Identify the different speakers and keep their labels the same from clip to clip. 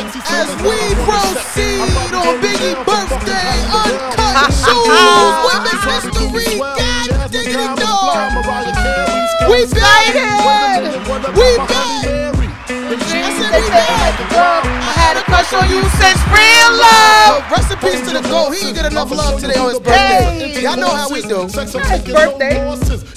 Speaker 1: as we proceed on Biggie Birthday Uncut Shoes Women's History God Diggity Dog. We back! We back! I said we back! I had a crush on you since real love. Rest in peace to the GOAT. He didn't get enough love today on his birthday. Y'all know how we do.
Speaker 2: his birthday.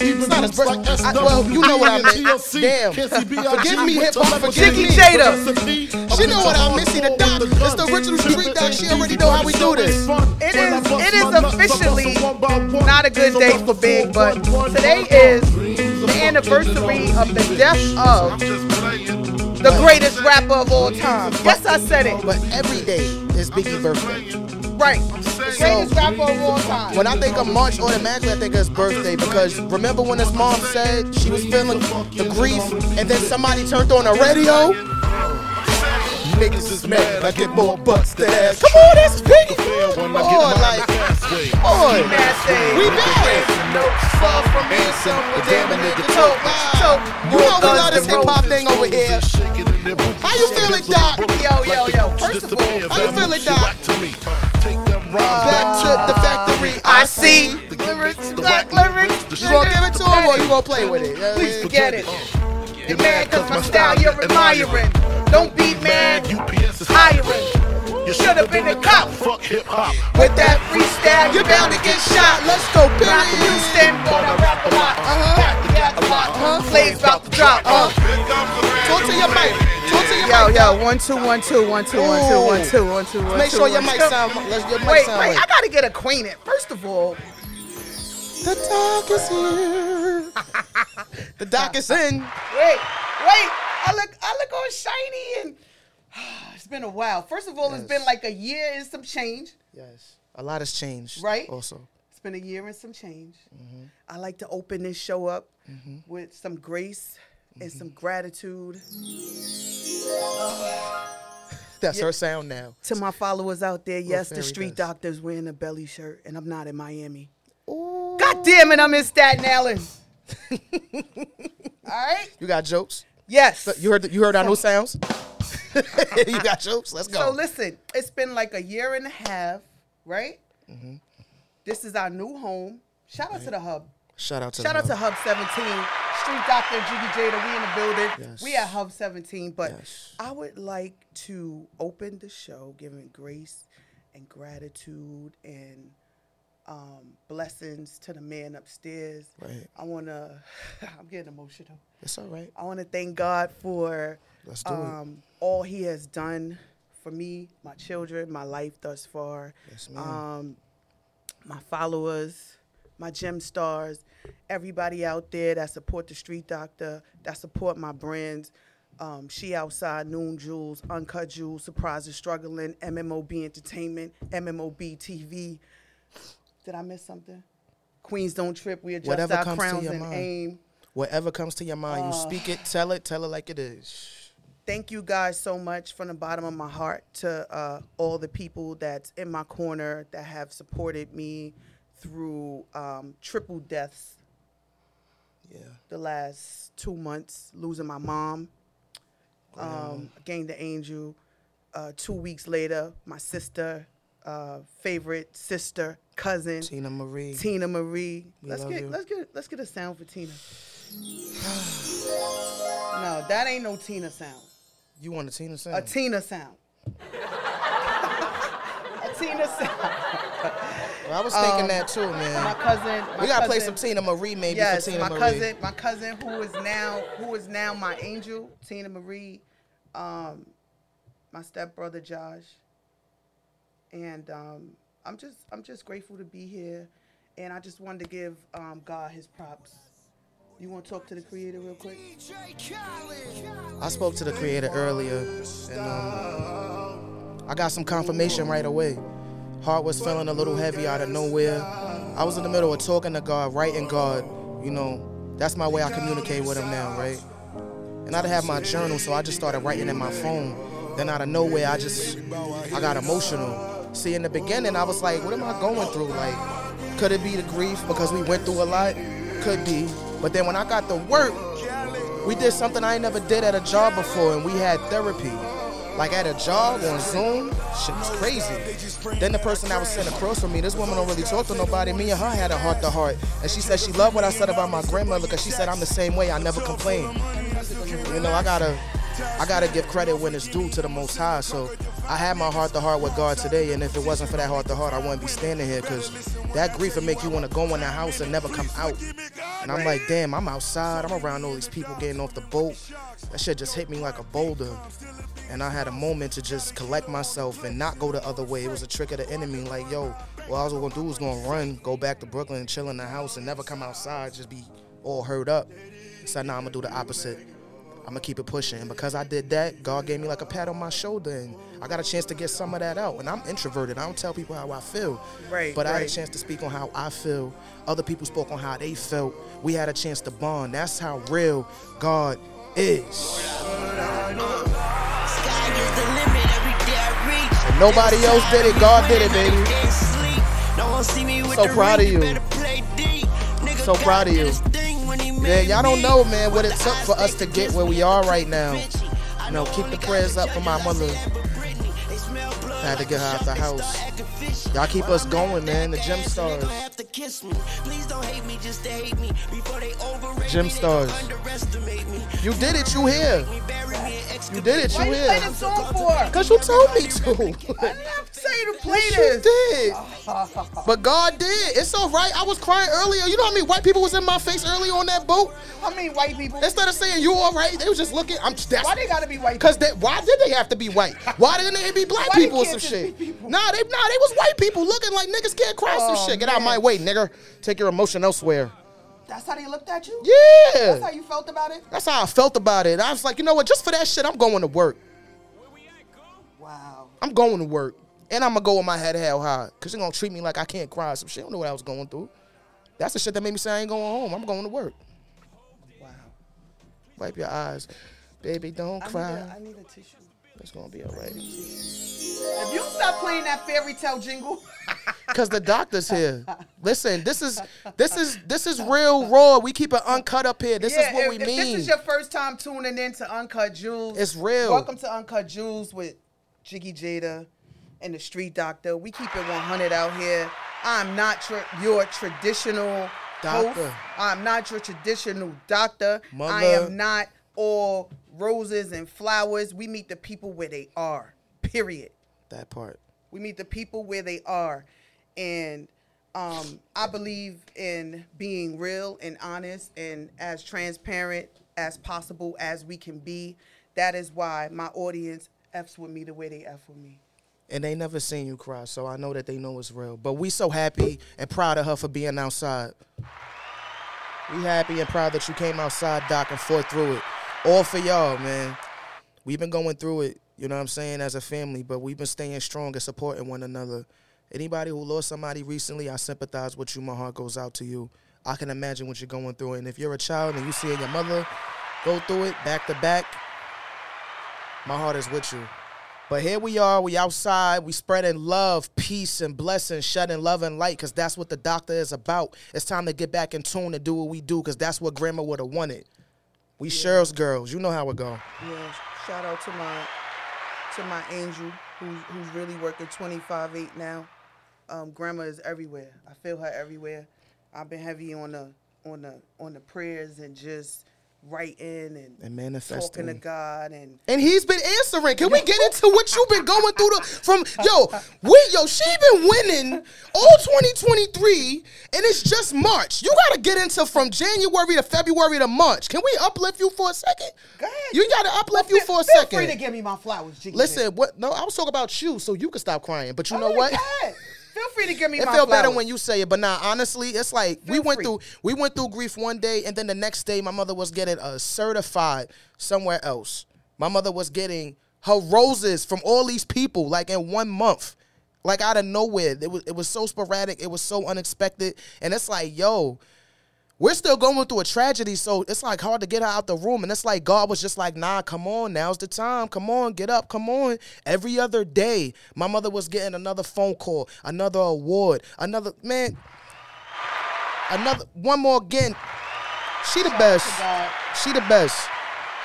Speaker 1: It's not his birthday. I, well, you know what I mean. Damn. Forgive me, hip hop. Forgive me.
Speaker 2: Jiggy Jada.
Speaker 1: She know what I'm missing. The doc. It's the original street doc. She already know how we do this.
Speaker 2: It is it is officially not a good day for Big, but today is the anniversary of the death of the greatest rapper of all time. Yes, I said it.
Speaker 1: But every day is Biggie's birthday.
Speaker 2: Right. The greatest rapper of all time.
Speaker 1: When I think of March, automatically I think of his birthday because remember when his mom said she was feeling the grief and then somebody turned on the radio?
Speaker 3: Niggas is mad, I get more bucks than ass.
Speaker 1: Come on, that's Biggie. Come
Speaker 3: When I
Speaker 1: on,
Speaker 3: get
Speaker 1: like,
Speaker 3: my ass way.
Speaker 1: come on. We
Speaker 2: Nasty.
Speaker 1: back.
Speaker 3: Far from handsome, but damn a nigga told me.
Speaker 1: So, you know we love this hip hop thing over here. How you feeling, Doc?
Speaker 2: Yo, yo, yo. First of all,
Speaker 1: How you feeling, Doc? Back
Speaker 3: Back
Speaker 1: to the factory.
Speaker 2: I see. Lyrics, black lyrics.
Speaker 1: You gonna give it to him or you gonna play with it? Yeah,
Speaker 2: Please
Speaker 1: yeah.
Speaker 2: get it. You're mad cause my style you're admiring. Don't be mad, you
Speaker 3: UPS is
Speaker 2: hiring. You should have been a cop
Speaker 3: Fuck hip hop.
Speaker 2: with that freestyle.
Speaker 1: You're bound to get shot. Let's go,
Speaker 2: Not from
Speaker 1: period.
Speaker 2: Houston, but I rap a lot. Uh-huh. Rap the gas a lot. Uh-huh. Slaves about to drop. Uh-huh.
Speaker 1: Talk to your mic. Talk to your
Speaker 2: Yo,
Speaker 1: mic.
Speaker 2: yo, one, two, one, two, one, two, one, two, one, two, one, two, one,
Speaker 1: Make
Speaker 2: two,
Speaker 1: sure your
Speaker 2: one,
Speaker 1: mic
Speaker 2: two.
Speaker 1: sound. Let's your mic
Speaker 2: Wait, wait,
Speaker 1: sound.
Speaker 2: I gotta get acquainted. First of all,
Speaker 1: The doc is here. the doc is in.
Speaker 2: Wait, wait. I look, I look all shiny and it's been a while. First of all, it's been
Speaker 1: Yes.
Speaker 2: like a year and some change.
Speaker 1: Yes, a lot has changed.
Speaker 2: Right?
Speaker 1: Also,
Speaker 2: It's been a year and some change. I like to open this show up with some grace and some gratitude
Speaker 1: that's her sound now.
Speaker 2: to my followers out there. Yes, the
Speaker 1: fairy
Speaker 2: street
Speaker 1: dust.
Speaker 2: doctor's wearing a belly shirt, and I'm not in Miami.
Speaker 1: Ooh.
Speaker 2: God damn it, I'm in Staten Island. all right.
Speaker 1: You got jokes?
Speaker 2: Yes.
Speaker 1: You heard? The, you heard our new sounds? you got jokes? Let's go.
Speaker 2: So listen, it's been like a year and a half, right?
Speaker 1: Mm-hmm.
Speaker 2: This is our new home. Shout out to the hub.
Speaker 1: Shout out to
Speaker 2: Shout
Speaker 1: the
Speaker 2: out to Hub 17, Street Doctor Jiggy Jada. We in the building.
Speaker 1: Yes.
Speaker 2: We at Hub 17. But
Speaker 1: Yes.
Speaker 2: I would like to open the show giving grace and gratitude and um, blessings to the man upstairs.
Speaker 1: Right.
Speaker 2: I wanna. I'm getting emotional.
Speaker 1: It's all right.
Speaker 2: I want to thank God for
Speaker 1: Let's do it.
Speaker 2: um, all He has done for me, my children, my life thus far,
Speaker 1: Yes, ma'am.
Speaker 2: um, my followers, my gym stars, everybody out there that support the Street Doctor, that support my brands. Um, she outside Noon Jewels, Uncut Jewels, Surprises Struggling, MMOB Entertainment, MMOB TV. Did I miss something? Queens Don't Trip. We adjust
Speaker 1: Whatever
Speaker 2: our
Speaker 1: comes to
Speaker 2: crowns
Speaker 1: your
Speaker 2: and
Speaker 1: mind.
Speaker 2: aim.
Speaker 1: Whatever comes to your mind, you speak it, tell it, tell it like it is.
Speaker 2: thank you guys so much from the bottom of my heart to uh, all the people that's in my corner that have supported me through um, triple deaths
Speaker 1: Yeah.
Speaker 2: the last two months, losing my mom. Um, gained the angel. Uh, two weeks later, my sister, uh, favorite sister, cousin,
Speaker 1: Tina Marie.
Speaker 2: Tina Marie. let's
Speaker 1: love
Speaker 2: get
Speaker 1: you.
Speaker 2: let's get let's get a sound for Tina. no, that ain't no Tina sound.
Speaker 1: You want a Tina sound?
Speaker 2: A Tina sound. a Tina sound.
Speaker 1: I was thinking that too, man.
Speaker 2: My cousin. Um, My
Speaker 1: we gotta play some
Speaker 2: cousin-
Speaker 1: Tina Marie maybe
Speaker 2: Yes,
Speaker 1: for Tina
Speaker 2: my
Speaker 1: Marie.
Speaker 2: cousin, my cousin who is now who is now my angel, Tina Marie, um, my stepbrother Josh, and um, I'm just I'm just grateful to be here, and I just wanted to give um, God His props. You want to talk to the creator real quick?
Speaker 1: I spoke to the creator earlier, and um, I got some confirmation right away. Heart was feeling a little heavy out of nowhere. I was in the middle of talking to God, writing God. You know, that's my way I communicate with Him now, right? And I didn't have my journal, so I just started writing in my phone. Then out of nowhere, I just I got emotional. See, in the beginning, I was like, "What am I going through? Like, could it be the grief because we went through a lot? Could be." But then when I got the work, we did something I ain't never did at a job before, and we had therapy. Like at a job on Zoom, shit was crazy. Then the person that was sitting across from me, this woman don't really talk to nobody. Me and her had a heart to heart, and she said she loved what I said about my grandmother because she said I'm the same way. I never complain. You know, I gotta, I gotta give credit when it's due to the Most High. So I had my heart to heart with God today, and if it wasn't for that heart to heart, I wouldn't be standing here because that grief would make you want to go in the house and never come out. And I'm like, damn, I'm outside. I'm around all these people getting off the boat. That shit just hit me like a boulder. And I had a moment to just collect myself and not go the other way. It was a trick of the enemy. Like, yo, what I was gonna do was gonna run, go back to Brooklyn and chill in the house and never come outside, just be all hurt up. So now I'm gonna do the opposite. I'm gonna keep it pushing. And because I did that, God gave me like a pat on my shoulder, and I got a chance to get some of that out. And I'm introverted. I don't tell people how I feel.
Speaker 2: Right,
Speaker 1: But I had a
Speaker 2: right.
Speaker 1: chance to speak on how I feel. Other people spoke on how they felt. We had a chance to bond. That's how real God is.
Speaker 4: Sky is the limit every day I reach.
Speaker 1: And nobody else did it, God did it, baby.
Speaker 4: baby. So proud of you.
Speaker 1: So proud of you. Yeah,
Speaker 4: Yeah,
Speaker 1: y'all don't know, man, what it took for us to get where we are right now. You know, keep the prayers up for my mother.
Speaker 4: Had
Speaker 1: to get her out the house. Y'all keep us going, man. The Gem Stars. Gem
Speaker 4: Gym
Speaker 1: Stars.
Speaker 4: stars.
Speaker 1: You did it, you here. You did it,
Speaker 2: Why
Speaker 1: you
Speaker 2: you play
Speaker 1: here.
Speaker 2: this song for?
Speaker 1: Cause you told me to.
Speaker 2: I didn't have to say you to play
Speaker 1: You
Speaker 2: this.
Speaker 1: did. But God did. It's all right. I was crying earlier. You know how many white people was in my face earlier on that boat?
Speaker 2: I mean, white people.
Speaker 1: Instead of saying you all right, they was just looking. I'm that's
Speaker 2: Why they gotta be white?
Speaker 1: Cause they, why did they have to be white? Why didn't they be black
Speaker 2: Why they
Speaker 1: people or some
Speaker 2: can't just
Speaker 1: shit?
Speaker 2: be people?
Speaker 1: Nah, they nah, they was white people looking like niggas can't cry some
Speaker 2: Oh,
Speaker 1: shit. Get out of my
Speaker 2: man.
Speaker 1: way, nigga. Take your emotion elsewhere.
Speaker 2: That's how they looked at you.
Speaker 1: Yeah.
Speaker 2: That's how you felt about it.
Speaker 1: That's how I felt about it. I was like, you know what? Just for that shit, I'm going to work.
Speaker 2: Wow.
Speaker 1: I'm going to work. And I'm going to go with my head held high. Because they're going to treat me like I can't cry. or Some shit. I don't know what I was going through. That's the shit that made me say I ain't going home. I'm going to work.
Speaker 2: Wow.
Speaker 1: Wipe your eyes. Baby, don't
Speaker 2: I need, a,
Speaker 1: cry.
Speaker 2: I need a tissue.
Speaker 1: It's going to be all right.
Speaker 2: If you stop playing that fairy tale jingle,
Speaker 1: Because the doctor's here. Listen, this is this is this is real raw. We keep it uncut up here. This
Speaker 2: Yeah,
Speaker 1: is what
Speaker 2: if,
Speaker 1: we
Speaker 2: if
Speaker 1: mean.
Speaker 2: this is your first time tuning in to Uncut Jewels,
Speaker 1: It's real.
Speaker 2: Welcome to Uncut Jewels with Jiggy Jada and the Street Doctor. We keep it 100 out here. I'm not tra- your traditional host.
Speaker 1: Doctor.
Speaker 2: I'm not your traditional doctor. I
Speaker 1: Mother.
Speaker 2: am not all roses and flowers. We meet the people where they are. Period.
Speaker 1: that part.
Speaker 2: We meet the people where they are. And um, I believe in being real and honest and as transparent as possible as we can be. That is why my audience F's with me the way they F with me.
Speaker 1: and they never seen you cry, so I know that they know it's real. But we so happy and proud of her for being outside. We happy and proud that you came outside, Doc, and fought through it. All for y'all, man. We've been going through it, you know what I'm saying, as a family, but we've been staying strong and supporting one another. Anybody who lost somebody recently, I sympathize with you. My heart goes out to you. I can imagine what you're going through. And if you're a child and you seeing your mother go through it back to back, my heart is with you. But here we are, we outside, we spreading love, peace, and blessing, shedding love and light, because that's what the doctor is about. It's time to get back in tune and do what we do, because that's what grandma would have wanted. We Cheryl's girls, you know how it go.
Speaker 2: Yeah, shout out to my to my angel who's who's really working 25 8 now. Um, grandma is everywhere. I feel her everywhere. I've been heavy on the on the on the prayers and just writing and,
Speaker 1: And
Speaker 2: talking to
Speaker 1: manifesting.
Speaker 2: God and
Speaker 1: And he's been answering. Can we get into what you've been going through? The, from yo, we yo, she been winning all 2023, and it's just March. You gotta get into from January to February to March. Can we uplift you for a second?
Speaker 2: Go ahead.
Speaker 1: You gotta uplift you for a
Speaker 2: Feel
Speaker 1: second.
Speaker 2: free to give me my flowers, Jiggy.
Speaker 1: Listen, what? No, I was talking about you, so you can stop crying. But you
Speaker 2: All
Speaker 1: know
Speaker 2: right,
Speaker 1: what?
Speaker 2: go ahead. Feel free to give me
Speaker 1: It
Speaker 2: Oh my
Speaker 1: felt
Speaker 2: flowers.
Speaker 1: better when you say it, but nah, honestly, it's like we
Speaker 2: Feel
Speaker 1: went
Speaker 2: free.
Speaker 1: through we went through grief one day, and then the next day, my mother was getting uh, certified somewhere else. My mother was getting her roses from all these people, like in one month, like out of nowhere. It was it was so sporadic, it was so unexpected, and it's like, yo, we're still going through a tragedy, so it's like hard to get her out the room. And it's like God was just like, nah, come on, now's the time. Come on, get up, come on. Every other day, my mother was getting another phone call, another award, another man, another one more again. She the best.
Speaker 2: God.
Speaker 1: She the best.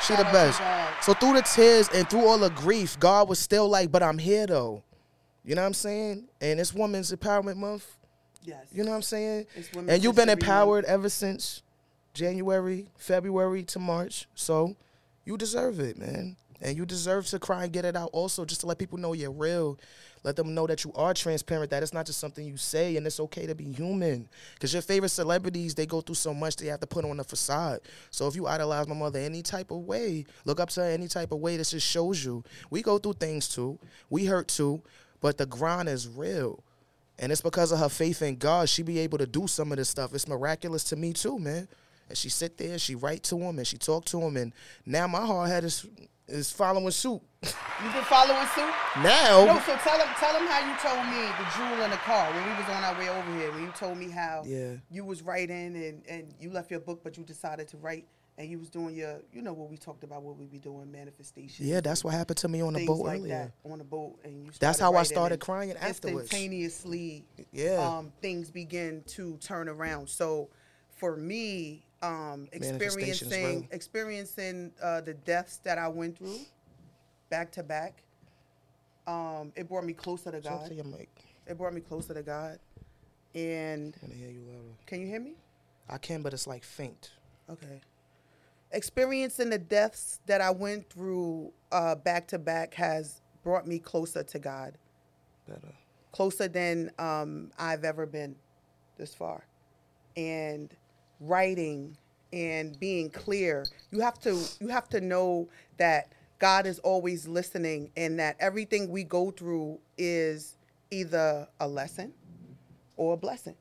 Speaker 1: She the
Speaker 2: Shout out to
Speaker 1: best.
Speaker 2: God.
Speaker 1: So through the tears and through all the grief, God was still like, but I'm here though. You know what I'm saying? And it's Women's Empowerment Month.
Speaker 2: Yes.
Speaker 1: You know what I'm saying?
Speaker 2: It's Women's
Speaker 1: And you've been
Speaker 2: History Month.
Speaker 1: empowered ever since January, February to March. So you deserve it, man. And you deserve to cry and get it out also just to let people know you're real. Let them know that you are transparent, that it's not just something you say and it's okay to be human. Because your favorite celebrities, they go through so much they have to put on a facade. So if you idolize my mother any type of way, look up to her any type of way, this just shows you. We go through things too. We hurt too. But the grind is real. And it's because of her faith in God, she be able to do some of this stuff. It's miraculous to me too, man. And she sit there, she write to him, and she talk to him, and now my hard head is is following suit.
Speaker 2: You've been following suit?
Speaker 1: Now,
Speaker 2: No, so tell them, tell them how you told me the jewel in the car when we was on our way over here. When you told me how
Speaker 1: Yeah.
Speaker 2: you was writing and, and you left your book, but you decided to write and you was doing your, you know what we talked about, what we be doing, manifestation.
Speaker 1: yeah, that's what happened to me on the
Speaker 2: things
Speaker 1: boat
Speaker 2: like
Speaker 1: earlier.
Speaker 2: that on the boat, and you.
Speaker 1: That's
Speaker 2: started
Speaker 1: how I
Speaker 2: writing
Speaker 1: started
Speaker 2: and
Speaker 1: crying afterwards.
Speaker 2: Instantaneously,
Speaker 1: Yeah.
Speaker 2: um, things begin to turn around. So, for me, um,
Speaker 1: Manifestation is real.
Speaker 2: experiencing experiencing uh, the deaths that I went through, back to back, um, it brought me closer to
Speaker 1: Talk to
Speaker 2: God.
Speaker 1: your mic.
Speaker 2: It brought me closer to God, and
Speaker 1: I wanna hear you louder.
Speaker 2: can you hear me?
Speaker 1: I can, but it's like faint.
Speaker 2: Okay. Experiencing the deaths that I went through uh, back to back has brought me closer to God.
Speaker 1: Better.
Speaker 2: closer than um, I've ever been this far. And writing and being clear, you have to you have to know that God is always listening and that everything we go through is either a lesson or a blessing.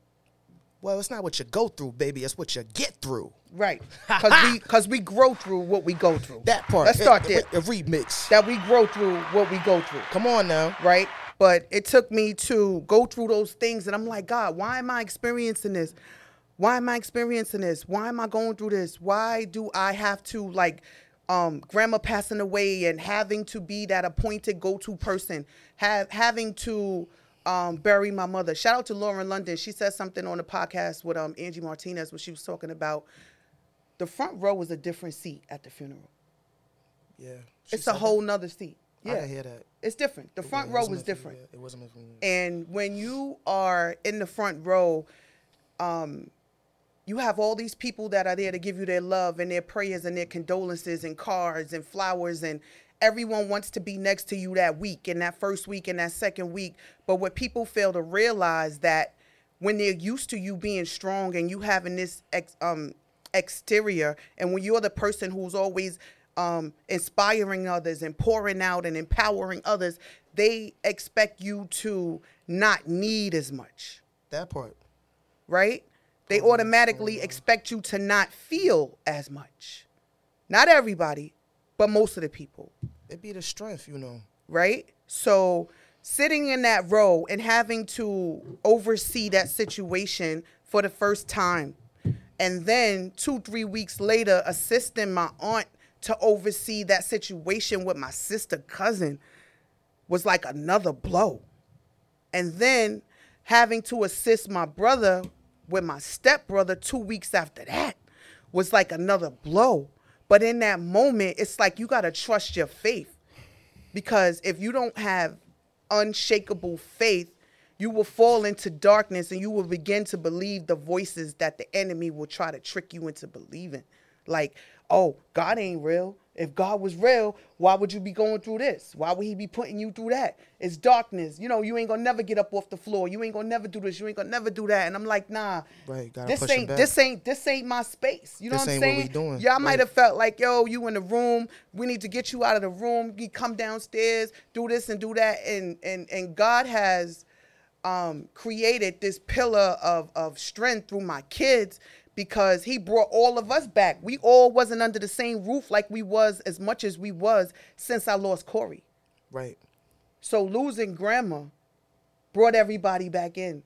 Speaker 1: Well, it's not what you go through, baby. It's what you get through.
Speaker 2: Right. Cuz we cuz we grow through what we go through.
Speaker 1: That part.
Speaker 2: Let's start
Speaker 1: Eh,
Speaker 2: there.
Speaker 1: eh, A remix.
Speaker 2: That we grow through what we go through.
Speaker 1: Come on now.
Speaker 2: right? But it took me to go through those things, and I'm like, God, why am I experiencing this? Why am I experiencing this? Why am I going through this? Why do I have to like um, grandma passing away and having to be that appointed go-to person, have having to um, bury my mother? Shout out to Lauren London. She said something on the podcast with um, Angie Martinez when she was talking about the front row was a different seat at the funeral.
Speaker 1: Yeah. She
Speaker 2: It's a
Speaker 1: said that.
Speaker 2: whole nother seat.
Speaker 1: I
Speaker 2: Yeah,
Speaker 1: didn't hear that.
Speaker 2: it's different. The front
Speaker 1: It
Speaker 2: row
Speaker 1: wasn't
Speaker 2: was
Speaker 1: meant for you,
Speaker 2: different.
Speaker 1: yeah. It wasn't meant for you.
Speaker 2: And when you are in the front row, um, you have all these people that are there to give you their love and their prayers and their condolences and cards and flowers and everyone wants to be next to you that week and that first week and that second week. But what people fail to realize that when they're used to you being strong and you having this ex, um, exterior, and when you're the person who's always um, inspiring others and pouring out and empowering others, they expect you to not need as much,
Speaker 1: That part.
Speaker 2: right? They automatically expect you to not feel as much. Not everybody, but most of the people
Speaker 1: It be the strength, you know.
Speaker 2: right? So sitting in that role and having to oversee that situation for the first time, and then two, three weeks later, assisting my aunt to oversee that situation with my sister cousin was like another blow. And then having to assist my brother with my stepbrother two weeks after that was like another blow. But in that moment, it's like you gotta trust your faith because if you don't have unshakable faith, you will fall into darkness and you will begin to believe the voices that the enemy will try to trick you into believing. Like, oh, God ain't real. If God was real, why would you be going through this? Why would he be putting you through that? It's darkness. You know, you ain't gonna never get up off the floor. You ain't gonna never do this. You ain't gonna never do that. And I'm like, nah,
Speaker 1: Right, gotta
Speaker 2: this
Speaker 1: push 'em
Speaker 2: ain't
Speaker 1: back.
Speaker 2: this ain't this ain't my space. You know
Speaker 1: This
Speaker 2: what
Speaker 1: ain't
Speaker 2: I'm
Speaker 1: what
Speaker 2: saying?
Speaker 1: we doing.
Speaker 2: Y'all all might
Speaker 1: Right.
Speaker 2: have felt like, yo, you in the room. We need to get you out of the room. You come downstairs, do this and do that. And and and God has um, created this pillar of of strength through my kids because He brought all of us back. We all wasn't under the same roof like we was as much as we was since I lost Corey.
Speaker 1: Right.
Speaker 2: So losing grandma brought everybody back in.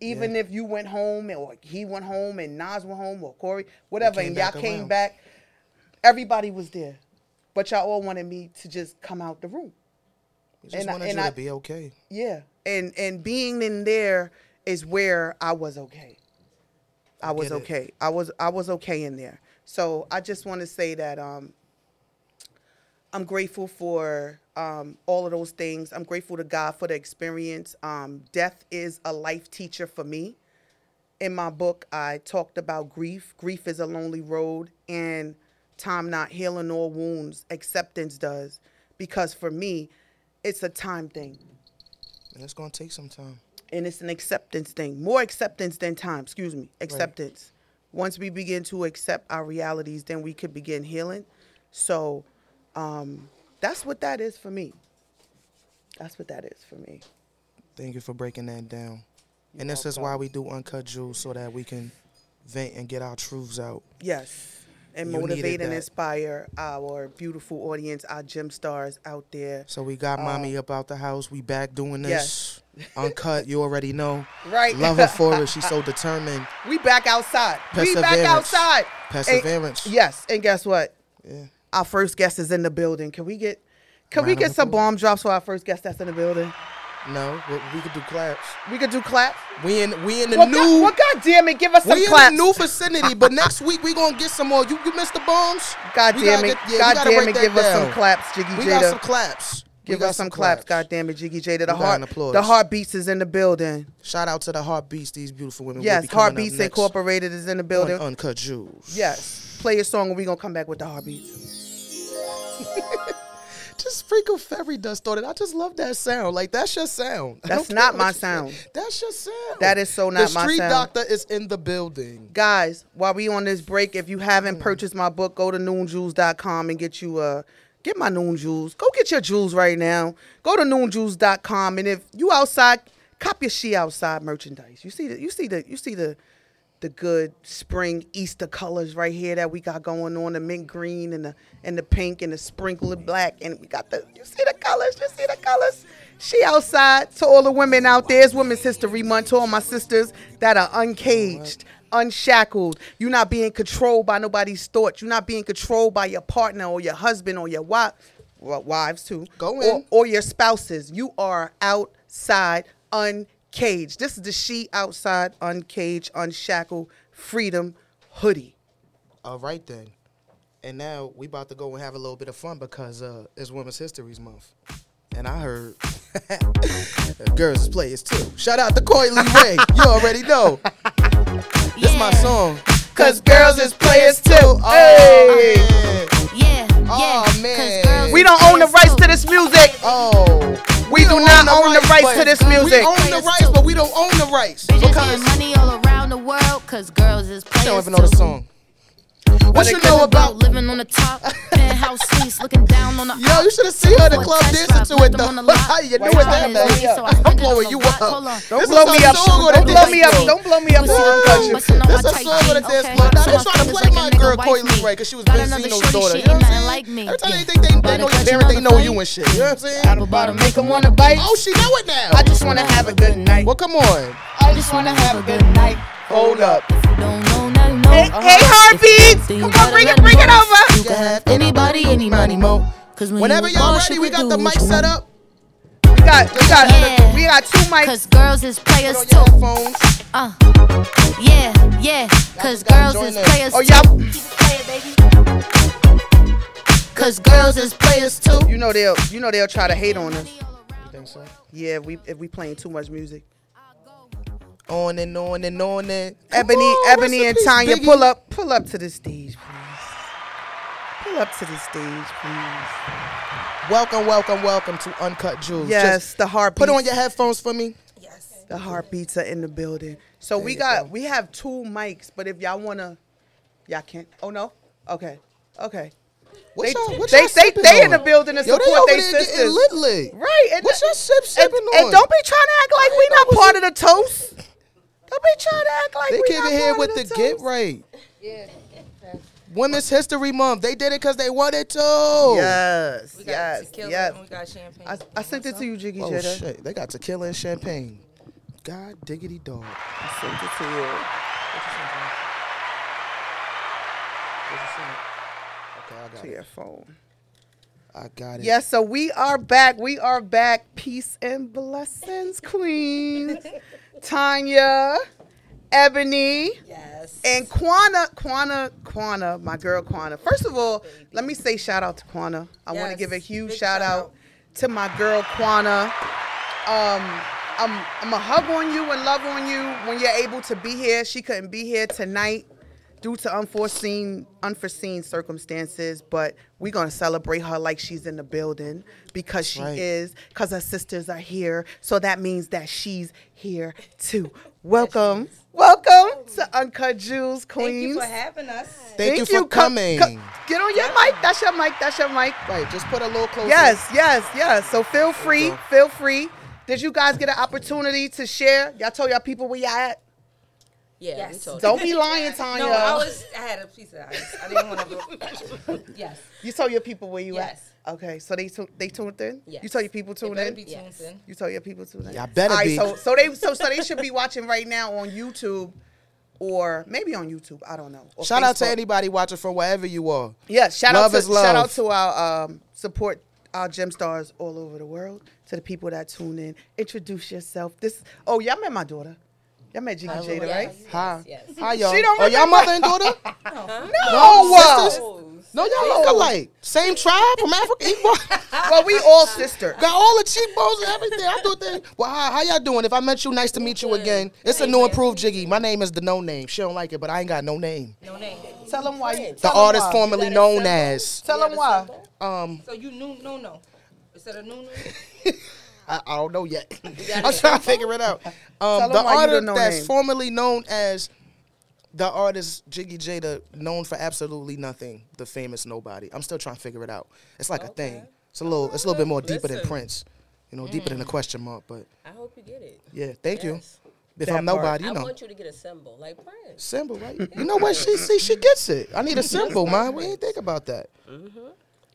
Speaker 2: Even
Speaker 1: Yeah.
Speaker 2: if you went home or he went home and Nas went home or Corey, whatever,
Speaker 1: came
Speaker 2: and y'all
Speaker 1: back
Speaker 2: came
Speaker 1: around.
Speaker 2: back, everybody was there. But y'all all wanted me to just come out the room.
Speaker 1: We just
Speaker 2: And I-
Speaker 1: wanted
Speaker 2: and
Speaker 1: you
Speaker 2: I-
Speaker 1: to be okay.
Speaker 2: Yeah. And and being in there is where I was okay. I was
Speaker 1: get it.
Speaker 2: okay. I was I was okay in there. So I just want to say that um I'm grateful for um, all of those things. I'm grateful to God for the experience. Um, death is a life teacher for me. In my book, I talked about grief. Grief is a lonely road, and time not healing all wounds, acceptance does. Because for me, it's a time thing
Speaker 1: And it's gonna take some time.
Speaker 2: and it's an acceptance thing more acceptance than time excuse me acceptance once we begin to accept our realities then we could begin healing so um, that's what that is for me that's what that is for me
Speaker 1: Thank you for breaking that down. and this is why we do uncut jewels so that we can vent and get our truths out.
Speaker 2: yes and
Speaker 1: You needed
Speaker 2: motivate and
Speaker 1: that.
Speaker 2: inspire our beautiful audience our gym stars out there
Speaker 1: So we got mommy up out the house. We back doing
Speaker 2: Uh, yes.
Speaker 1: this. Uncut, you already know.
Speaker 2: Right.
Speaker 1: Love her for it. She's so determined.
Speaker 2: we back outside we back
Speaker 1: Perseverance.
Speaker 2: outside And-
Speaker 1: Perseverance.
Speaker 2: yes and guess what
Speaker 1: Yeah.
Speaker 2: our first guest is in the building can we get can we
Speaker 1: Round of
Speaker 2: get some
Speaker 1: applause.
Speaker 2: bomb drops for our first guest that's in the building
Speaker 1: No, we, we could do claps.
Speaker 2: We could do claps.
Speaker 1: We in we in the
Speaker 2: Well,
Speaker 1: new
Speaker 2: God, well, God damn it, give us some
Speaker 1: we
Speaker 2: claps.
Speaker 1: in the new vicinity, but next week we gonna get some more. You you missed the bombs.
Speaker 2: God
Speaker 1: We
Speaker 2: damn
Speaker 1: gotta
Speaker 2: it,
Speaker 1: get- yeah, we
Speaker 2: God
Speaker 1: gotta
Speaker 2: damn
Speaker 1: break
Speaker 2: it,
Speaker 1: that
Speaker 2: give us some
Speaker 1: down.
Speaker 2: claps, Jiggy
Speaker 1: We got some
Speaker 2: Jada.
Speaker 1: claps. We
Speaker 2: Give
Speaker 1: got
Speaker 2: us some claps. God damn it, Jiggy Jada. The
Speaker 1: We got an
Speaker 2: heart,
Speaker 1: applause.
Speaker 2: the heartbeats is in the building.
Speaker 1: Shout out to the Heartbeats, these beautiful women. will
Speaker 2: Yes,
Speaker 1: be coming up
Speaker 2: Heartbeats
Speaker 1: next
Speaker 2: Incorporated is in the
Speaker 1: on
Speaker 2: building.
Speaker 1: Uncut Jewels.
Speaker 2: Yes, play a song and we gonna come back with the heartbeats.
Speaker 1: Just freak of fairy dust on it. I just love that sound. Like that's your sound. I
Speaker 2: That's
Speaker 1: don't
Speaker 2: not
Speaker 1: care
Speaker 2: my
Speaker 1: what you say.
Speaker 2: sound.
Speaker 1: That's your sound.
Speaker 2: That is so not
Speaker 1: the
Speaker 2: my
Speaker 1: street
Speaker 2: sound.
Speaker 1: doctor is in the building.
Speaker 2: Guys, while we on this break, if you haven't purchased my book, go to noonjewels.com and get you uh get my noon jewels. Go get your jewels right now. Go to noonjewels.com and if you outside, cop your she outside merchandise. You see the you see the you see the the good spring Easter colors right here that we got going on the mint green and the and the pink and the sprinkle of black and we got the you see the colors you see the colors she outside to all the women out there it's women's history month to all my sisters that are uncaged unshackled you're not being controlled by nobody's thoughts you're not being controlled by your partner or your husband or your wife well, wives too
Speaker 1: Go
Speaker 2: or-
Speaker 1: in.
Speaker 2: or your spouses. You are outside uncaged. This is the She Outside Uncaged Unshackled Freedom hoodie.
Speaker 1: All right then. And now we about to go and have a little bit of fun because uh, it's Women's History Month. And I heard that girls is players too. Shout out to Coy Lee Ray. You already know. This my song. Cause girls is players too. Oh, Hey.
Speaker 5: Yeah,
Speaker 1: Aw,
Speaker 5: yeah.
Speaker 1: man.
Speaker 5: Cause girls
Speaker 2: We don't own the rights to this music.
Speaker 1: Oh.
Speaker 2: We do not own the rights to this
Speaker 1: We
Speaker 2: music.
Speaker 1: own the rights, but we don't own the rights.
Speaker 5: Bitches
Speaker 1: Because
Speaker 5: getting money all around the world, cause girls is
Speaker 1: I
Speaker 5: players.
Speaker 1: don't even know the
Speaker 5: too.
Speaker 1: song.
Speaker 5: What
Speaker 1: you
Speaker 5: they
Speaker 1: know
Speaker 5: know
Speaker 1: about-
Speaker 5: about living on the top, penthouse suites, looking down on the.
Speaker 1: Yo, you should have seen her in the club dancing to it though. you knew it that
Speaker 2: Wait,
Speaker 1: bad.
Speaker 2: yo.
Speaker 1: I'm blowing you up.
Speaker 2: Don't
Speaker 1: This
Speaker 2: blow
Speaker 1: is
Speaker 2: me
Speaker 1: a
Speaker 2: up.
Speaker 1: song on
Speaker 2: Don't
Speaker 1: the
Speaker 2: blow
Speaker 1: dance
Speaker 2: me up.
Speaker 1: floor.
Speaker 2: Don't blow me up.
Speaker 1: This is
Speaker 2: Don't blow me
Speaker 1: a
Speaker 2: up.
Speaker 1: song on the dance floor. Now they trying to play my girl Coy Lee Ray because she was Big Zeno's daughter. You know what I'm saying? Every time they think they, they know your parent, they know you and shit. You know what I'm saying?
Speaker 5: Apple bottom make 'em wanna bite.
Speaker 1: Oh, she know it now.
Speaker 5: I just wanna have a good night.
Speaker 1: Well, come on.
Speaker 5: I just wanna have a good night.
Speaker 1: Hold up.
Speaker 5: Don't know, no, no. Uh-huh.
Speaker 2: Hey, hey, heartbeats. Come on, bring it, bring it over.
Speaker 5: You can have anybody, any money, mo. Cause when
Speaker 1: Whenever
Speaker 5: you
Speaker 1: y'all
Speaker 5: boss,
Speaker 1: ready,
Speaker 5: you
Speaker 1: we got
Speaker 5: can do
Speaker 1: the
Speaker 5: what
Speaker 1: mic
Speaker 5: you
Speaker 1: set
Speaker 5: want.
Speaker 1: up.
Speaker 2: We got, we got,
Speaker 5: Yeah.
Speaker 2: we got two mics.
Speaker 5: Cause girls is players
Speaker 1: Put on your
Speaker 5: too.
Speaker 1: headphones.
Speaker 5: Uh, yeah, yeah. Cause
Speaker 1: just gotta
Speaker 5: girls
Speaker 1: join
Speaker 5: is
Speaker 1: in.
Speaker 5: players
Speaker 2: Oh,
Speaker 5: too.
Speaker 2: y'all,
Speaker 5: Cause girls is players too.
Speaker 2: you know they'll, you know they'll try to hate on us.
Speaker 1: Think so?
Speaker 2: Yeah, if we if we playing too much music.
Speaker 1: On and on and on and.
Speaker 2: Ebony,
Speaker 1: Come on, rest
Speaker 2: Ebony,
Speaker 1: in
Speaker 2: and
Speaker 1: peace,
Speaker 2: Tanya,
Speaker 1: Biggie.
Speaker 2: pull up, pull up to the stage, please. Pull up to the stage, please.
Speaker 1: Welcome, welcome, welcome to Uncut Jewels.
Speaker 2: Yes,
Speaker 1: Just
Speaker 2: the heartbeat.
Speaker 1: put on your headphones for me.
Speaker 2: the heartbeats are in the building. So we
Speaker 1: you
Speaker 2: got
Speaker 1: go.
Speaker 2: we have two mics, but if y'all wanna, y'all can't. Oh no. Okay. Okay.
Speaker 1: What
Speaker 2: They-
Speaker 1: y'all, what
Speaker 2: they-
Speaker 1: y'all
Speaker 2: they-
Speaker 1: sipping
Speaker 2: they
Speaker 1: on?
Speaker 2: in the building to
Speaker 1: Yo, they
Speaker 2: support
Speaker 1: over
Speaker 2: they
Speaker 1: there getting
Speaker 2: sisters.
Speaker 1: Lit, lit.
Speaker 2: Right. And
Speaker 1: What's your sip
Speaker 2: and,
Speaker 1: sipping on?
Speaker 2: and don't be trying to act like we not part of the toast. Don't be trying to act like
Speaker 1: They
Speaker 2: we
Speaker 1: came
Speaker 2: not
Speaker 1: in here
Speaker 2: part
Speaker 1: with
Speaker 2: of
Speaker 1: the
Speaker 2: the,
Speaker 1: get
Speaker 2: toast.
Speaker 1: right. Women's History Month. They did it because they wanted to. Yeah.
Speaker 2: Yes.
Speaker 6: We got
Speaker 2: Yes.
Speaker 6: tequila
Speaker 2: Yes.
Speaker 6: and we got champagne.
Speaker 2: Oh. I, I sent it to you, Jiggy
Speaker 1: Oh
Speaker 2: Jada.
Speaker 1: shit! They got tequila and champagne. God diggity dog.
Speaker 2: I sent it to you.
Speaker 1: Okay, I got
Speaker 2: to
Speaker 1: it.
Speaker 2: your phone.
Speaker 1: I got it.
Speaker 2: Yes, so we are back. We are back. Peace and blessings, Queen Tanya, Ebony
Speaker 6: Yes.
Speaker 2: and Quana, Quana, Quana, my girl Quana. First of all, let me say shout out to Quana. I want to
Speaker 6: Yes,
Speaker 2: give a huge
Speaker 6: big
Speaker 2: shout
Speaker 6: shout
Speaker 2: out
Speaker 6: out.
Speaker 2: to my girl Quana. Um, I'm I'm a hug on you and love on you when you're able to be here. She couldn't be here tonight due to unforeseen unforeseen circumstances, but we're gonna celebrate her like she's in the building because she
Speaker 1: right.
Speaker 2: is, because her sisters are here. So that means that she's here too. Welcome. Welcome to Uncut Jewels,
Speaker 6: Thank
Speaker 2: Queens.
Speaker 6: you for having us.
Speaker 1: Thank, you, for
Speaker 2: Co-
Speaker 1: coming.
Speaker 2: co- get on your mic. That's your mic. That's your mic.
Speaker 1: right, just put a little closer.
Speaker 2: Yes, yes, yes. So feel free,
Speaker 1: go.
Speaker 2: feel free. Did you guys get an opportunity to share? Y'all told y'all people where y'all at.
Speaker 6: Yeah, we
Speaker 7: Yes.
Speaker 6: told
Speaker 2: Don't be
Speaker 6: you.
Speaker 2: lying, Tanya.
Speaker 6: No, I was. I had a piece of ice. I didn't want to. yes.
Speaker 2: you told your people where you
Speaker 7: Yes.
Speaker 2: at. Okay, so they tu- they tuned in.
Speaker 7: Yes.
Speaker 2: You told your people tuned
Speaker 6: Better
Speaker 2: in.
Speaker 6: be tuned
Speaker 7: Yes.
Speaker 6: in.
Speaker 2: you told your people tuned in.
Speaker 1: Y'all better
Speaker 2: All right,
Speaker 1: be.
Speaker 2: So so they so so they should be watching right now on YouTube, or maybe on YouTube. I don't know. or
Speaker 1: Shout out to
Speaker 2: Facebook.
Speaker 1: anybody watching from wherever you are.
Speaker 2: Yeah, shout
Speaker 1: Love
Speaker 2: out to
Speaker 1: is love.
Speaker 2: shout out to our um, support our gem stars all over the world. To the people that tune in, introduce yourself. This oh y'all met my daughter. Y'all met Jiggy
Speaker 8: Oh,
Speaker 2: Jada, right?
Speaker 7: Yes,
Speaker 1: Hi.
Speaker 7: yes, yes.
Speaker 1: Hi, y'all.
Speaker 2: She don't
Speaker 1: are y'all
Speaker 2: remember.
Speaker 1: mother and daughter?
Speaker 2: No,
Speaker 1: No,
Speaker 2: sisters.
Speaker 1: sisters. No, y'all look alike. Same tribe from Africa. Equal.
Speaker 2: Well, we all sister.
Speaker 1: Got all the cheekbones and everything. I thought they. Well, hi, how y'all doing? If I met you, nice to meet you again. It's a new improved Jiggy. My name is the No Name. She don't like it, but I ain't got no name.
Speaker 7: No name.
Speaker 2: Tell them why. You,
Speaker 1: The
Speaker 2: tell 'em
Speaker 1: artist
Speaker 2: why.
Speaker 1: formerly
Speaker 7: Is that a
Speaker 1: known
Speaker 7: symbol?
Speaker 1: as.
Speaker 2: Tell them why.
Speaker 1: Um,
Speaker 7: So you knew no no. Instead of no no.
Speaker 1: I, I don't know yet. I'm trying to figure it out. Um,
Speaker 2: 'em
Speaker 1: the
Speaker 2: why you the
Speaker 1: artist
Speaker 2: No
Speaker 1: that's
Speaker 2: Name.
Speaker 1: formerly known as the artist Jiggy Jada, known for absolutely nothing, the famous nobody. I'm still trying to figure it out. It's like a thing. It's a little. It's a little bit more deeper than
Speaker 7: Listen.
Speaker 1: Prince. You know, deeper
Speaker 2: Mm.
Speaker 1: than a question mark. But
Speaker 7: I hope you get it.
Speaker 1: yeah, thank you.
Speaker 7: Yes.
Speaker 1: If
Speaker 2: That
Speaker 1: I'm
Speaker 2: part.
Speaker 1: nobody, you
Speaker 7: I
Speaker 1: know.
Speaker 7: want you to get a symbol like Prince.
Speaker 1: Symbol, right? You know what? She see, she gets it. I need a symbol, man. We ain't think about that.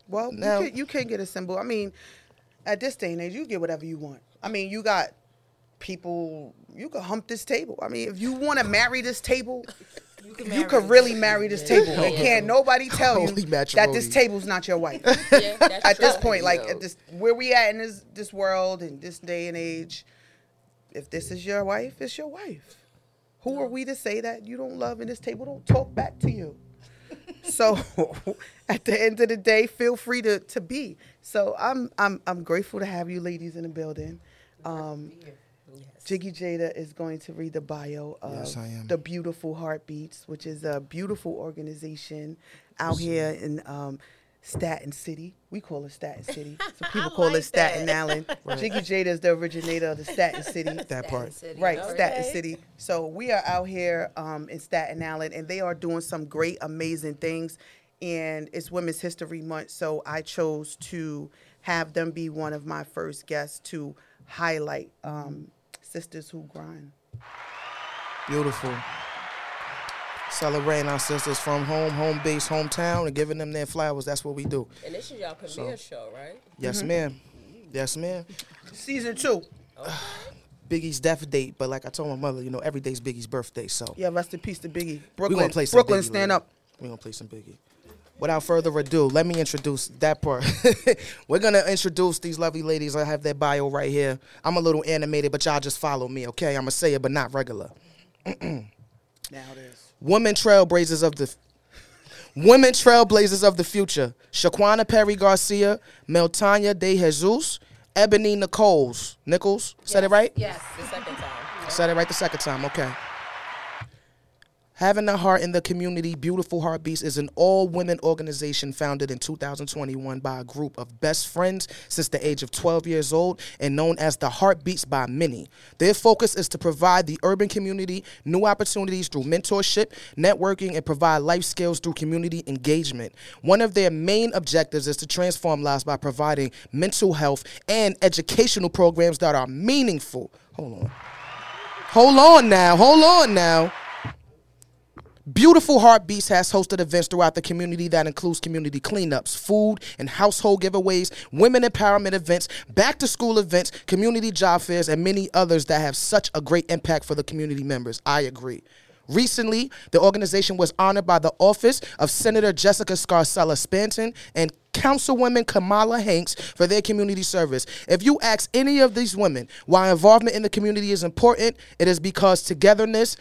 Speaker 2: Well,
Speaker 1: Now-
Speaker 2: you, can, you can get a symbol. I mean, at this day and age, you get whatever you want. I mean, you got people. You could hump this table. I mean, if you want to marry this table, you could really marry this table. And can't nobody tell you
Speaker 1: Holy
Speaker 2: that this
Speaker 1: matrimony.
Speaker 2: table's not your wife.
Speaker 7: Yeah, that's
Speaker 2: at this
Speaker 7: true.
Speaker 2: point, like at this where we at in this this world and this day and age, if this is your wife, it's your wife. Who are we to say that you don't love and this table don't talk back to you? so at the end of the day, feel free to to be. So I'm I'm I'm grateful to have you ladies in the building. Um, Jiggy Jada is going to read the bio of
Speaker 1: Yes, I am.
Speaker 2: the Beautiful Heartbeats, which is a beautiful organization out here in um, Staten City. We call it Staten City. Some people call it Staten Island. Jiggy Jada is the originator of the Staten City.
Speaker 1: That part.
Speaker 2: Right, Staten
Speaker 7: Okay.
Speaker 2: City. So we are out here um, in Staten Island, and they are doing some great, amazing things. And it's Women's History Month, so I chose to have them be one of my first guests to highlight um, sisters who grind.
Speaker 1: Beautiful. Celebrating our sisters from home, home base, hometown, and giving them their flowers. That's what we do.
Speaker 7: And this is y'all premiere show, right?
Speaker 1: Yes,
Speaker 2: Mm-hmm.
Speaker 1: ma'am. Yes, ma'am.
Speaker 2: Season two.
Speaker 1: Biggie's death date, but like I told my mother, you know, every day's Biggie's birthday, so
Speaker 2: Yeah, rest in peace to Biggie.
Speaker 1: we
Speaker 2: Brooklyn,
Speaker 1: gonna play some
Speaker 2: Brooklyn,
Speaker 1: Biggie
Speaker 2: stand
Speaker 1: later.
Speaker 2: up.
Speaker 1: We gonna play some Biggie. Without further ado, let me introduce that part. We're gonna introduce these lovely ladies. I have their bio right here. I'm a little animated, but y'all just follow me, okay? I'ma say it, but not regular.
Speaker 2: Now it is.
Speaker 1: Women trailblazers of the Women trailblazers of the future. Shaquana Perry Garcia, Meltanya De Jesus, Ebony Nichols. Nichols? Said it right?
Speaker 7: Yes, the second time.
Speaker 1: Said it right the second time. Okay. Having a heart in the community, Beautiful Heartbeats is an all women organization founded in 2021 by a group of best friends since the age of 12 years old and known as the Heartbeats by many. Their focus is to provide the urban community new opportunities through mentorship, networking, and provide life skills through community engagement. One of their main objectives is to transform lives by providing mental health and educational programs that are meaningful. Hold on. Hold on now. Hold on now. Beautiful Heartbeats has hosted events throughout the community that includes community cleanups, food and household giveaways, women empowerment events, back to school events, community job fairs, and many others that have such a great impact for the community members. I agree. Recently, the organization was honored by the office of Senator Jessica Scarcella Stanton and Councilwoman Kamala Hanks for their community service. If you ask any of these women why involvement in the community is important, it is because togetherness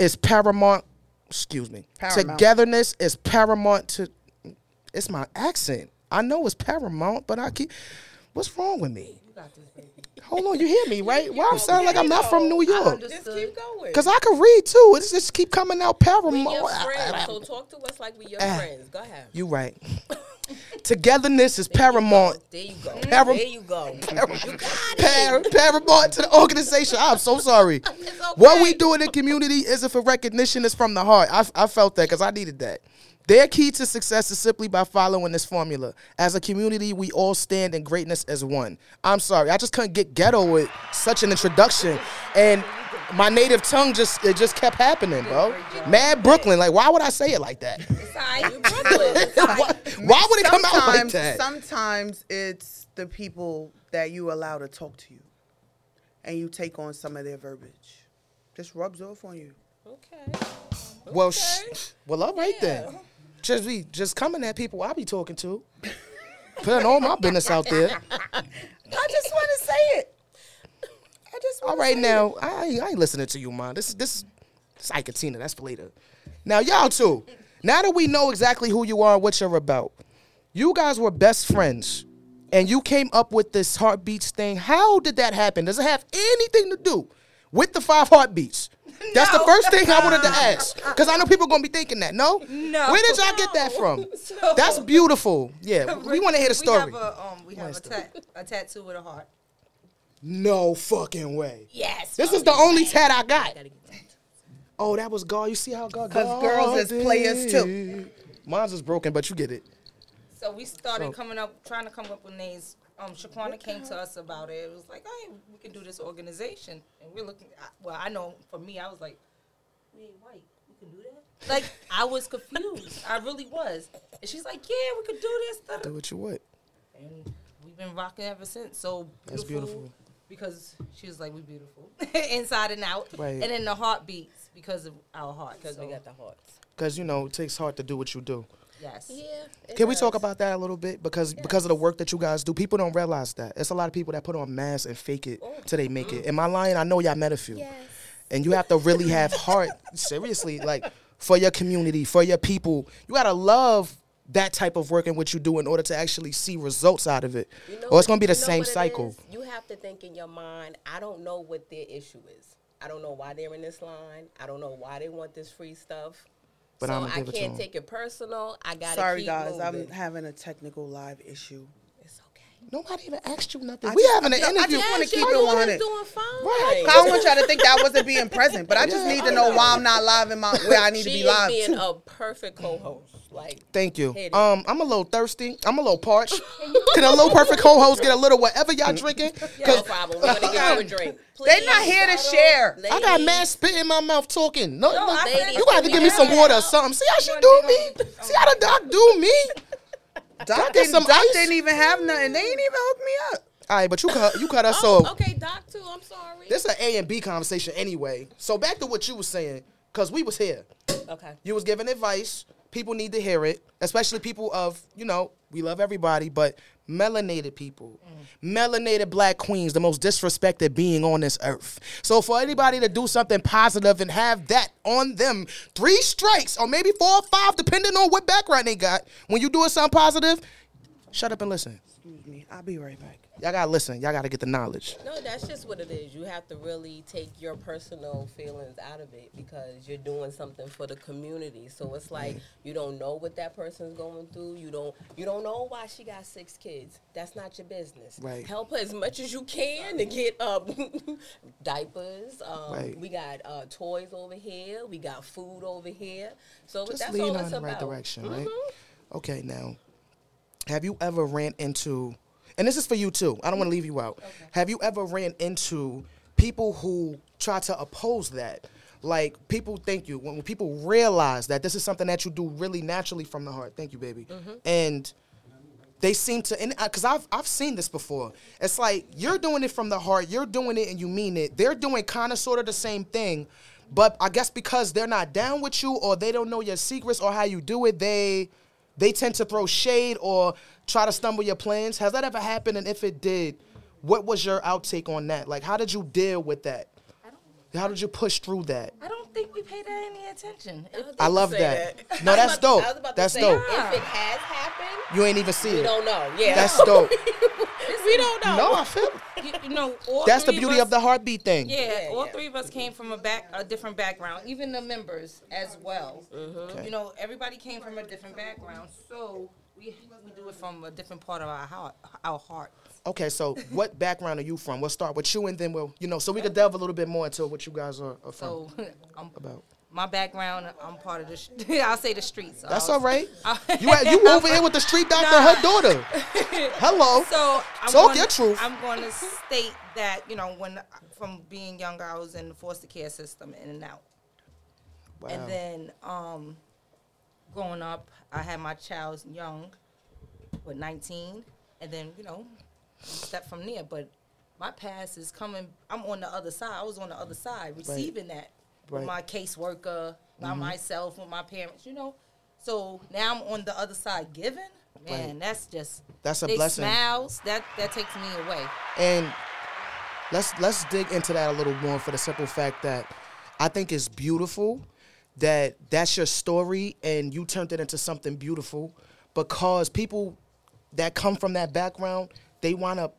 Speaker 1: is paramount. Excuse me.
Speaker 2: Paramount.
Speaker 1: Togetherness is paramount to. It's my accent. I know it's paramount, but I keep. What's wrong with me? Hold on, you hear me, right? Why I sound like I'm not from New York?
Speaker 8: Just keep going.
Speaker 1: Cause I can read too. It's just keep coming out
Speaker 8: we
Speaker 1: paramount.
Speaker 8: your friends, so talk to us like we your
Speaker 2: Ah.
Speaker 8: friends. Go ahead.
Speaker 1: You right. Togetherness is paramount.
Speaker 8: There you go.
Speaker 1: Param-
Speaker 8: there you go.
Speaker 1: Par- paramount to the organization. I'm so sorry. What we do in the community isn't for recognition, it's from the heart. I, I felt that because I needed that. Their key to success is simply by following this formula. As a community, we all stand in greatness as one. I'm sorry, I just couldn't get ghetto with such an introduction. And my native tongue just it just kept happening, bro. Mad Brooklyn. Like, why would I say it like that?
Speaker 8: You Brooklyn.
Speaker 1: why, why would it come out like
Speaker 2: Sometimes-
Speaker 1: that?
Speaker 2: Sometimes it's the people that you allow to talk to you, and you take on some of their verbiage. Just rubs off on you.
Speaker 8: Okay.
Speaker 1: Well, sh- well, all right then. Just be just coming at people I be talking to, putting all my business out there.
Speaker 2: I just want to say it. I just
Speaker 1: All
Speaker 2: want
Speaker 1: right now, I, ain't- I ain't listening to you, man. This this this Iketina. That's for later. Now y'all too. Now that we know exactly who you are and what you're about, you guys were best friends, and you came up with this heartbeats thing. How did that happen? Does it have anything to do with the five heartbeats? That's the first thing I wanted to ask because I know people are gonna be thinking that. No,
Speaker 9: No.
Speaker 1: Where did y'all get that from?
Speaker 9: So-
Speaker 1: That's beautiful. Yeah, we want to hear the story.
Speaker 9: We have a, um, we have a, ta- a tattoo with a heart.
Speaker 1: no fucking way.
Speaker 8: Yes.
Speaker 1: This is the only tat I got. Oh, that was God. You see how God?
Speaker 2: Because girls is players
Speaker 1: too. Mine's is broken, but you get it.
Speaker 9: So we started
Speaker 1: So-
Speaker 9: coming up, trying to come up with names. Um, Shaquana came to us about it. It was like, hey, we can do this organization, and we're looking. I- Well, I know for me, I was like, we ain't white, we can do that. Like I was confused, I really was. And she's like, yeah, we could do this. da- da-
Speaker 1: Do what you want.
Speaker 9: And we've been rocking ever since. So beautiful,
Speaker 1: That's beautiful.
Speaker 9: because she was like, we beautiful inside and out,
Speaker 1: Right.
Speaker 9: and in the heartbeats because of our heart.
Speaker 8: Because
Speaker 9: so,
Speaker 8: we got the hearts.
Speaker 1: Because you know it takes heart to do what you do.
Speaker 9: yes.
Speaker 8: Yeah.
Speaker 1: Can we talk about that a little bit? Because because of the work that you guys do, people don't realize that. It's a lot of people that put on masks and fake it till they make it. Am I lying? I know y'all met a few. And you have to really have heart, seriously, like for your community, for your people. You gotta love that type of work and what you do in order to actually see results out of it.
Speaker 8: You know
Speaker 1: or it's
Speaker 8: what-
Speaker 1: gonna be the
Speaker 8: you know
Speaker 1: same
Speaker 8: what it
Speaker 1: cycle.
Speaker 8: is? You have to think in your mind, I don't know what their issue is. I don't know why they're in this line. I don't know why they want this free stuff.
Speaker 1: But
Speaker 8: so
Speaker 1: I'ma
Speaker 8: I
Speaker 1: give it to
Speaker 8: can't
Speaker 1: 'em.
Speaker 8: take it personal. I gotta
Speaker 2: Sorry
Speaker 8: keep
Speaker 2: guys, I'm
Speaker 8: moving.
Speaker 2: having a technical live issue.
Speaker 8: it's okay.
Speaker 1: Nobody even asked you nothing.
Speaker 2: I
Speaker 1: we
Speaker 2: just-
Speaker 1: having an
Speaker 2: no, I just
Speaker 1: interview.
Speaker 2: wanna
Speaker 8: Yes,
Speaker 2: keep
Speaker 8: y'all
Speaker 2: it
Speaker 8: doing-
Speaker 2: 100.
Speaker 8: doing fine.
Speaker 1: Right.
Speaker 2: I don't want y'all to think that I wasn't being present, but I just need to know why I'm not live in my where I need to
Speaker 8: she
Speaker 2: be
Speaker 8: is
Speaker 2: live
Speaker 8: being
Speaker 2: too.
Speaker 8: a perfect co-host. Like
Speaker 1: Thank you.
Speaker 8: Hit it.
Speaker 1: Um, I'm a little thirsty. I'm a little parched. Can a little perfect co-host get a little whatever y'all drinking?
Speaker 8: no
Speaker 1: Because
Speaker 8: problem. We're gonna give you a drink.
Speaker 2: They're not here to share.
Speaker 1: I got mad spit in my mouth talking. No, no,
Speaker 9: I said-
Speaker 1: you got to give me some water or something. See how she do me? See how the doc do me?
Speaker 2: Doc,
Speaker 1: get
Speaker 2: didn't,
Speaker 1: some
Speaker 2: Doc
Speaker 1: ice?
Speaker 2: didn't even have nothing. They ain't even hook me up.
Speaker 1: All right, but you cut you cut us
Speaker 8: Oh,
Speaker 1: off.
Speaker 8: okay, Doc. Too. I'm sorry.
Speaker 1: This is an A and B conversation anyway. So back to what you was saying, cause we was here.
Speaker 8: okay.
Speaker 1: You was giving advice. People need to hear it, especially people of you know we love everybody, but melanated people, melanated black queens, the most disrespected being on this earth. So for anybody to do something positive and have that on them, three strikes or maybe four or five, depending on what background they got. When you doing something positive, shut up and listen.
Speaker 2: Excuse me. I'll be right back.
Speaker 1: Y'all gotta listen. Y'all gotta get the knowledge.
Speaker 8: No, that's just what it is. You have to really take your personal feelings out of it because you're doing something for the community. So it's like you don't know what that person's going through. You don't you don't know why she got six kids. That's not your business.
Speaker 1: Right.
Speaker 8: Help her as much as you can to get um, diapers. Um,
Speaker 1: Right.
Speaker 8: We got uh, toys over here. We got food over here. So
Speaker 1: Just
Speaker 8: that's
Speaker 1: lean
Speaker 8: all
Speaker 1: on
Speaker 8: it's
Speaker 1: the
Speaker 8: about. Mm-hmm.
Speaker 1: right direction, right? Okay, now, have you ever ran into, and this is for you too, I don't want to leave you out. Have you ever ran into people who try to oppose that? Like, people thank you, when, when people realize that this is something that you do really naturally from the heart, thank you, baby.
Speaker 8: Mm-hmm.
Speaker 1: And they seem to, and because I've, I've seen this before. It's like you're doing it from the heart, you're doing it and you mean it. They're doing kind of sort of the same thing, but I guess because they're not down with you or they don't know your secrets or how you do it, they they tend to throw shade or try to stumble your plans. Has that ever happened? And if it did, what was your outtake on that? Like, how did you deal with that?
Speaker 10: I don't
Speaker 1: How did you push through that?
Speaker 6: I don't think we pay that any attention. If-
Speaker 1: I love
Speaker 7: Say
Speaker 1: that. No, that's
Speaker 7: I was
Speaker 1: dope.
Speaker 7: about- I was about to
Speaker 1: That's
Speaker 7: say,
Speaker 1: dope.
Speaker 6: Yeah.
Speaker 7: If it has happened,
Speaker 1: You ain't even see
Speaker 7: we
Speaker 1: it.
Speaker 7: don't know. Yeah,
Speaker 1: That's dope.
Speaker 7: we don't know.
Speaker 1: No, I feel.
Speaker 6: you, you know, all
Speaker 1: That's the
Speaker 6: three
Speaker 1: beauty
Speaker 6: us,
Speaker 1: of the heartbeat thing.
Speaker 6: Yeah,
Speaker 7: Yeah,
Speaker 6: all
Speaker 7: yeah.
Speaker 6: three of us came from a back, a different background. Even the members as well.
Speaker 7: Mm-hmm.
Speaker 6: You know, everybody came from a different background, so we we do it from a different part of our heart, our heart.
Speaker 1: Okay, so what background are you from? We'll start with you, and then we'll, you know, so we could delve a little bit more into what you guys are, are from.
Speaker 6: So, I'm,
Speaker 1: About.
Speaker 6: my background, I'm part of the. Sh- I'll say the streets. I
Speaker 1: That's
Speaker 6: was-
Speaker 1: all right. You at- you over here with the street doctor, and her daughter. Hello.
Speaker 6: So I'm
Speaker 1: Talk
Speaker 6: gonna,
Speaker 1: your truth.
Speaker 6: I'm going to state that you know when from being younger, I was in the foster care system, in and out.
Speaker 1: wow.
Speaker 6: And then um, growing up, I had my child young, with 19, and then you know, step from there. But my past is coming. I'm on the other side. I was on the other side, receiving that
Speaker 1: Right. Mm-hmm.
Speaker 6: with my caseworker, by myself, with my parents. You know, so now I'm on the other side, giving. Man,
Speaker 1: Right.
Speaker 6: that's just
Speaker 1: That's a
Speaker 6: they
Speaker 1: blessing.
Speaker 6: Smiles that that takes me away.
Speaker 1: And let's let's dig into that a little more for the simple fact that I think it's beautiful that that's your story and you turned it into something beautiful because people that come from that background they wind up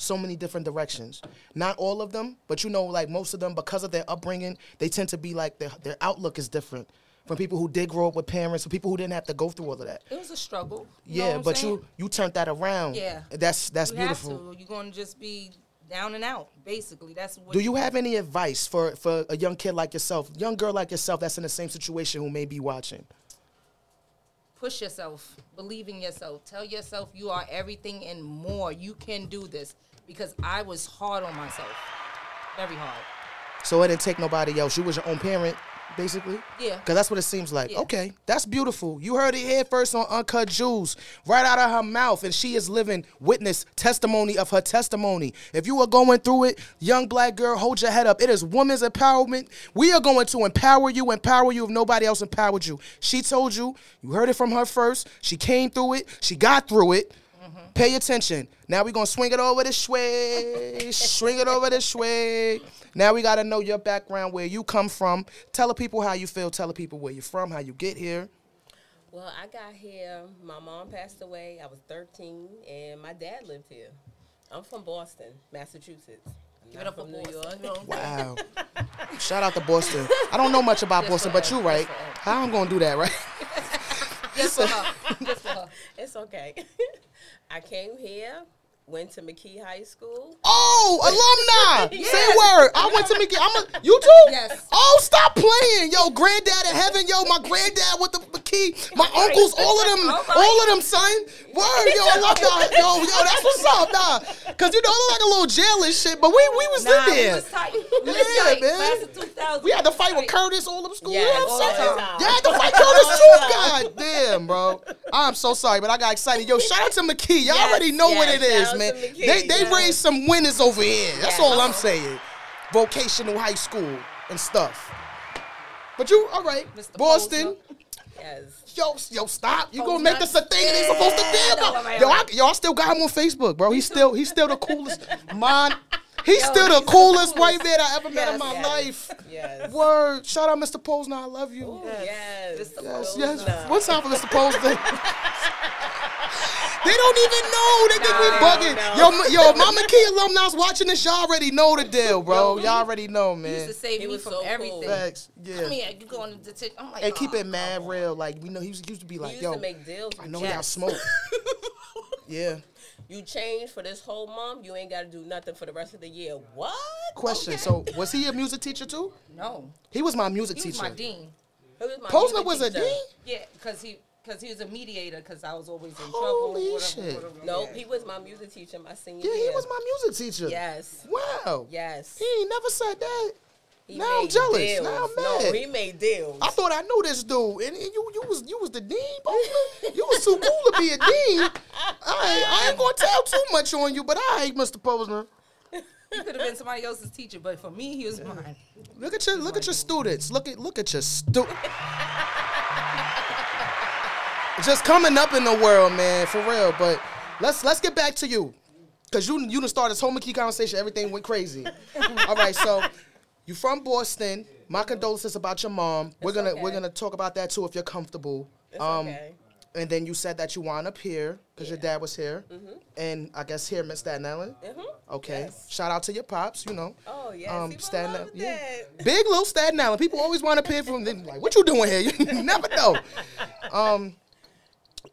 Speaker 1: so many different directions. Not all of them, but you know, like most of them, because of their upbringing, they tend to be like their, their outlook is different from people who did grow up with parents, from people who didn't have to go through all of that.
Speaker 6: It was a struggle. you know
Speaker 1: Yeah,
Speaker 6: what I'm
Speaker 1: but
Speaker 6: saying?
Speaker 1: you you turned that around.
Speaker 6: Yeah.
Speaker 1: that's that's
Speaker 6: you
Speaker 1: beautiful.
Speaker 6: have to. You're gonna just be down and out, basically. That's what.
Speaker 1: Do you have any advice for, for a young kid like yourself, young girl like yourself that's in the same situation who may be watching?
Speaker 6: push yourself, believe in yourself, tell yourself you are everything and more. You can do this because I was hard on myself, very hard.
Speaker 1: So it didn't take nobody else. You was your own parent, basically.
Speaker 6: Yeah.
Speaker 1: Because that's what it seems like.
Speaker 6: Yeah.
Speaker 1: Okay, that's beautiful. You heard it here first on Uncut Jewels, right out of her mouth, and she is living witness testimony of her testimony. If you are going through it, young black girl, hold your head up. It is women's empowerment. We are going to empower you, empower you if nobody else empowered you. She told you. You heard it from her first. She came through it. She got through it. Pay attention. Now we're gonna swing it over this way. swing it over this way. Now we gotta know your background, where you come from. Tell the people how you feel, tell the people where you're from, how you get here.
Speaker 7: Well, I got here. My mom passed away. I was 13, and my dad lived here. I'm from Boston, Massachusetts. I'm
Speaker 6: Give it
Speaker 7: not
Speaker 6: up for
Speaker 7: from New York.
Speaker 6: Boston. No.
Speaker 1: Wow. Shout out to Boston. I don't know much about Boston, but you right. How I'm gonna do that, right?
Speaker 6: Just for her. Just for her.
Speaker 7: It's okay. I came here, went to McKee High School.
Speaker 1: Oh, alumni. Say
Speaker 6: Yes.
Speaker 1: word. I went to McKee. I'm a, you too?
Speaker 6: Yes.
Speaker 1: Oh, stop playing. Yo, granddad in heaven. Yo, my granddad with the McKee. My uncles, all of them,
Speaker 6: Oh, my.
Speaker 1: all of them, son. Word, yo, alumni. Yo, yo, that's what's up, nah. Cause you know, it look like a little jail and shit, but we we was
Speaker 6: Nah,
Speaker 1: in
Speaker 6: we
Speaker 1: there.
Speaker 6: was tight. We was
Speaker 1: Yeah,
Speaker 6: tight.
Speaker 1: man.
Speaker 6: Class of 2000.
Speaker 1: We had to fight with Curtis all of school.
Speaker 7: Yes,
Speaker 1: you know
Speaker 7: all
Speaker 1: what I'm saying?
Speaker 7: the time.
Speaker 1: Yeah, I had to fight Curtis too. God damn, bro. I'm so sorry, but I got excited. Yo, shout out to McKee. Y'all
Speaker 7: Yes,
Speaker 1: already know what
Speaker 7: yes,
Speaker 1: it is,
Speaker 7: shout out
Speaker 1: man.
Speaker 7: to
Speaker 1: They
Speaker 7: McKee,
Speaker 1: they
Speaker 7: yes.
Speaker 1: raised some winners over here. That's
Speaker 7: Yes.
Speaker 1: all I'm saying. Vocational high school and stuff. But you all right,
Speaker 6: Mr.
Speaker 1: Boston?
Speaker 7: Yes.
Speaker 1: Yo, yo, stop! You
Speaker 6: Posner.
Speaker 1: gonna make this a thing that ain't supposed to be
Speaker 6: Yeah,
Speaker 1: about?
Speaker 6: no, right,
Speaker 1: Yo, I,
Speaker 6: right.
Speaker 1: yo, I still got him on Facebook, bro. He's still, he's still the coolest. Mine, he's
Speaker 6: Yo,
Speaker 1: still
Speaker 6: he's
Speaker 1: the
Speaker 6: the
Speaker 1: coolest
Speaker 6: coolest.
Speaker 1: white man I ever met
Speaker 7: Yes,
Speaker 1: in my
Speaker 7: yes.
Speaker 1: life.
Speaker 7: Yes.
Speaker 1: Word. Shout out, Mr. Posner. I love you.
Speaker 7: Yes.
Speaker 1: Yes,
Speaker 8: Oh,
Speaker 1: yes. What's time for Mr. Posner? they don't even know. They think we
Speaker 6: Nah,
Speaker 1: bugging.
Speaker 7: no.
Speaker 1: Yo, m- yo, Mama Key alumni's watching this. Y'all already know the deal, bro. Y'all already know,
Speaker 6: He used
Speaker 1: man.
Speaker 6: to save
Speaker 7: He
Speaker 6: me
Speaker 7: was
Speaker 6: from
Speaker 7: so cool.
Speaker 6: everything.
Speaker 1: Facts.
Speaker 6: Come
Speaker 1: Yeah.
Speaker 6: here, you going to detention. I'm like,
Speaker 1: And keep
Speaker 6: "Oh,
Speaker 1: it mad real. Like, we know, he used he used to be
Speaker 7: You
Speaker 1: like,
Speaker 7: used
Speaker 1: yo,
Speaker 7: to make deals. With
Speaker 1: I know y'all
Speaker 7: Jack.
Speaker 1: smoke. yeah.
Speaker 7: You change for this whole month. You ain't got to do nothing for the rest of the year. What?
Speaker 1: Question. So, was he a music teacher too?
Speaker 6: No,
Speaker 1: He was my music
Speaker 6: he was
Speaker 1: teacher.
Speaker 6: my dean.
Speaker 7: Who is my
Speaker 1: Posner
Speaker 7: music
Speaker 1: was a
Speaker 7: teacher?
Speaker 1: dean?
Speaker 6: Yeah, because he because he was a mediator. Because I was always in
Speaker 1: Holy
Speaker 6: trouble. whatever,
Speaker 1: shit.
Speaker 6: whatever.
Speaker 7: Nope. He was my music teacher my senior
Speaker 1: Yeah,
Speaker 7: year.
Speaker 1: he was my music teacher.
Speaker 7: Yes.
Speaker 1: Wow.
Speaker 7: Yes.
Speaker 1: He ain't never said that.
Speaker 7: He
Speaker 1: now I'm
Speaker 7: made
Speaker 1: jealous.
Speaker 7: Deals.
Speaker 1: Now I'm
Speaker 7: No,
Speaker 1: mad.
Speaker 7: he made deals.
Speaker 1: I thought I knew this dude, and, and you you was you was the dean, Posner. you was too cool to be a dean. I ain't, I ain't gonna tell too much on you, but I hate Mr. Posner.
Speaker 6: He could have been somebody else's teacher, but for me, he was mine.
Speaker 1: Look at your look at your students. Look at look at your stu. Just coming up in the world, man, for real. But let's let's get back to you, cause you you done started this whole McKee conversation. Everything went crazy. All right, so You from Boston. My condolences about your mom. we're
Speaker 8: It's
Speaker 1: gonna we're
Speaker 8: okay.
Speaker 1: gonna talk about that too if you're comfortable. Um,
Speaker 8: It's okay.
Speaker 1: And then you said that you wound up here because your dad was here, and I guess here met Staten Island. Okay.
Speaker 8: Mm-hmm. Yes.
Speaker 1: Shout out to your pops. You know.
Speaker 8: Oh yes,
Speaker 1: Um,
Speaker 8: people love that.
Speaker 1: Big Lil Staten Island. People always want to hear from them. Like, what you doing here? You never know. Um.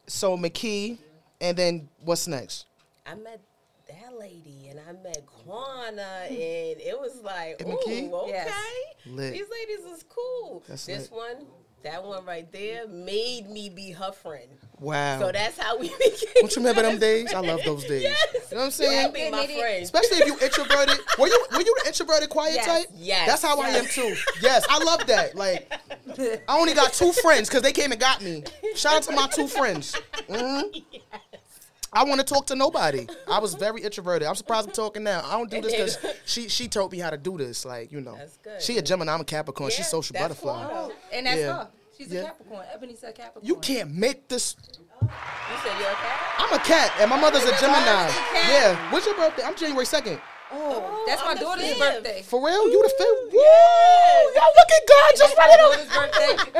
Speaker 1: So McKee, and then what's next?
Speaker 8: I met that lady and I met
Speaker 1: Hmm.
Speaker 8: Kwana and it was like,
Speaker 1: And
Speaker 8: ooh,
Speaker 1: McKee?
Speaker 8: okay.
Speaker 6: Yes.
Speaker 1: Lit.
Speaker 8: These ladies is cool.
Speaker 1: That's lit.
Speaker 8: this one, that one right there made me be her friend.
Speaker 1: Wow.
Speaker 8: So that's how we became.
Speaker 1: Oh. Don't you remember them days? I love those days.
Speaker 8: Yes.
Speaker 1: You know what I'm
Speaker 8: You
Speaker 1: saying?
Speaker 8: have been my friend.
Speaker 1: Especially if you introverted. Were you were you the introverted quiet
Speaker 8: Yes,
Speaker 1: type?
Speaker 8: yes,
Speaker 1: That's how I am
Speaker 8: yes.
Speaker 1: too. Yes, I love that. Like I only got two friends because they came and got me. Shout out to my two friends. Mhm. I want to talk to nobody. I was very introverted. I'm surprised I'm talking now. I don't do this because she she told me how to do this. Like you know,
Speaker 8: That's good.
Speaker 1: she a Gemini. I'm a Capricorn.
Speaker 8: Yeah,
Speaker 1: She's social
Speaker 8: that's
Speaker 1: butterfly.
Speaker 8: Kwana.
Speaker 6: And that's
Speaker 1: Yeah.
Speaker 6: her. She's
Speaker 1: Yeah.
Speaker 6: a Capricorn. Ebony's a Capricorn.
Speaker 1: You can't make this.
Speaker 8: You said you're okay?
Speaker 1: I'm a cat, and my mother's a
Speaker 6: Your
Speaker 1: Gemini.
Speaker 6: birthday, cat?
Speaker 1: Yeah. What's your birthday? I'm January second.
Speaker 6: That's my
Speaker 8: I'm the
Speaker 6: daughter's
Speaker 8: fifth.
Speaker 6: birthday.
Speaker 1: For real? You the fifth? Woo! Y'all look at God just
Speaker 6: That's
Speaker 1: running
Speaker 6: my
Speaker 1: over.
Speaker 6: daughter's birthday.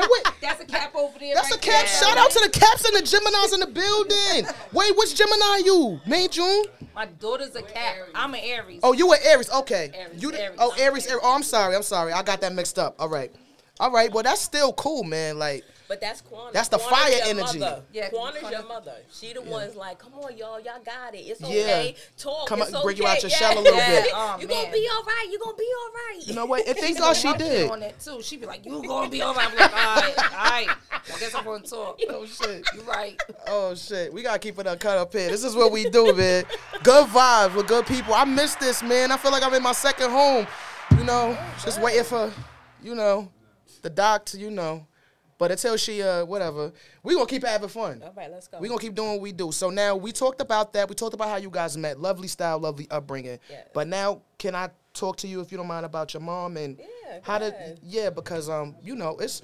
Speaker 1: And wait,
Speaker 6: That's a cap over there.
Speaker 1: that's a
Speaker 6: right
Speaker 1: cap.
Speaker 6: there.
Speaker 1: Shout out to the caps and the Geminis in the building. Wait, which Gemini you? May, June?
Speaker 6: My daughter's a cap. I'm an Aries.
Speaker 1: Oh, you were Aries. Okay.
Speaker 6: Aries,
Speaker 1: You the-
Speaker 6: Aries.
Speaker 1: Oh, Aries, Aries. Oh, I'm sorry. I'm sorry. I got that mixed up. All right. All right. Well, that's still cool, man. Like,
Speaker 8: But that's Kwana.
Speaker 1: That's the
Speaker 8: Kwana's
Speaker 1: fire
Speaker 8: your
Speaker 1: energy.
Speaker 8: Mother.
Speaker 6: Yeah,
Speaker 8: Kwana's your
Speaker 6: Kwana-
Speaker 8: mother. She the one's like, come on, y'all, y'all got it. It's
Speaker 1: Yeah.
Speaker 8: okay. Talk.
Speaker 1: Come
Speaker 8: it's
Speaker 1: on,
Speaker 8: okay.
Speaker 1: break you out your
Speaker 8: Yeah.
Speaker 1: shell a little bit.
Speaker 6: Yeah, oh,
Speaker 8: you gonna
Speaker 6: man.
Speaker 8: be all right. You gonna be all right.
Speaker 1: you know what? And thank God she
Speaker 6: I'm
Speaker 1: did.
Speaker 6: On that too. She be like, "You gonna be all right?" I'm like, "All right, all right. I guess I'm gonna talk."
Speaker 1: Oh, shit.
Speaker 6: You right?
Speaker 1: Oh shit, we gotta keep it up, cut up here. This is what we do, man. Good vibes with good people. I miss this, man. I feel like I'm in my second home. You know, just waiting for, you know, the doc to, you know. But until she, uh, whatever, we gonna keep having fun.
Speaker 8: All right, let's go.
Speaker 1: We gonna keep doing what we do. So now we talked about that. We talked about how you guys met. Lovely style, lovely upbringing.
Speaker 8: Yes.
Speaker 1: But now, can I talk to you if you don't mind about your mom and
Speaker 8: Yeah,
Speaker 1: how
Speaker 8: go
Speaker 1: did?
Speaker 8: ahead.
Speaker 1: Yeah, because um, you know, it's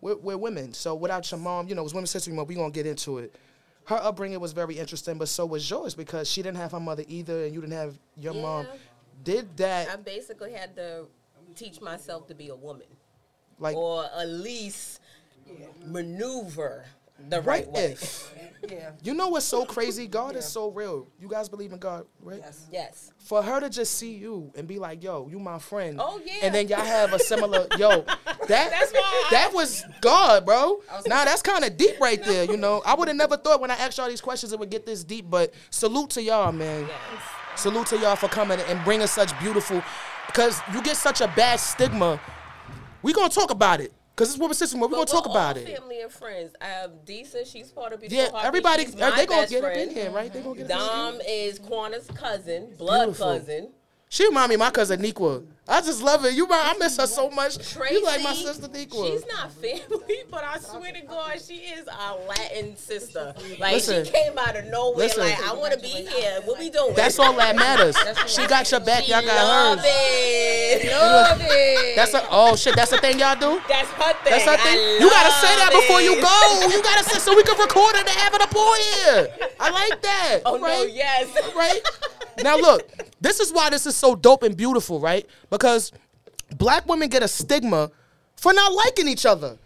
Speaker 1: we're, we're women. So without your mom, you know, as women history month, we gonna get into it. Her upbringing was very interesting, but so was yours because she didn't have her mother either, and you didn't have your mom.
Speaker 8: Yeah.
Speaker 1: Did that
Speaker 8: I basically had to teach myself to be a woman,
Speaker 1: like
Speaker 8: or at least maneuver the right, way.
Speaker 1: if-
Speaker 6: Yeah.
Speaker 1: You know what's so crazy? God is so real. You guys believe in God, right?
Speaker 6: Yes.
Speaker 8: Yes.
Speaker 1: for her to just see you and be like, "Yo, you my friend."
Speaker 8: Oh, yeah.
Speaker 1: And then y'all have a similar yo. That
Speaker 8: That's why I-
Speaker 1: that was God, bro. Nah, that's kind of deep right there. You know, I would have never thought when I asked y'all these questions it would get this deep. But salute to y'all, man.
Speaker 8: Yes.
Speaker 1: Salute to y'all for coming and bringing such beautiful, because you get such a bad stigma. We gonna talk about it, cause it's woman system. We're gonna
Speaker 8: But
Speaker 1: talk
Speaker 8: we're
Speaker 1: about
Speaker 8: all
Speaker 1: it.
Speaker 8: Family and friends. Um, Deesa, she's part of Beautiful
Speaker 1: Yeah,
Speaker 8: Heartbeat.
Speaker 1: everybody,
Speaker 8: She's
Speaker 1: they
Speaker 8: my
Speaker 1: gonna
Speaker 8: best
Speaker 1: get up
Speaker 8: friend.
Speaker 1: in here, right? They gonna get up in here.
Speaker 8: Dom is Quana's cousin, blood
Speaker 1: Beautiful.
Speaker 8: cousin.
Speaker 1: She remind me of my cousin Nequa. I just love it. You, my, I miss her so much.
Speaker 8: Tracy,
Speaker 1: you like my sister Nequa.
Speaker 8: She's not family, but I swear to God, she is our Latin sister. Like
Speaker 1: Listen.
Speaker 8: she came out of nowhere.
Speaker 1: Listen.
Speaker 8: like I want to be here. What we doing?
Speaker 1: That's all that matters. She got your back.
Speaker 8: She
Speaker 1: Y'all got
Speaker 8: love
Speaker 1: hers.
Speaker 8: it.
Speaker 6: Love it.
Speaker 1: That's a oh shit. That's the thing y'all do.
Speaker 8: That's her thing.
Speaker 1: That's her thing.
Speaker 8: I
Speaker 1: You gotta
Speaker 8: love
Speaker 1: say that before you
Speaker 8: it.
Speaker 1: go. You gotta say so we can record it and have it up on here. I like that.
Speaker 8: Oh
Speaker 1: right?
Speaker 8: no, yes.
Speaker 1: right? Now look, this is why this is so dope and beautiful, right? Because black women get a stigma for not liking each other.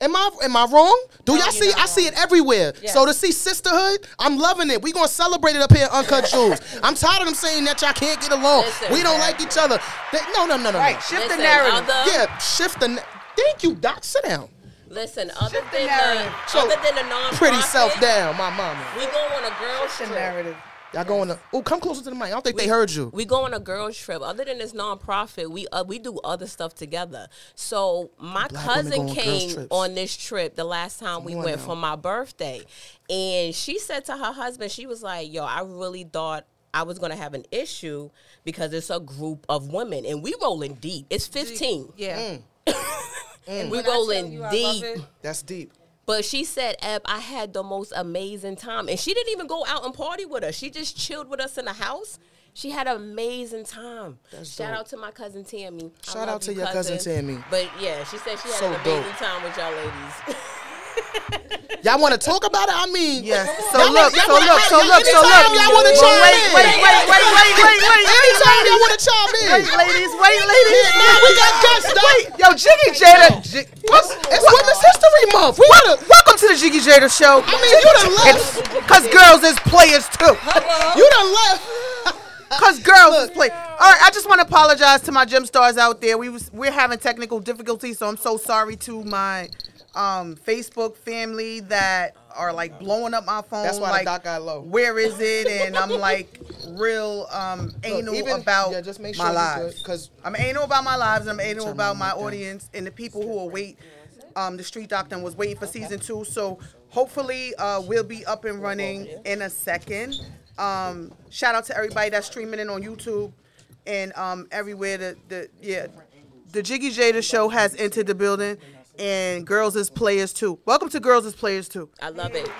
Speaker 1: Am I am I wrong? Do y'all see? I see it everywhere. So to see sisterhood, I'm loving it. We gonna celebrate it up here, at Uncut Jewels. I'm tired of them saying that y'all can't get along.
Speaker 8: Listen,
Speaker 1: we don't like each other. They, no, no, no, no.
Speaker 2: Right,
Speaker 1: no.
Speaker 2: shift
Speaker 8: Listen,
Speaker 2: the narrative.
Speaker 8: other-
Speaker 1: Yeah, shift the. na- Thank you, Doc. Sit down.
Speaker 8: Listen, other
Speaker 2: the
Speaker 8: than the,
Speaker 2: narrative.
Speaker 8: other than the non
Speaker 1: Pretty self down, my mama.
Speaker 8: We go on a girls
Speaker 2: It's a
Speaker 8: trip.
Speaker 2: narrative.
Speaker 1: Y'all going to? Oh, come closer to the mic. I don't think they heard you.
Speaker 8: We go on a girls trip. Other than this nonprofit, we uh, we do other stuff together. So my
Speaker 1: Black women go
Speaker 8: cousin
Speaker 1: on girls
Speaker 8: came
Speaker 1: trips.
Speaker 8: on this trip the last time we
Speaker 1: on
Speaker 8: went
Speaker 1: now.
Speaker 8: for my birthday, and she said to her husband, she was like, "Yo, I really thought." I was gonna have an issue because it's a group of women and we rolling deep. It's fifteen.
Speaker 6: Yeah.
Speaker 1: Mm.
Speaker 8: We
Speaker 6: When I tell
Speaker 8: rolling
Speaker 6: you I love
Speaker 8: deep.
Speaker 6: it,
Speaker 1: That's deep.
Speaker 8: But she said, Eb, I had the most amazing time. And she didn't even go out and party with us. She just chilled with us in the house. She had an amazing time. Shout
Speaker 1: dope.
Speaker 8: out to my cousin Tammy. I
Speaker 1: Shout
Speaker 8: love
Speaker 1: out to
Speaker 8: you,
Speaker 1: your cousin Tammy.
Speaker 8: But yeah, she said she had
Speaker 1: So
Speaker 8: an amazing
Speaker 1: dope.
Speaker 8: time with y'all ladies.
Speaker 1: Y'all want to talk about it? I mean,
Speaker 2: Yes. So
Speaker 1: Y'all
Speaker 2: look,
Speaker 1: y'all
Speaker 2: so
Speaker 1: wanna-
Speaker 2: look, so
Speaker 1: y'all-
Speaker 2: look, so
Speaker 1: anytime
Speaker 2: look.
Speaker 1: Y'all want to
Speaker 2: Well,
Speaker 1: chime
Speaker 2: wait,
Speaker 1: in?
Speaker 2: wait, wait, wait, wait, wait, wait, wait.
Speaker 1: Anytime y'all want Let y'all
Speaker 2: Wait,
Speaker 1: in.
Speaker 2: ladies, wait, ladies.
Speaker 1: Yeah, nah, we got guests, nah.
Speaker 2: Wait, yo, Jiggy Jada. Ji-
Speaker 1: It's, it's Women's History Month. We gotta,
Speaker 2: Welcome to the Jiggy Jada Show.
Speaker 1: I mean, you done left.
Speaker 2: Cause girls is players too.
Speaker 1: You done left.
Speaker 2: Cause girls is play. All right, I just want to apologize to my gym stars out there. We was we're having technical difficulties, so I'm so sorry to my um, Facebook family that are like blowing up my phone.
Speaker 1: That's why the
Speaker 2: like,
Speaker 1: doc got low.
Speaker 2: Where is it? And I'm like real um,
Speaker 1: Look,
Speaker 2: anal
Speaker 1: even-
Speaker 2: about
Speaker 1: yeah, just make
Speaker 2: my
Speaker 1: sure you
Speaker 2: lives.
Speaker 1: good, 'cause-
Speaker 2: I'm anal about my lives, and I'm anal
Speaker 1: Turn
Speaker 2: about
Speaker 1: on
Speaker 2: my
Speaker 1: like that.
Speaker 2: audience and the people who are wait. Um, the street doctor and was waiting for season two, so hopefully uh, we'll be up and running in a second. Um, shout out to everybody that's streaming in on YouTube and um, everywhere. The, the yeah, the Jiggy Jada show has entered the building, and girls is players too. Welcome to girls is players too.
Speaker 7: I love it.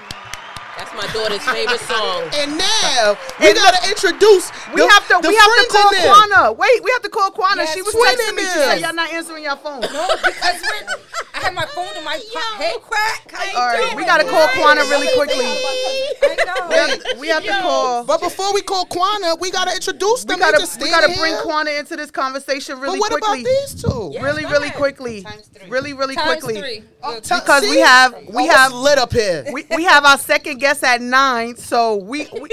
Speaker 7: That's my daughter's favorite song.
Speaker 1: And now we
Speaker 2: And
Speaker 1: gotta introduce.
Speaker 2: We
Speaker 1: the-
Speaker 2: have to.
Speaker 1: the
Speaker 2: we have to
Speaker 1: friends
Speaker 2: call
Speaker 1: in there.
Speaker 2: Kwana. Wait, we have to call Kwana.
Speaker 6: Yes,
Speaker 2: she was
Speaker 1: twin
Speaker 2: texting me. She said
Speaker 1: emails.
Speaker 2: y'all not answering your phone.
Speaker 6: No, because when I had my phone in my pocket. Hey, crack. How you
Speaker 2: All right,
Speaker 6: doing?
Speaker 2: we gotta call Kwana really quickly.
Speaker 6: I know.
Speaker 2: We have- We have to call.
Speaker 1: But before we call Kwana, we gotta introduce
Speaker 2: We
Speaker 1: them. They
Speaker 2: gotta.
Speaker 1: just
Speaker 2: We
Speaker 1: stand
Speaker 2: gotta bring
Speaker 1: here.
Speaker 2: Kwana into this conversation
Speaker 1: But
Speaker 2: really
Speaker 1: what about
Speaker 2: quickly.
Speaker 1: these two?
Speaker 2: Really,
Speaker 6: go
Speaker 2: really
Speaker 6: ahead.
Speaker 2: quickly.
Speaker 6: Times three.
Speaker 2: Really, really
Speaker 6: Times
Speaker 2: quickly.
Speaker 6: three. Look,
Speaker 2: Because
Speaker 1: See?
Speaker 2: we have. We
Speaker 1: Oh, it's
Speaker 2: have.
Speaker 1: lit up here.
Speaker 2: We, we have our second guest at nine, so we we,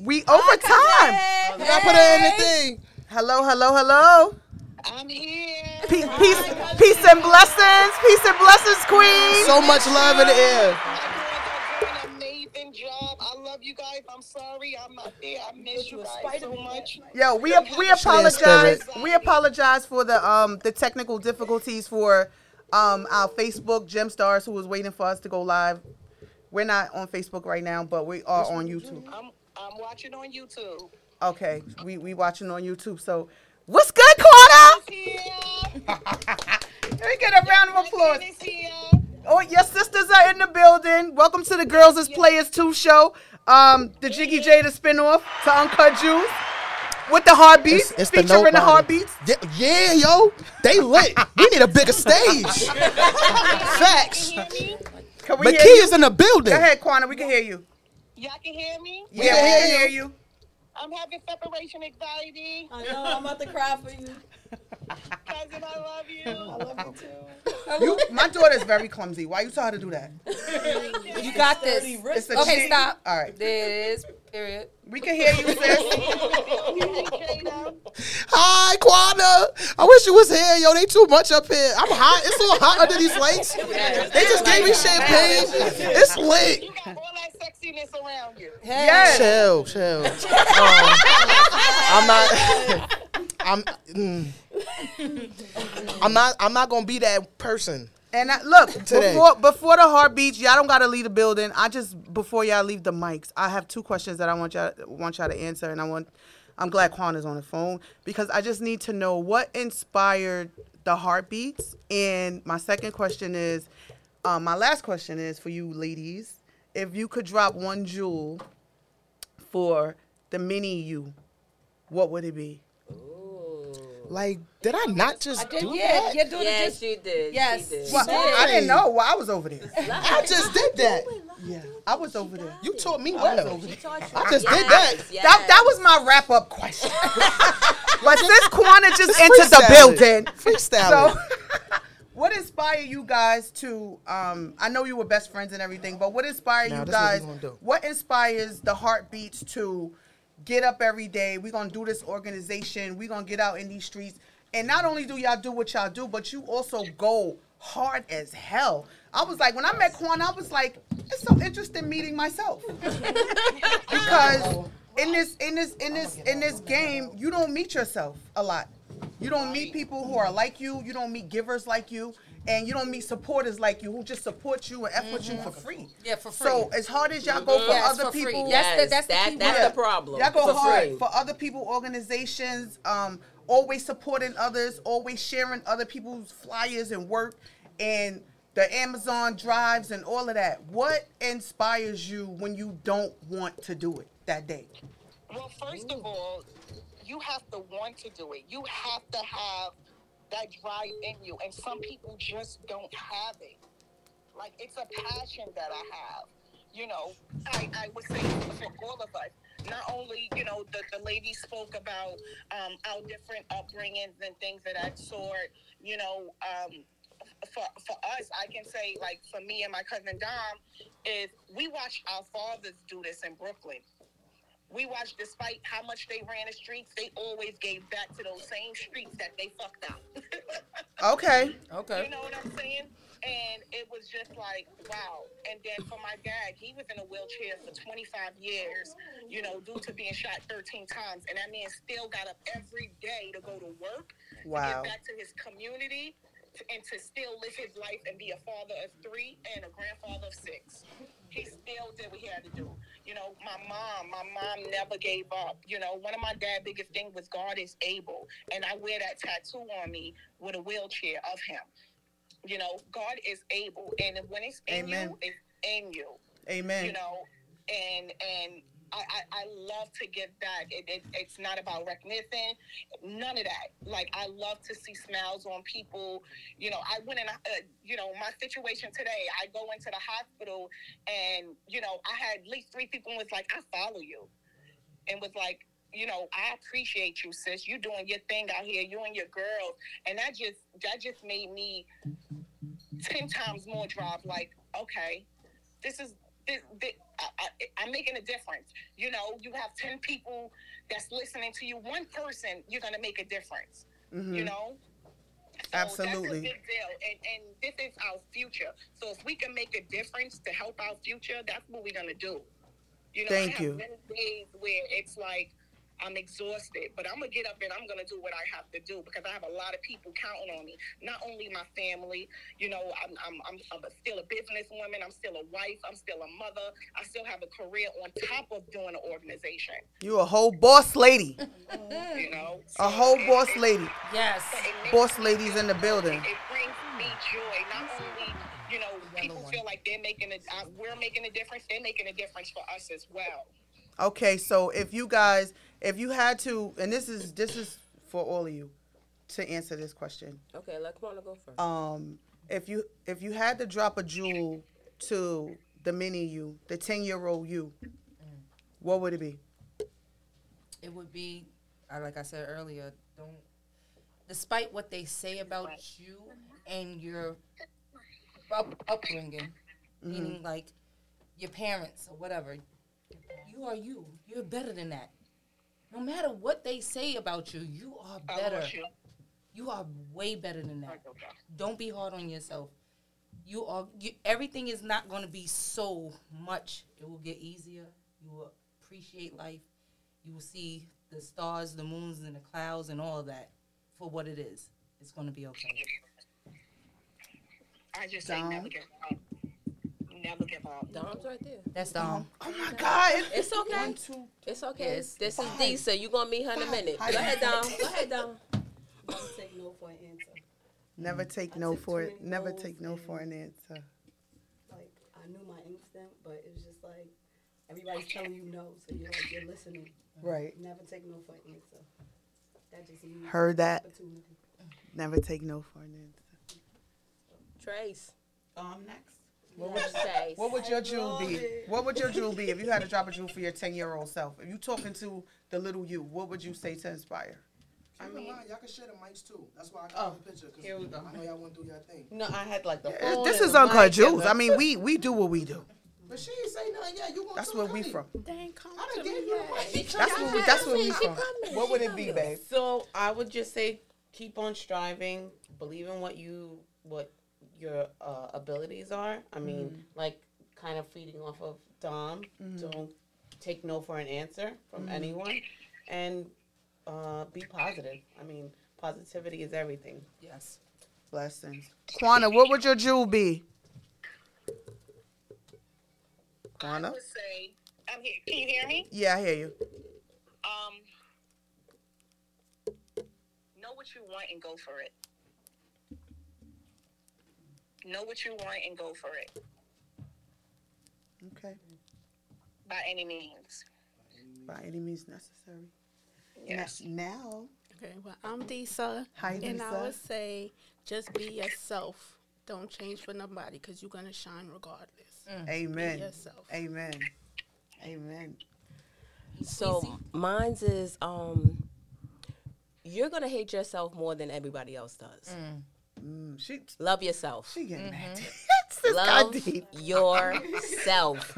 Speaker 2: we
Speaker 6: Oh,
Speaker 2: over time.
Speaker 1: Did I put her in the thing?
Speaker 2: Hello, hello, hello.
Speaker 11: I'm here.
Speaker 2: Peace, peace, peace and blessings. Peace and blessings, Queen.
Speaker 1: So much love in the air.
Speaker 11: You guys are doing an amazing job. I love you guys. I'm sorry I'm not there. I miss you guys so much.
Speaker 2: Yo, we we
Speaker 1: Share
Speaker 2: apologize.
Speaker 1: spirit.
Speaker 2: We apologize for the um the technical difficulties for um our Facebook Gem Stars who was waiting for us to go live. We're not on Facebook right now, but we are on YouTube.
Speaker 11: I'm I'm watching on YouTube.
Speaker 2: Okay, we we watching on YouTube. So, what's good, Corda?
Speaker 11: Here.
Speaker 2: Let me get a Ah. round of applause.
Speaker 11: Is here.
Speaker 2: Oh, your sisters are in the building. Welcome to the Girls as Players 2 show. Um, the Jiggy Jada spinoff to Uncut Juice with the heartbeats, featuring
Speaker 1: note
Speaker 2: the
Speaker 1: bottom.
Speaker 2: heartbeats.
Speaker 1: Yeah, yeah, yo, they lit. we need a bigger stage. Facts.
Speaker 2: Can we
Speaker 1: But
Speaker 2: hear
Speaker 1: Key
Speaker 2: you?
Speaker 1: is in the building.
Speaker 2: Go ahead, Quana. We can hear you.
Speaker 11: Y'all can hear me?
Speaker 2: Yeah,
Speaker 1: can
Speaker 2: we can
Speaker 1: hear
Speaker 2: hear you.
Speaker 11: I'm having separation anxiety.
Speaker 7: I know, I'm about to cry for you.
Speaker 11: Cousin, I love you. I love you too.
Speaker 2: You, my daughter's very clumsy. Why you tell her to do that?
Speaker 6: You got this.
Speaker 2: It's a
Speaker 6: Okay,
Speaker 2: cheat.
Speaker 6: stop.
Speaker 2: All right,
Speaker 6: There it is. Period.
Speaker 2: we can hear you, sis.
Speaker 11: Hey, Jada.
Speaker 1: Hi, Quana. I wish you was here, yo. They too much up here. I'm hot. It's so hot under these lights. They just gave me champagne. It's lit.
Speaker 11: You got all that sexiness around you.
Speaker 2: Yes.
Speaker 1: Chill, chill. Um, I'm not. I'm. mm. I'm not. I'm not gonna be that person.
Speaker 2: And I, look,
Speaker 1: Today.
Speaker 2: before before the heartbeats, y'all don't gotta leave the building. I just before y'all leave the mics, I have two questions that I want y'all want y'all to answer, and I want. I'm glad Quan is on the phone because I just need to know what inspired the heartbeats. And my second question is, um, my last question is for you ladies: if you could drop one jewel for the mini you, what would it be?
Speaker 1: Like, did I not just do
Speaker 6: Yeah,
Speaker 1: that?
Speaker 6: your daughter
Speaker 7: Yes,
Speaker 6: just.
Speaker 7: she did.
Speaker 6: Yes.
Speaker 7: She did.
Speaker 2: Well, I didn't know. Well, I was over there.
Speaker 1: I just did that.
Speaker 2: Yeah, I was over there.
Speaker 1: You taught me well.
Speaker 7: I
Speaker 1: just did that.
Speaker 2: That, that was my wrap up question. but since Kwana just entered the
Speaker 1: freestyle it.
Speaker 2: building,
Speaker 1: Freestyle
Speaker 2: So, what inspired you guys to? Um, I know you were best friends and everything, but what inspired
Speaker 1: Now,
Speaker 2: you
Speaker 1: this what we
Speaker 2: guys?
Speaker 1: gonna do.
Speaker 2: What inspires the heartbeats to get up every day? We're gonna do this organization. We're gonna get out in these streets, and not only do y'all do what y'all do, but you also go hard as hell. I was like, when I met Quan, I was like, it's so interesting meeting myself because in this in this in this in this game, you don't meet yourself a lot. You don't meet people who are like you. You don't meet givers like you, and you don't meet supporters like you who just support you and f with you for free.
Speaker 6: Mm-hmm. Yeah, for free.
Speaker 2: So as hard as y'all go for
Speaker 6: Yes,
Speaker 2: other
Speaker 6: for free.
Speaker 2: people,
Speaker 6: Yes,
Speaker 7: Yes,
Speaker 6: that's the- that's
Speaker 7: that,
Speaker 6: the
Speaker 7: that's
Speaker 2: yeah.
Speaker 7: the problem.
Speaker 2: Y'all go
Speaker 7: For
Speaker 2: hard
Speaker 7: free.
Speaker 2: for other people, organizations, um, always supporting others, always sharing other people's flyers and work and the Amazon drives and all of that. What inspires you when you don't want to do it that day?
Speaker 11: Well, first of all, you have to want to do it. You have to have that drive in you, and some people just don't have it. Like it's a passion that I have. You know, I, I would say for all of us, not only you know the, the lady spoke about um, our different upbringings and things of that sort you know um, for, for us i can say like for me and my cousin dom is we watch our fathers do this in brooklyn we watched despite how much they ran the streets they always gave back to those same streets that they fucked up
Speaker 2: Okay.
Speaker 11: You know what I'm saying? And it was just like, wow. And then for my dad, he was in a wheelchair for 25 years, you know, due to being shot 13 times. And that man still got up every day to go to work,
Speaker 2: Wow.
Speaker 11: to get back to his community, to, and to still live his life and be a father of three and a grandfather of six. He still did what he had to do. You know, my mom, my mom never gave up. You know, one of my dad's biggest thing was God is able. And I wear that tattoo on me with a wheelchair of him. You know, God is able. And when it's in
Speaker 2: Amen.
Speaker 11: you, it's in you
Speaker 2: Amen.
Speaker 11: you know and and I, I, I love to give back. It, it, it's not about recognition, none of that. Like I love to see smiles on people. You know, I went in. A, uh, you know, my situation today. I go into the hospital, and you know, I had at least three people was like, "I follow you," and was like, "You know, I appreciate you, sis. You doing your thing out here. You and your girls." And that just that just made me ten times more drive. Like, okay, this is this, this, I, I, I'm making a difference. You know, you have ten people that's listening to you. One person, you're gonna make a difference. You know. So
Speaker 2: Absolutely.
Speaker 11: That's a big deal. And, and this is our future. So if we can make a difference to help our future, that's what we're going to do. You know,
Speaker 2: Thank
Speaker 11: I have
Speaker 2: you.
Speaker 11: many days where it's like I'm exhausted, but I'm gonna get up and I'm gonna do what I have to do because I have a lot of people counting on me. Not only my family, you know, I'm I'm I'm, I'm a- still a businesswoman. I'm still a wife. I'm still a mother. I still have a career on top of doing an organization.
Speaker 2: You a whole boss lady.
Speaker 11: You know,
Speaker 2: A whole boss lady.
Speaker 6: Yes.
Speaker 2: Boss ladies in the building.
Speaker 11: It brings me joy. Not only, you know, people feel like they're making a, uh, we're making a difference. They're making a difference for us as well.
Speaker 2: Okay, so if you guys, if you had to, and this is this is for all of you to answer this question.
Speaker 7: Okay, let Kwana go first.
Speaker 2: Um, if you if you had to drop a jewel to the mini you, the ten year old you, what would it be?
Speaker 6: It would be, uh, like I said earlier, don't. Despite what they say about you and your up, upbringing, meaning like your parents or whatever, you are you. You're better than that. No matter what they say about you, you are
Speaker 11: I
Speaker 6: better.
Speaker 11: want you.
Speaker 6: You are way better than that.
Speaker 11: Okay.
Speaker 6: Don't be hard on yourself. You are you, everything is not going to be so much. It will get easier. You will appreciate life. You will see the stars, the moons, and the clouds, and all that for what it is. It's going to be okay.
Speaker 11: I just say never give up. Never give up.
Speaker 7: Dom's right there.
Speaker 6: That's the um.
Speaker 2: Oh my God!
Speaker 7: It's okay.
Speaker 2: One, two,
Speaker 7: It's okay.
Speaker 6: Yes.
Speaker 7: This is Disa. You gonna meet her in a minute. Go ahead, Dom. Go ahead, Dom.
Speaker 2: Never take no for it. Never take no for an answer.
Speaker 12: like I knew my instinct, but it was just like everybody's telling you no, so you're like you're listening.
Speaker 2: Right.
Speaker 12: Never take no for an answer. That just means
Speaker 2: Heard that.
Speaker 12: opportunity.
Speaker 2: Never take no for an answer.
Speaker 7: Trace.
Speaker 12: Um, next.
Speaker 7: What would you say?
Speaker 2: What would your jewel be? What would your jewel be if you had to drop a jewel for your ten year old self? If you talking to the little you, what would you say to inspire?
Speaker 1: I mean, y'all can share the mics too. That's why I got the picture. Cause
Speaker 12: Oh, here we go.
Speaker 1: I know y'all want to do your thing.
Speaker 12: No, I had like the
Speaker 2: This is uncut jewels. I mean, we we do what we do.
Speaker 1: But she ain't say nothing yet. You want
Speaker 2: That's
Speaker 1: to
Speaker 2: where
Speaker 1: come
Speaker 2: we
Speaker 1: in.
Speaker 2: from.
Speaker 1: I done gave you the mic.
Speaker 2: That's where we. That's where we from. What would it be, babe?
Speaker 12: So I would just say keep on striving, believe in what you what your uh, abilities are. I
Speaker 8: Mm-hmm.
Speaker 12: mean, like kind of feeding off of Dom.
Speaker 8: Mm-hmm.
Speaker 12: Don't take no for an answer from anyone, and uh, be positive. I mean, positivity is everything.
Speaker 6: Yes.
Speaker 2: Blessings. Quana, what would your jewel be?
Speaker 11: I
Speaker 2: Quana.
Speaker 11: would say, I'm here. Can you hear me?
Speaker 2: Yeah, I hear you.
Speaker 11: Um, know what you want and go for it. Know what you want and go for it
Speaker 2: Okay.
Speaker 11: by any means.
Speaker 2: By any means necessary.
Speaker 11: Yes.
Speaker 2: Now,
Speaker 13: Okay, well, I'm Disa.
Speaker 2: Hi,
Speaker 13: And
Speaker 2: Disa.
Speaker 13: I would say just be yourself. Don't change for nobody because you're going to shine regardless.
Speaker 2: amen.
Speaker 13: yourself.
Speaker 2: Amen. Amen.
Speaker 8: So mine's is um, you're gonna hate yourself more than everybody else does.
Speaker 12: Mm.
Speaker 8: Love yourself. She
Speaker 2: getting mad.
Speaker 8: Love yourself.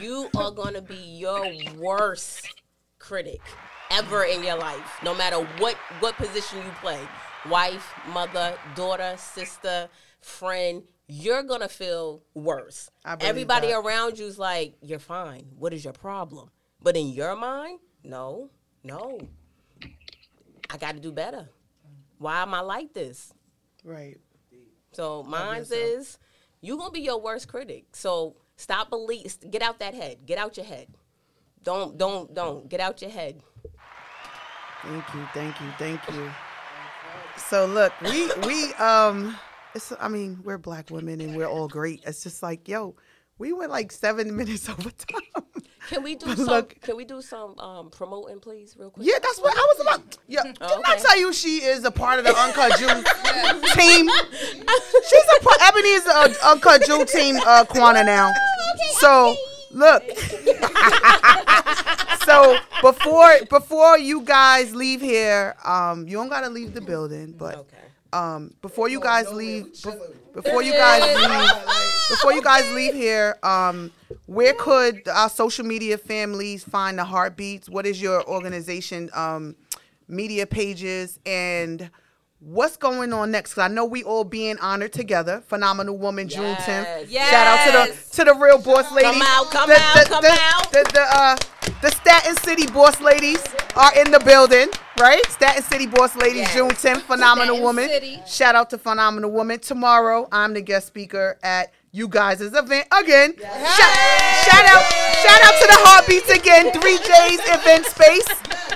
Speaker 8: you are gonna be your worst critic ever in your life, no matter what what position you play. Wife, mother, daughter, sister, friend, you're gonna feel worse.
Speaker 2: I believe
Speaker 8: Everybody
Speaker 2: that.
Speaker 8: around you's like, you're fine. What is your problem? But in your mind, no, no. I got to do better. Why am I like this?
Speaker 2: Right.
Speaker 8: So mine's is you gonna be your worst critic. So stop believe. Get out that head. Get out your head. Don't don't don't get out your head.
Speaker 2: Thank you, thank you, thank you. So look, we we um, it's I mean we're black women and we're all great. It's just like yo, we went like seven minutes over time.
Speaker 8: Can we do
Speaker 2: But
Speaker 8: some?
Speaker 2: look-
Speaker 8: can we do some um, promoting, please, real quick? Oh,
Speaker 2: Yeah, that's what I was about. Yeah, didn't I
Speaker 8: okay.
Speaker 2: tell you she is a part of the Uncut Jew team? She's a part. Ebony is the Uncut Jew team uh, Quanta now. So look. so before before you guys leave here, um, you don't gotta leave the building, but um, before you guys leave, bef- before you guys leave, before you guys leave here, um, where could our social media families find the heartbeats? What is your organization um, media pages and What's going on next? 'Cause I know we all being honored together. Phenomenal woman, June
Speaker 8: Yes.
Speaker 2: 10th.
Speaker 6: Yes.
Speaker 2: Shout out to the to the real boss lady.
Speaker 8: out, come
Speaker 2: the,
Speaker 8: out,
Speaker 2: the,
Speaker 8: come
Speaker 2: the,
Speaker 8: out.
Speaker 2: The, the, uh, the Staten City boss ladies are in the building, right? Staten City boss ladies,
Speaker 8: Yes.
Speaker 2: June 10th, phenomenal
Speaker 14: Staten
Speaker 2: woman.
Speaker 14: City.
Speaker 2: Shout out to phenomenal woman. Tomorrow, I'm the guest speaker at you guys' event again. Shout, shout out, shout out to the heartbeats again. Three J's event space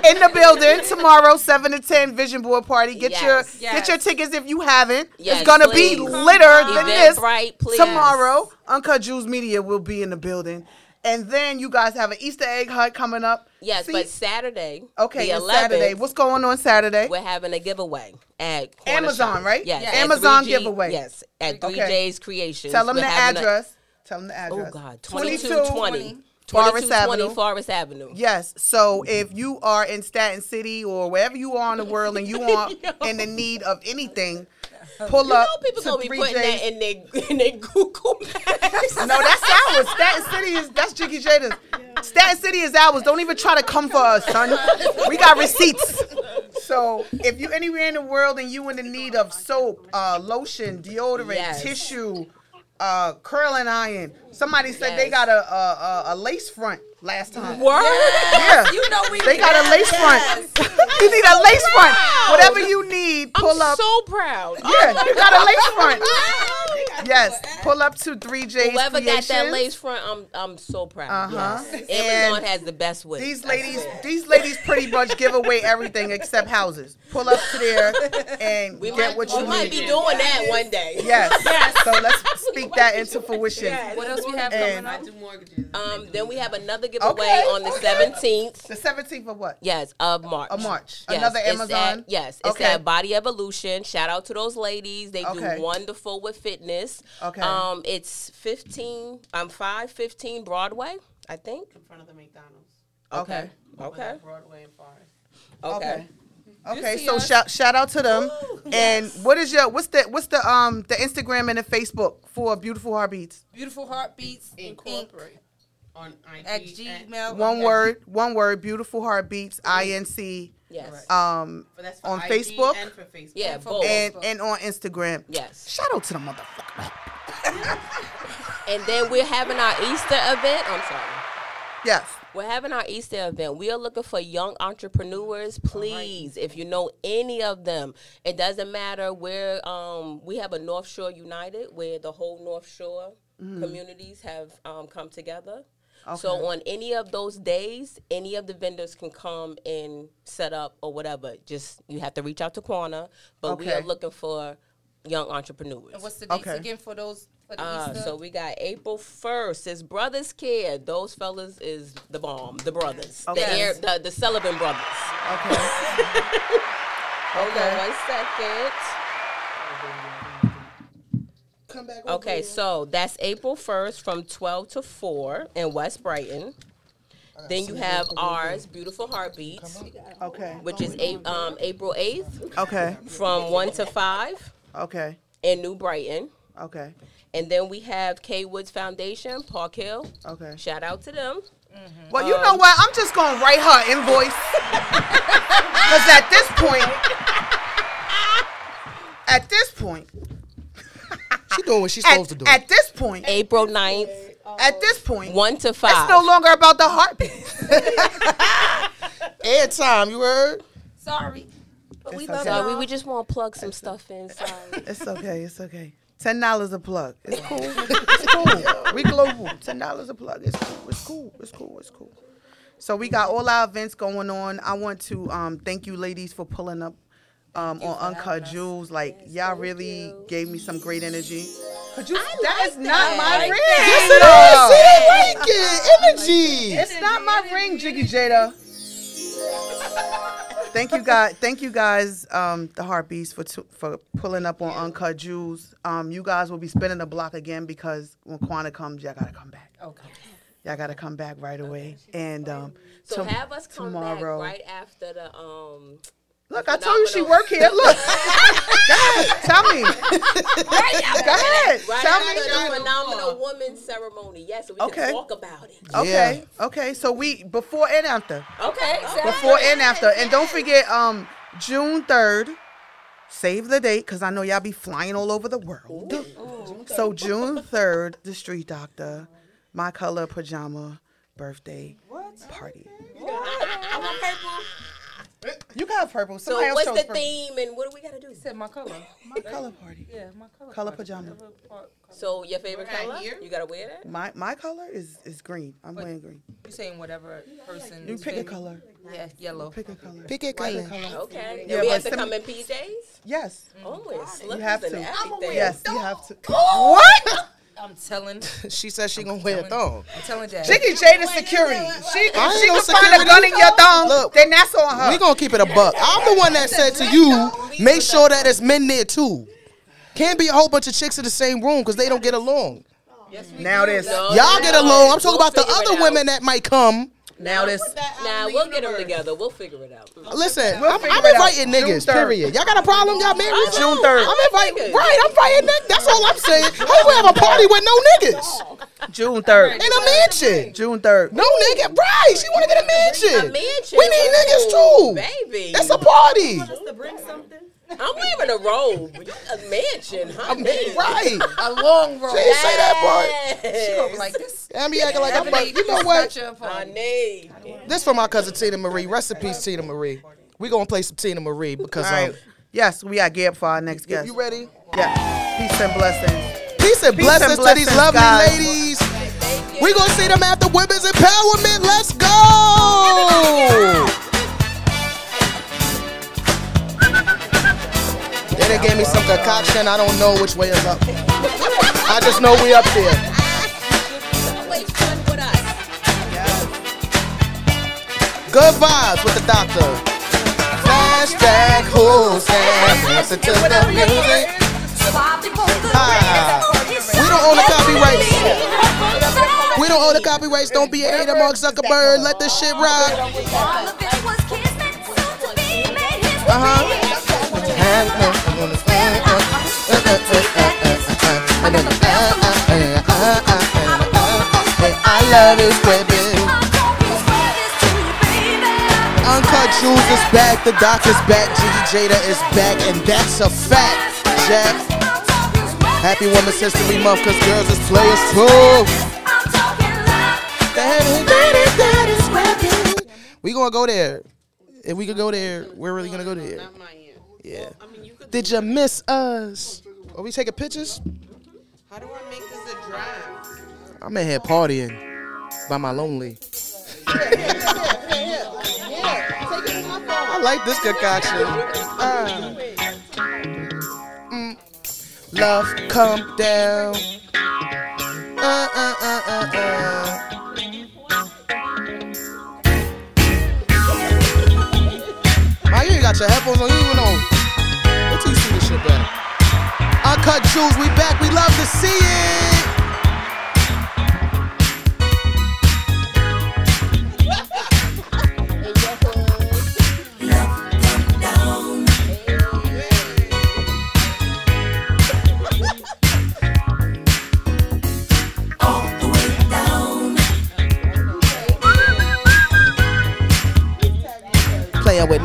Speaker 2: in the building tomorrow, seven to ten vision board party. Get
Speaker 8: Yes.
Speaker 2: your
Speaker 6: Yes.
Speaker 2: get your tickets if you haven't.
Speaker 8: Yes,
Speaker 2: it's gonna be
Speaker 8: please.
Speaker 2: litter than this
Speaker 8: Eventbrite, please.
Speaker 2: tomorrow. Oh, Uncut Jews Media will be in the building, and then you guys have an Easter egg hunt coming up.
Speaker 8: Yes,
Speaker 2: See-
Speaker 8: but Saturday.
Speaker 2: okay,
Speaker 8: the
Speaker 2: it's Saturday.
Speaker 8: 11th,
Speaker 2: What's going on Saturday?
Speaker 8: we're having a giveaway at Corner
Speaker 2: Amazon,
Speaker 8: Shop.
Speaker 2: right?
Speaker 8: Yes,
Speaker 2: Yes.
Speaker 8: at
Speaker 2: Amazon
Speaker 8: 3G
Speaker 2: giveaway.
Speaker 8: Yes, at Three
Speaker 2: Okay.
Speaker 8: J's Creations.
Speaker 2: Tell them
Speaker 8: We're
Speaker 2: the
Speaker 8: having a-
Speaker 2: address. Tell them the address.
Speaker 8: oh God,
Speaker 2: 2220
Speaker 8: 2220
Speaker 2: Forest
Speaker 8: 2220
Speaker 2: Avenue.
Speaker 8: Forest Avenue.
Speaker 2: Yes. So if you are in Staten City or wherever you are in the world and you are in the need of anything, pull
Speaker 8: You know
Speaker 2: up.
Speaker 8: people
Speaker 2: to
Speaker 8: gonna be
Speaker 2: 3J's.
Speaker 8: putting that in their in their Google Maps.
Speaker 2: No, that's ours. Staten City is that's Jiggy Jada's. Staten City is ours. Don't even try to come for us, son. We got receipts. So if you anywhere in the world and you in the need of soap, uh, lotion, deodorant,
Speaker 8: Yes.
Speaker 2: tissue, uh, curling iron, somebody said they
Speaker 8: Yes.
Speaker 2: got a, a, a, a lace front last time.
Speaker 8: Word.
Speaker 2: Yeah.
Speaker 6: You know we
Speaker 2: They got a lace front. you need a lace front. Whatever you need, pull
Speaker 8: I'm
Speaker 2: up.
Speaker 8: so proud. Oh
Speaker 2: yeah, you got a lace front. Yes, pull up to 3J's
Speaker 8: Whoever got that
Speaker 2: Creations.
Speaker 8: lace front, I'm I'm so proud.
Speaker 2: Uh-huh.
Speaker 8: Yes.
Speaker 2: And
Speaker 8: Amazon has the best way.
Speaker 2: These ladies, these ladies pretty much give away everything except houses. Pull up to there and
Speaker 8: we
Speaker 2: get
Speaker 8: might,
Speaker 2: what
Speaker 8: we
Speaker 2: you
Speaker 8: might
Speaker 2: need.
Speaker 8: be doing that one day.
Speaker 2: yes. So let's speak that into fruition.
Speaker 6: What else we have
Speaker 2: And-
Speaker 6: coming up?
Speaker 15: do mortgages.
Speaker 8: Um, then we have another giveaway
Speaker 2: Okay,
Speaker 8: on the
Speaker 2: okay.
Speaker 8: 17th.
Speaker 2: The 17th of what?
Speaker 8: Yes, of March.
Speaker 2: Of March.
Speaker 8: Yes,
Speaker 2: Another
Speaker 8: it's
Speaker 2: Amazon?
Speaker 8: At, yes, it's
Speaker 2: Okay.
Speaker 8: at Body Evolution. Shout out to those ladies. They
Speaker 2: Okay.
Speaker 8: do wonderful with fitness.
Speaker 2: Okay.
Speaker 8: Um, it's 15, um, 515 Broadway, I think.
Speaker 15: In front of the McDonald's.
Speaker 2: Okay.
Speaker 8: Okay.
Speaker 15: Broadway and Forest.
Speaker 8: Okay.
Speaker 2: Okay. Okay,
Speaker 6: see
Speaker 2: so
Speaker 6: us?
Speaker 2: shout shout out to them. and what is your what's the what's the um the Instagram and the Facebook for Beautiful Heartbeats?
Speaker 6: Beautiful Heartbeats Incorporated.
Speaker 15: Incorporate. On IG.
Speaker 6: At
Speaker 15: and-
Speaker 8: Oh,
Speaker 6: Gmail.
Speaker 2: One word, one word, Beautiful Heartbeats, I N C.
Speaker 8: Yes.
Speaker 2: Um
Speaker 15: But that's for
Speaker 2: on
Speaker 15: IG
Speaker 2: Facebook.
Speaker 15: And for Facebook.
Speaker 8: Yeah, both.
Speaker 2: and and on Instagram.
Speaker 8: yes.
Speaker 2: Shout out to the motherfucker.
Speaker 8: And then we're having our Easter event. I'm sorry.
Speaker 2: Yes.
Speaker 8: We're having our Easter event. We are looking for young entrepreneurs. Please, if you know any of them, it doesn't matter where. Um, we have a North Shore United where the whole North Shore
Speaker 6: Mm-hmm.
Speaker 8: communities have um, come together. So on any of those days, any of the vendors can come and set up or whatever. Just you have to reach out to Quana, but we are
Speaker 2: Okay.
Speaker 8: looking for young entrepreneurs.
Speaker 6: And what's the dates
Speaker 2: Okay.
Speaker 6: again for those? For the
Speaker 8: Uh,
Speaker 6: Easter?
Speaker 8: so we got April first. It's Brothers Care. Those fellas is the bomb. The brothers. The,
Speaker 2: Okay.
Speaker 8: air, the the Sullivan brothers.
Speaker 2: Okay.
Speaker 8: Hold on one second.
Speaker 2: Come back.
Speaker 8: Okay, so that's April first from twelve to four in West Brighton. Then you have ours, Beautiful Heartbeats,
Speaker 2: Okay.
Speaker 8: which is a, um, April 8th.
Speaker 2: Okay.
Speaker 8: From 1 to 5
Speaker 2: Okay.
Speaker 8: in New Brighton.
Speaker 2: Okay.
Speaker 8: And then we have K Woods Foundation, Park Hill.
Speaker 2: Okay.
Speaker 8: Shout out to them.
Speaker 2: Well, you know what? I'm just gonna write her invoice because at this point, at this point,
Speaker 1: she doing what she's
Speaker 2: at,
Speaker 1: supposed to do.
Speaker 2: At this point,
Speaker 8: April 9th,
Speaker 2: at this point,
Speaker 8: 1 to 5.
Speaker 2: it's no longer about the heartbeat.
Speaker 1: Air time, you heard?
Speaker 6: Sorry. But we
Speaker 2: It's
Speaker 6: love
Speaker 2: okay.
Speaker 8: Sorry, we,
Speaker 6: y'all.
Speaker 8: we just want to plug some stuff in. Sorry.
Speaker 2: It's okay. It's okay. Ten dollars a plug. It's cool. It's cool. We global. Ten dollars a plug. It's cool. It's cool. It's cool. It's cool. So we got all our events going on. I want to um, thank you, ladies, for pulling up um, on Uncut Jewels. Like y'all really gave me some great energy. Could you? that is not my ring.
Speaker 1: Yes, it is. See, like it. Energy.
Speaker 2: It's not my ring, Jiggy Jada. thank you guys. Thank you guys, um, the Heartbeats for tu- for pulling up on Uncut Jewels. Um, you guys will be spinning the block again because when Quanta comes, y'all gotta come back.
Speaker 6: Okay.
Speaker 2: Y'all gotta come back right away. And um, to-
Speaker 8: So have us come
Speaker 2: tomorrow.
Speaker 8: back right after the um
Speaker 2: Look, I told you she work here. Look, Go ahead, tell me. Go ahead,
Speaker 8: right
Speaker 2: tell me.
Speaker 8: after the phenomenal woman ceremony. Yes, so we
Speaker 2: Okay.
Speaker 8: can talk about it.
Speaker 2: Okay, okay. So we before and after.
Speaker 8: Okay, exactly.
Speaker 2: before and after. And don't forget, um, June third. Save the date, cause I know y'all be flying all over the world. so June third, the Street Doctor, my color pajama birthday party.
Speaker 6: I want purple.
Speaker 2: You got purple.
Speaker 8: So
Speaker 2: Somebody else
Speaker 8: what's
Speaker 2: chose
Speaker 8: the
Speaker 2: purple.
Speaker 8: theme and what do we gotta do?
Speaker 15: Um,
Speaker 6: Said my color.
Speaker 2: My color party.
Speaker 6: Yeah, my color.
Speaker 2: Color
Speaker 6: party.
Speaker 2: pajama.
Speaker 6: Color par- color-
Speaker 8: So your favorite
Speaker 16: Right
Speaker 8: color?
Speaker 16: here?
Speaker 8: You gotta wear that?
Speaker 2: My my color is is green. I'm wearing green.
Speaker 6: You saying whatever person.
Speaker 2: You pick a color.
Speaker 6: Yeah, yellow.
Speaker 2: Pick a color.
Speaker 1: Pick a color.
Speaker 8: Okay.
Speaker 2: Yeah,
Speaker 8: and we
Speaker 2: but
Speaker 8: have to
Speaker 2: semi-
Speaker 8: come in PJs?
Speaker 2: Yes.
Speaker 8: Always.
Speaker 2: You have to. Yes, you have to.
Speaker 1: What?
Speaker 6: I'm telling.
Speaker 1: She said she gonna wear a thong.
Speaker 6: I'm telling Dad.
Speaker 2: Jiggy Jada security. She,
Speaker 1: I ain't
Speaker 2: she
Speaker 1: no
Speaker 2: can find a
Speaker 1: security.
Speaker 2: gun in your thumb.
Speaker 1: Look,
Speaker 2: then that's on her.
Speaker 1: We gonna keep it a buck. I'm the one that said to you, make sure that it's men there too. Can't be a whole bunch of chicks in the same room because they don't get along.
Speaker 2: now this.
Speaker 1: Y'all get along. I'm talking about the other women that might come.
Speaker 2: Now this.
Speaker 8: Now nah, we'll get them together. We'll figure it out.
Speaker 1: Listen, I'm,
Speaker 2: figure
Speaker 1: I'm
Speaker 2: it out.
Speaker 1: inviting
Speaker 2: June
Speaker 1: niggas.
Speaker 2: 3rd.
Speaker 1: Period. Y'all got a problem? Y'all married?
Speaker 8: June 3rd.
Speaker 1: I'm inviting.
Speaker 8: Niggas.
Speaker 1: Right. I'm inviting niggas. That's all I'm saying. How we have a party with no niggas
Speaker 2: June third.
Speaker 1: in a mansion?
Speaker 2: June third.
Speaker 1: No nigga. Right. She want to get a mansion.
Speaker 8: A mansion.
Speaker 1: We need niggas
Speaker 8: Ooh,
Speaker 1: too.
Speaker 8: Baby.
Speaker 1: It's a party.
Speaker 6: to bring something.
Speaker 8: I'm wearing a robe. You- A mansion, huh?
Speaker 1: Right.
Speaker 6: A long roll.
Speaker 1: She didn't say that
Speaker 6: She like this.
Speaker 1: part. And be acting like I'm like, you know what?
Speaker 8: I need.
Speaker 1: This for my cousin Tina Marie. Recipes Tina Marie. We gonna play some Tina Marie because
Speaker 2: All right.
Speaker 1: um,
Speaker 2: Yes, we got Gab for our next guest.
Speaker 1: you ready?
Speaker 2: Yeah. Peace and blessings.
Speaker 1: Peace and
Speaker 2: Peace
Speaker 1: blessings,
Speaker 2: and
Speaker 1: to these
Speaker 2: blessings,
Speaker 1: lovely
Speaker 2: guys.
Speaker 1: ladies. We gonna see them after women's empowerment. Let's go. Then they gave me some concoction. I don't know which way is up. I just know we up there.
Speaker 8: Always fun with us.
Speaker 1: Good vibes with the doctor. Flashback, who's that? Listen to the music. Ah, we don't own the copyrights. We don't own the copyrights. Don't be a hater, Mark Zuckerberg. Let this shit rock. I love this baby. Uncut Jewels is back. The doctor's back. Gigi Jada is back, and that's a fact. Jack. Happy Women's History Month, cause girls is players too.
Speaker 11: Mm.
Speaker 1: That is- that is- that is where it is. We gonna go there. If we could go there, we're really gonna go there.
Speaker 16: Not mine yet.
Speaker 1: Yeah.
Speaker 16: I mean, you could.
Speaker 1: Did you miss us? Are we taking pictures?
Speaker 16: How do I make this a drive?
Speaker 1: I'm in here partying by my lonely. I like this concoction. Uh, mm. love, come down. Uh, uh, uh, uh, uh. Man, you ain't got your headphones on. You don't even know. What you see this shit back? Uncut Jewels, we back. We love to see it.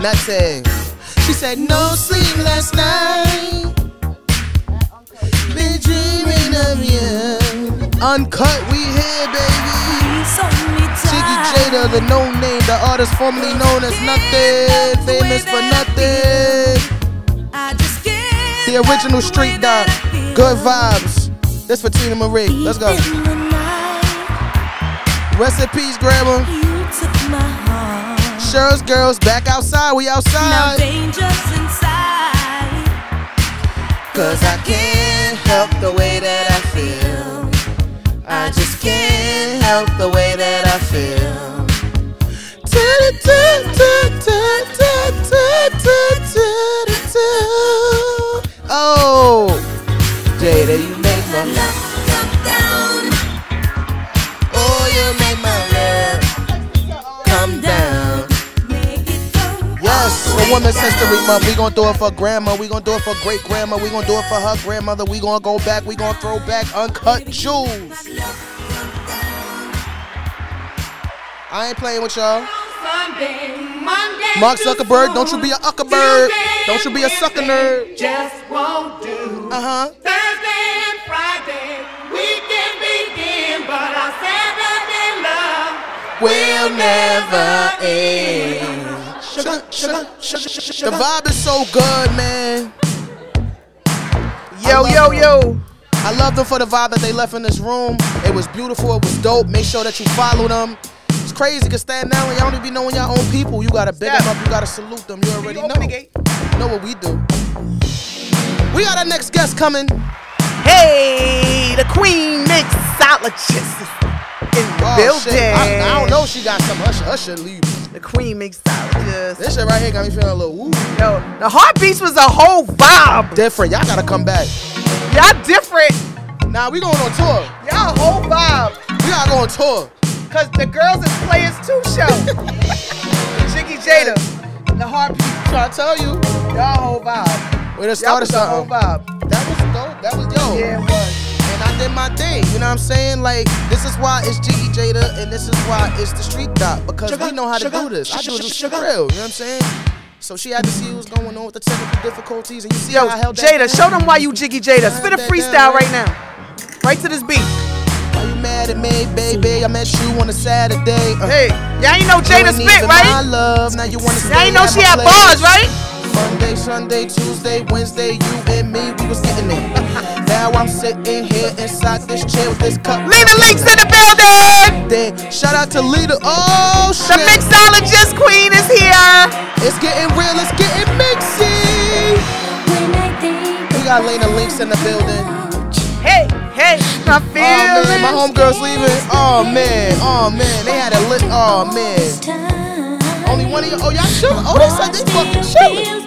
Speaker 1: Not saying. She said, no sleep last night. Been dreaming of you. Uncut, we here, baby. Jiggy Jada, the no name, the artist formerly known as Nothing, famous for nothing. The original street dog. Good vibes. This for Tina Marie. Let's go. Rest in peace, Grandma. Cheryl's girls back outside. We outside. Cause I can't help the way that I feel. I just can't help the way that I feel. Du-du-du-du-du-du-du-du-du-du. Oh, Jada, you make my love down. Oh, you make my love come down. Yes, for Women's History Month, we gonna do it for grandma, we gonna do it for great grandma, we gonna do it for her grandmother, we gonna go back, we gonna throw back uncut jewels. I ain't playing with y'all. Mark Zuckerberg, don't you be a Uckerberg. Don't you be a sucker nerd.
Speaker 6: Just won't do.
Speaker 1: Uh huh.
Speaker 6: Thursday and Friday, we can begin, but our Saturday love
Speaker 1: Will never end. Sugar, sugar, sugar, sugar. The vibe is so good, man. Yo, yo, yo. I love them for the vibe that they left in this room. It was beautiful. It was dope. Make sure that you follow them. It's crazy because stand now and y'all don't even be knowing your own people. You gotta big them up. You gotta salute them. You already know. You know what we do. We got our next guest coming.
Speaker 2: Hey, the queen mixologist is in the
Speaker 1: Oh,
Speaker 2: building.
Speaker 1: shit. I, I don't know. She got some. Her, shit- her shit leave.
Speaker 2: The queen mixologist.
Speaker 1: This shit right here got me feeling a little woo.
Speaker 2: Yo, the heartbeats was a whole vibe.
Speaker 1: Different. Y'all gotta come back.
Speaker 2: Y'all different.
Speaker 1: Nah, we going on tour.
Speaker 2: Y'all whole vibe.
Speaker 1: We gotta go on tour.
Speaker 2: Cause the girls is players too show. Jiggy Jada, the heartbeats.
Speaker 1: I tell you,
Speaker 2: y'all whole vibe.
Speaker 1: We done
Speaker 2: Y'all
Speaker 1: started
Speaker 2: was the whole
Speaker 1: something.
Speaker 2: vibe.
Speaker 1: That was dope. That was dope.
Speaker 2: Yeah, it was.
Speaker 1: And I did my thing. You know what I'm saying? Like, this is why it's Jiggy Jada and this is why it's the street dot. Because we know how to do this. I do this for real. You know what I'm saying? So she had to see what's going on with the technical difficulties. And you see
Speaker 2: Yo,
Speaker 1: how I held that
Speaker 2: Jada, show them why you Jiggy Jada. Spit a
Speaker 1: that down,
Speaker 2: freestyle right
Speaker 1: right?
Speaker 2: now. Right to this beat.
Speaker 1: Why you mad at me, baby? I met you on a Saturday. Uh,
Speaker 2: Hey, y'all ain't know
Speaker 1: you
Speaker 2: Jada
Speaker 1: ain't
Speaker 2: spit,
Speaker 1: even My
Speaker 2: right?
Speaker 1: love, now you wanna
Speaker 2: Y'all
Speaker 1: stay
Speaker 2: ain't know
Speaker 1: at
Speaker 2: she
Speaker 1: my
Speaker 2: had
Speaker 1: place.
Speaker 2: bars, right?
Speaker 1: Monday, Sunday, Tuesday, Wednesday, you and me, we was getting it. now I'm sitting here inside this chair with this cup.
Speaker 2: Lena Lake's in the building.
Speaker 1: Then shout out to Lita. Oh
Speaker 2: The
Speaker 1: shit,
Speaker 2: mixologist queen is here.
Speaker 1: it's getting real, it's getting mixy. We got Lena Links in the building.
Speaker 2: Hey, hey, my
Speaker 1: Oh man, my
Speaker 2: feelings.
Speaker 1: homegirls leaving. Oh man, oh man, they had a lit. Oh man, only one of you. Oh y'all chill. Oh they said they fucking chilling.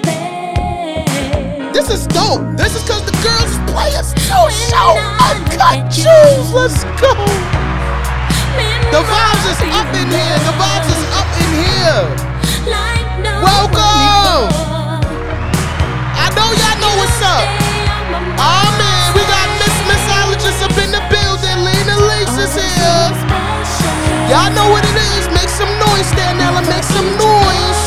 Speaker 1: This is dope. This is cause the girls is players. No show. Uncut jewels. Let's go. The vibes is up in here. The vibes is up in here. Welcome. I know y'all know what's up. Oh man, we got Miss Missologist up in the building. Lena Lace is here. Y'all know what it is. Make some noise, stand now and make some noise.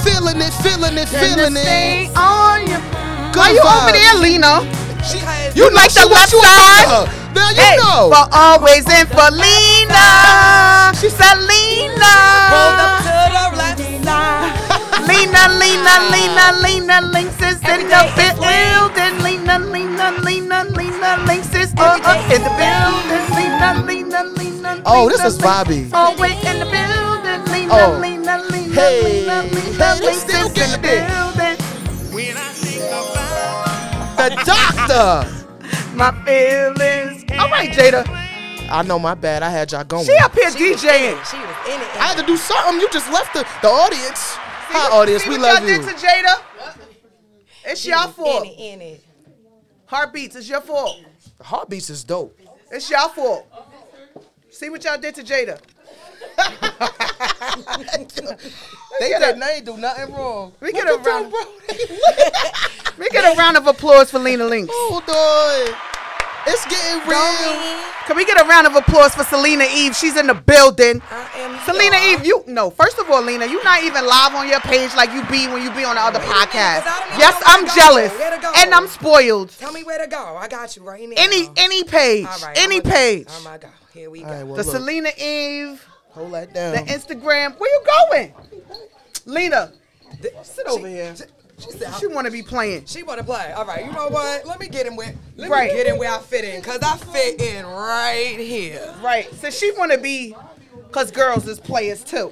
Speaker 1: Feeling it, feeling it, feeling it.
Speaker 2: on your
Speaker 1: Good
Speaker 2: Why you
Speaker 1: vibes.
Speaker 2: over there, Lena?
Speaker 1: She-
Speaker 2: You like
Speaker 1: she
Speaker 2: the
Speaker 1: wants
Speaker 2: west
Speaker 1: you
Speaker 2: side?
Speaker 1: to fuck her. Now you
Speaker 2: Hey,
Speaker 1: know.
Speaker 2: for always and for Lena. She said Lena. Lena, Lena, Lena, Lena Links is in the building. Lena, Lena, Lena, Lena Links is uh, uh, in the building. Lena, Lena, Lena.
Speaker 1: Oh, this
Speaker 2: Lena
Speaker 1: is Bobby.
Speaker 2: Links Always in the building. Lena,
Speaker 1: Oh.
Speaker 2: Lena, Lena,
Speaker 1: Hey,
Speaker 2: Lena, Lena
Speaker 1: hey, they
Speaker 2: Links
Speaker 1: still
Speaker 2: is in the
Speaker 1: got it.
Speaker 2: building.
Speaker 1: The doctor.
Speaker 2: My feelings. All right, Jada.
Speaker 1: I know my bad. I had y'all going.
Speaker 2: She up here DJing.
Speaker 8: She was in it.
Speaker 1: I had to do something. You just left the, the audience. Hi, audience.
Speaker 2: See
Speaker 1: We
Speaker 2: what
Speaker 1: love
Speaker 2: y'all
Speaker 1: you.
Speaker 2: did to Jada. It's
Speaker 8: She
Speaker 2: y'all
Speaker 8: was
Speaker 2: fault.
Speaker 8: In it, in it.
Speaker 2: Heartbeats, it's your fault.
Speaker 1: The heartbeats is dope.
Speaker 2: It's y'all fault. See what y'all did to Jada.
Speaker 1: They did they do nothing wrong.
Speaker 2: We get a round. We get a round of applause for Lena Links.
Speaker 1: Hold on. It's getting real.
Speaker 2: Can we get a round of applause for Selena Eve? She's in the building. Selena Eve, you no. First of all, Lena, you not even live on your page like you be when you be on the other podcast. Yes, I'm jealous and I'm spoiled.
Speaker 8: Tell me where to go. I got you right now.
Speaker 2: Any any page,
Speaker 8: All right,
Speaker 2: any
Speaker 8: I'ma-
Speaker 2: page.
Speaker 8: Oh my God. Here we go.
Speaker 2: the Selena Eve.
Speaker 1: Hold that
Speaker 8: down.
Speaker 2: The Instagram. Where you going, Lena? Sit over here. She, want to be playing.
Speaker 8: She want to play. All right. You know what? Let me get in where. Let
Speaker 2: Right.
Speaker 8: me get in where I fit in, cause I fit in right here.
Speaker 2: Right. So she want to be, cause girls is players too.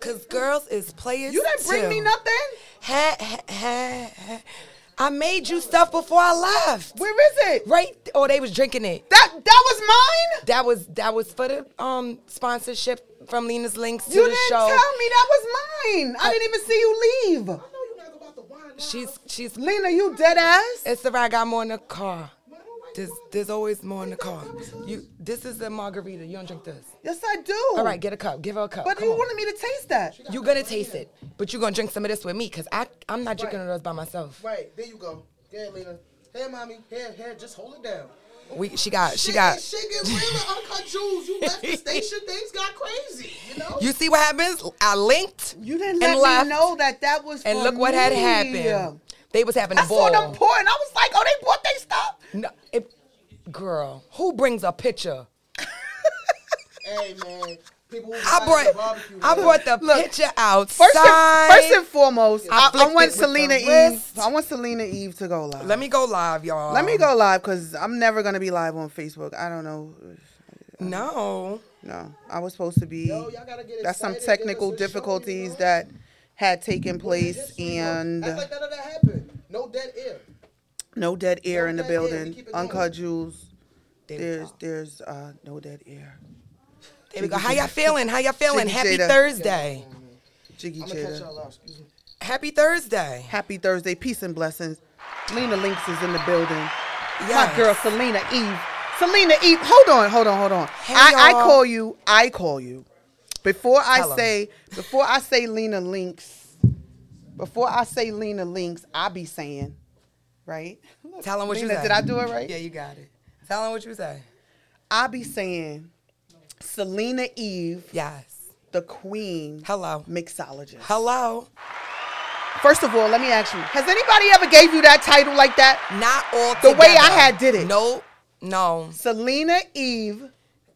Speaker 8: Cause girls is players.
Speaker 2: You didn't bring me nothing.
Speaker 8: Ha, ha, ha, ha. I made you stuff before I left.
Speaker 2: Where is it?
Speaker 8: Right. Oh, they was drinking it.
Speaker 2: That that was mine.
Speaker 8: That was that was for the um sponsorship from Lena's Links to
Speaker 2: You
Speaker 8: the
Speaker 2: didn't
Speaker 8: show. Uh,
Speaker 2: tell me that was mine. I didn't even see you leave.
Speaker 8: She's she's
Speaker 2: Lena, you dead ass.
Speaker 8: It's the right. I got more in the car. There's there's always more in the car. You this is a margarita. You don't drink this.
Speaker 2: Yes, I do.
Speaker 8: All right, get a cup. Give her a cup.
Speaker 2: But
Speaker 8: Come
Speaker 2: you
Speaker 8: on.
Speaker 2: wanted me to taste that.
Speaker 8: You're gonna taste it, but you're gonna drink some of this with me, cause I I'm not drinking of those by myself.
Speaker 1: Right, there you go. Yeah, Lena. Hey, mommy. Here, here. Just hold it down.
Speaker 8: We she got she got.
Speaker 1: Shit get real and uncut jewels. You left the station. Things got crazy. You know.
Speaker 8: You see what happens? I linked.
Speaker 2: You didn't
Speaker 8: and
Speaker 2: let
Speaker 8: left,
Speaker 2: me know that that was.
Speaker 8: And
Speaker 2: for
Speaker 8: look what had
Speaker 2: me.
Speaker 8: happened. They was having a
Speaker 2: I saw
Speaker 8: ball.
Speaker 2: them pour, and I was like, "Oh, they bought they stuff."
Speaker 8: No, it, girl, who brings a picture?
Speaker 1: Hey, man. People who
Speaker 8: I brought I brought the picture outside.
Speaker 2: First and, first and foremost, I, I want
Speaker 8: flicked it with
Speaker 2: Selena
Speaker 8: the
Speaker 2: Eve.
Speaker 8: wrist.
Speaker 2: I want Selena Eve to go live.
Speaker 8: Let me um, go live, y'all.
Speaker 2: Let me go live because I'm never gonna be live on Facebook. I don't know.
Speaker 8: No.
Speaker 2: No, I was supposed to be.
Speaker 1: Yo, y'all gotta get
Speaker 2: That's some
Speaker 1: excited, give
Speaker 2: technical
Speaker 1: us a show, you
Speaker 2: difficulties that had taken place and
Speaker 1: Act like none of that happened. No dead air.
Speaker 2: no dead air in the
Speaker 1: dead air, we
Speaker 2: building.
Speaker 1: keep it
Speaker 2: Uncut
Speaker 1: going.
Speaker 2: Jewels.
Speaker 8: There we
Speaker 2: There's there's uh, no dead air.
Speaker 8: There we go. How y'all feeling? How y'all feeling?
Speaker 2: Jiggy
Speaker 8: Happy
Speaker 2: Jada.
Speaker 8: Thursday.
Speaker 2: Jiggy
Speaker 1: I'm gonna catch
Speaker 2: Jada.
Speaker 1: y'all out. Excuse me.
Speaker 8: Happy Thursday.
Speaker 2: Happy Thursday. Peace and blessings. Lena Links is in the building.
Speaker 8: Yes.
Speaker 2: My girl Selena Eve. Selena Eve. Hold on, hold on, hold on. I, I
Speaker 8: y'all.
Speaker 2: call you. I call you. Before I
Speaker 8: Tell 'em.
Speaker 2: say, before I say Lena Links, before I say Lena Links, I be saying, right?
Speaker 8: Tell them what you
Speaker 2: Lena,
Speaker 8: say.
Speaker 2: Did I do it right?
Speaker 8: Yeah, you got it. Tell them what you say.
Speaker 2: I be saying Selena Eve,
Speaker 8: Yes.
Speaker 2: the queen.
Speaker 8: Hello.
Speaker 2: Mixologist.
Speaker 8: Hello.
Speaker 2: First of all, let me ask you: Has anybody ever gave you that title like that?
Speaker 8: Not all
Speaker 2: The way I
Speaker 8: together.
Speaker 2: had did it.
Speaker 8: No, no.
Speaker 2: Selena Eve,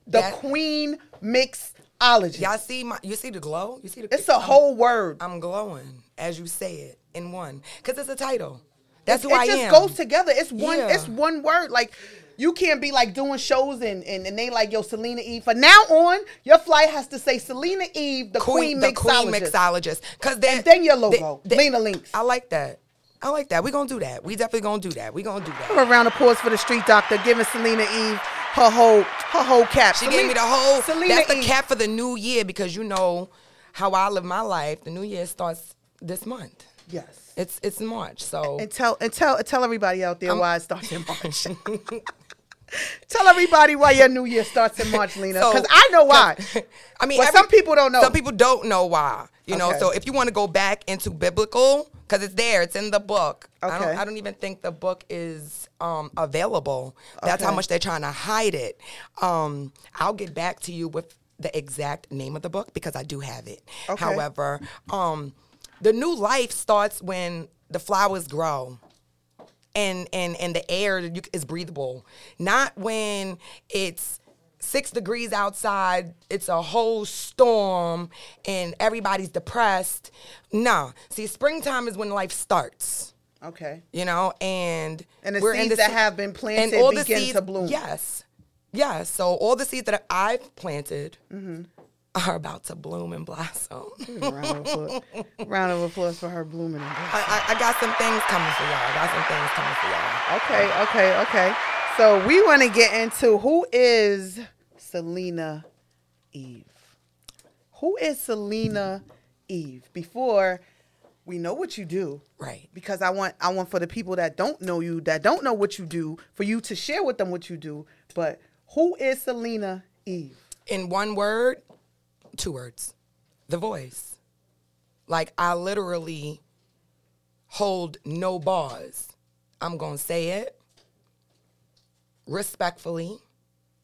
Speaker 2: the
Speaker 8: That-
Speaker 2: queen mixologist.
Speaker 8: Y'all see my? You see the glow? You see the?
Speaker 2: It's a whole word.
Speaker 8: I'm glowing as you say it in one, cause it's a title. That's
Speaker 2: it
Speaker 8: who I
Speaker 2: just
Speaker 8: am.
Speaker 2: goes together. It's one.
Speaker 8: Yeah.
Speaker 2: It's one word. Like you can't be like doing shows and, and and they like yo Selena Eve. From now on, your flight has to say Selena Eve, the queen,
Speaker 8: the
Speaker 2: mixologist.
Speaker 8: queen mixologist. Cause that,
Speaker 2: then your logo, Lena Links.
Speaker 8: I like that. I like that. We gonna do that. We definitely gonna do that. We gonna do that.
Speaker 2: Give a round of applause for the street doctor giving Selena Eve her whole her whole cap.
Speaker 8: She
Speaker 2: Selena- E.
Speaker 8: gave me the whole.
Speaker 2: Selena
Speaker 8: that's the
Speaker 2: Eve.
Speaker 8: cap for the new year because you know how I live my life. The new year starts this month.
Speaker 2: Yes.
Speaker 8: It's it's March, so
Speaker 2: And tell and tell and tell everybody out there
Speaker 8: I'm-
Speaker 2: why it starts in March. tell everybody why your new year starts in March, Lena.
Speaker 8: So-
Speaker 2: Because I know why.
Speaker 8: I mean,
Speaker 2: But
Speaker 8: every-
Speaker 2: some people don't know.
Speaker 8: Some people don't know why. You know,
Speaker 2: Okay.
Speaker 8: so if you want to go back into biblical, because it's there, it's in the book. I don't,
Speaker 2: Okay.
Speaker 8: I don't even think the book is um, available. That's how
Speaker 2: Okay.
Speaker 8: much they're trying to hide it. Um, I'll get back to you with the exact name of the book because I do have it.
Speaker 2: Okay.
Speaker 8: However, um, the new life starts when the flowers grow and and and the air that you- is breathable not when it's six degrees outside it's a whole storm and everybody's depressed nah see springtime is when life starts
Speaker 2: Okay.
Speaker 8: you know and
Speaker 2: And the
Speaker 8: we're in
Speaker 2: seeds
Speaker 8: se-
Speaker 2: that have been planted begin to bloom.
Speaker 8: yes yes so all the seeds that i've planted
Speaker 2: Mm-hmm.
Speaker 8: are about to bloom and blossom
Speaker 2: round, of applause, round of applause for her blooming. and blossoming.
Speaker 8: I, I, I got some things coming for y'all i got some things coming for y'all
Speaker 2: Okay, okay, okay. So we want to get into who is Selena Eve? Who is Selena Eve? Before we know what you do,
Speaker 8: right
Speaker 2: because I want I want for the people that don't know you, that don't know what you do, for you to share with them what you do. But who is Selena Eve?
Speaker 8: in one word, two words. The voice. Like I literally hold no bars. I'm going to say it respectfully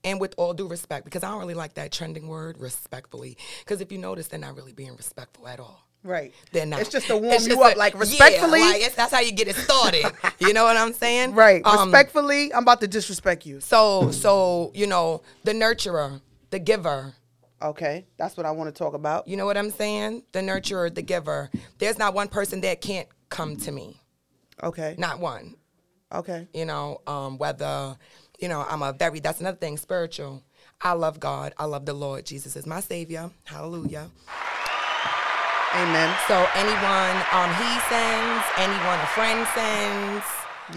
Speaker 8: and with all due respect, because I don't really like that trending word, respectfully. Because if you notice, they're not really being respectful at all.
Speaker 2: Right.
Speaker 8: They're not.
Speaker 2: It's just to warm you up, like, respectfully?
Speaker 8: Yeah, like, it's- that's how you get it started. you know what I'm saying?
Speaker 2: Right.
Speaker 8: Um,
Speaker 2: Respectfully, I'm about to disrespect you.
Speaker 8: So, so you know, the nurturer, the giver.
Speaker 2: Okay, that's what I want to talk about.
Speaker 8: You know what I'm saying? The nurturer, the giver. There's not one person that can't come to me.
Speaker 2: Okay.
Speaker 8: Not one.
Speaker 2: Okay.
Speaker 8: You know, um, whether, you know, I'm a very, that's another thing, spiritual. I love God. I love the Lord. Jesus is my Savior. Hallelujah.
Speaker 2: Amen.
Speaker 8: So anyone um, he sends, anyone a friend sends.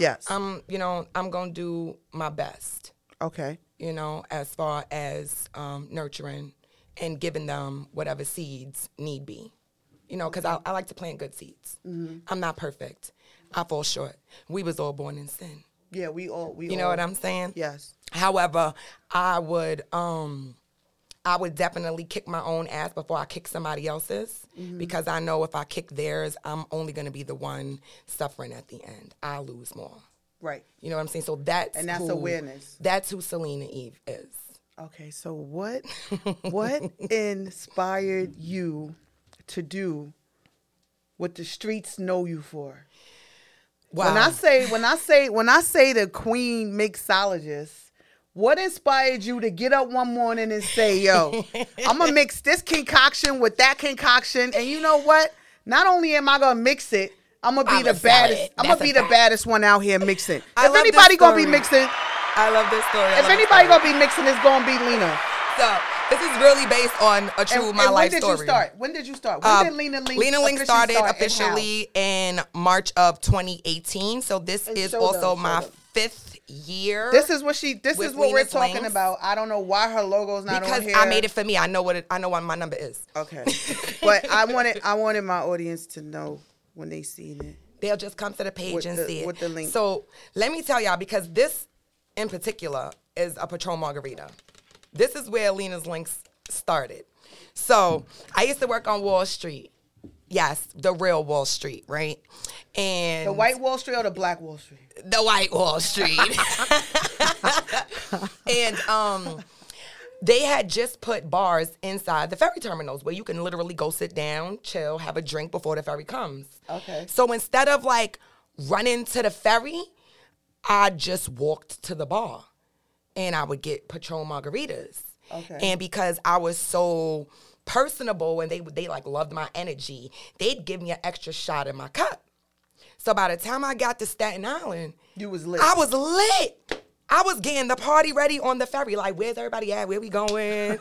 Speaker 2: Yes.
Speaker 8: Um, you know, I'm going to do my best,
Speaker 2: Okay.
Speaker 8: you know, as far as um, nurturing and giving them whatever seeds need be. You know, because I, I like to plant good seeds.
Speaker 2: Mhm.
Speaker 8: I'm not perfect. I fall short. We was all born in sin.
Speaker 2: Yeah, we all we.
Speaker 8: You know
Speaker 2: all-
Speaker 8: what I'm saying?
Speaker 2: Yes.
Speaker 8: However, I would um I would definitely kick my own ass before I kick somebody else's
Speaker 2: Mm-hmm.
Speaker 17: Mhm.
Speaker 8: because I know if I kick theirs, I'm only going to be the one suffering at the end. I lose more.
Speaker 2: Right.
Speaker 8: You know what I'm saying? So that's
Speaker 2: And that's
Speaker 8: who-
Speaker 2: awareness.
Speaker 8: That's who Selena Eve is.
Speaker 2: Okay, so what what inspired you to do what the streets know you for? When I
Speaker 8: Wow.
Speaker 2: say when I say when I say the queen mixologist, what inspired you to get up one morning and say, "Yo, I'm gonna mix this concoction with that concoction," and you know what? Not only am I gonna mix it, I'm gonna be
Speaker 8: I'ma
Speaker 2: the
Speaker 8: sell
Speaker 2: baddest.
Speaker 8: it.
Speaker 2: I'm gonna
Speaker 8: That's a
Speaker 2: be the
Speaker 8: fact.
Speaker 2: baddest one out here mixing.
Speaker 8: I
Speaker 2: if
Speaker 8: love this
Speaker 2: anybody gonna be
Speaker 8: story.
Speaker 2: mixing,
Speaker 8: I love this story. I
Speaker 2: if
Speaker 8: love this
Speaker 2: anybody
Speaker 8: story.
Speaker 2: gonna be mixing, it's gonna be Lena.
Speaker 8: So this is really based on a true
Speaker 2: and,
Speaker 8: my
Speaker 2: and when
Speaker 8: life
Speaker 2: did
Speaker 8: story.
Speaker 2: you start? When did you start? When
Speaker 8: Uh,
Speaker 2: did Lena Ling
Speaker 8: Lena Ling
Speaker 2: officially
Speaker 8: started
Speaker 2: start and how?
Speaker 8: officially in March of 2018. So this
Speaker 2: And
Speaker 8: is
Speaker 2: show
Speaker 8: also
Speaker 2: them, show
Speaker 8: my
Speaker 2: them.
Speaker 8: fifth year.
Speaker 2: This is what she. This
Speaker 8: with
Speaker 2: is what we're
Speaker 8: Lena's
Speaker 2: talking
Speaker 8: Wings.
Speaker 2: about. I don't know why her logo's not on
Speaker 8: because
Speaker 2: here.
Speaker 8: I made it for me. I know what it, I know what my number is.
Speaker 2: Okay, but I wanted I wanted my audience to know when they seen it.
Speaker 8: They'll just come to the page
Speaker 2: With
Speaker 8: and
Speaker 2: the-
Speaker 8: see it.
Speaker 2: with the link.
Speaker 8: So let me tell y'all because this in particular is a Patron margarita. This is where Lena's links started. So I used to work on Wall Street. Yes, the real Wall Street, right? And
Speaker 2: The White Wall Street or the Black Wall Street?
Speaker 8: the White Wall Street. and um they had just put bars inside the ferry terminals where you can literally go sit down, chill, have a drink before the ferry comes.
Speaker 2: Okay.
Speaker 8: So instead of like running to the ferry, I just walked to the bar and I would get Patron margaritas.
Speaker 2: Okay.
Speaker 8: And because I was so personable and they they like loved my energy, they'd give me an extra shot in my cup. So by the time I got to Staten Island,
Speaker 2: you was lit.
Speaker 8: I was lit. I was getting the party ready on the ferry. Like, where's everybody at? Where we going?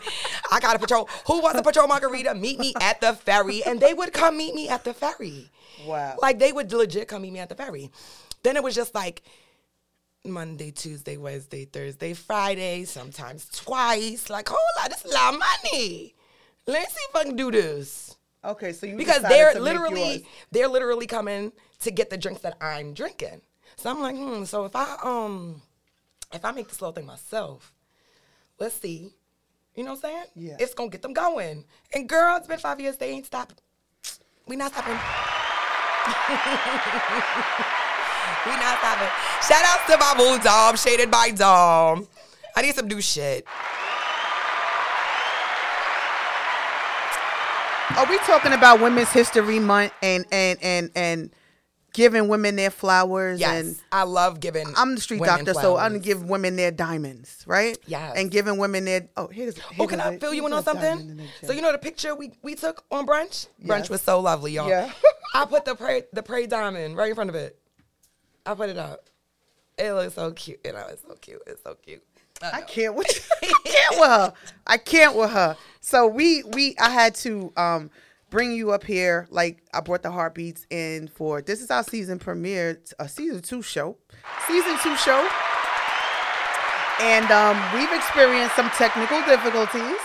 Speaker 8: I got a patrol. Who wants a patrol margarita? Meet me at the ferry. And they would come meet me at the ferry.
Speaker 2: Wow.
Speaker 8: Like they would legit come meet me at the ferry. Then it was just like Monday, Tuesday, Wednesday, Thursday, Friday, sometimes twice. Like, hold on, this is a lot of money. Let me see if I can do this.
Speaker 2: Okay, so you
Speaker 8: because
Speaker 2: decided
Speaker 8: they're
Speaker 2: to make yours.
Speaker 8: literally they're literally coming to get the drinks that I'm drinking. So I'm like, hmm, so if I um if I make this little thing myself, let's see. You know what I'm saying?
Speaker 2: Yeah.
Speaker 8: It's gonna get them going. And girl, it's been five years, they ain't stopping. We not stopping. we not stopping. Shout out to my boo Dom, shaded by Dom. I need some new shit.
Speaker 2: Are we talking about Women's History Month and and and and giving women their flowers?
Speaker 8: Yes.
Speaker 2: And
Speaker 8: I love giving
Speaker 2: I'm the street
Speaker 8: women
Speaker 2: doctor, so I'm
Speaker 8: flowers.
Speaker 2: gonna give women their diamonds, right?
Speaker 8: Yes.
Speaker 2: And giving women their oh here's
Speaker 8: Oh, can I fill you in on something? So you know the picture we, we took on brunch?
Speaker 2: Yes.
Speaker 8: Brunch was so lovely, y'all.
Speaker 2: Yeah.
Speaker 8: I put the prey the prey diamond right in front of it. I put it up. It looks so cute. You know, it's so cute. It's so cute.
Speaker 2: I can't with I can't with her. I can't with her. So we we I had to um bring you up here. Like I brought the heartbeats in for this is our season premiere, it's a season two show, season two show, and um we've experienced some technical difficulties.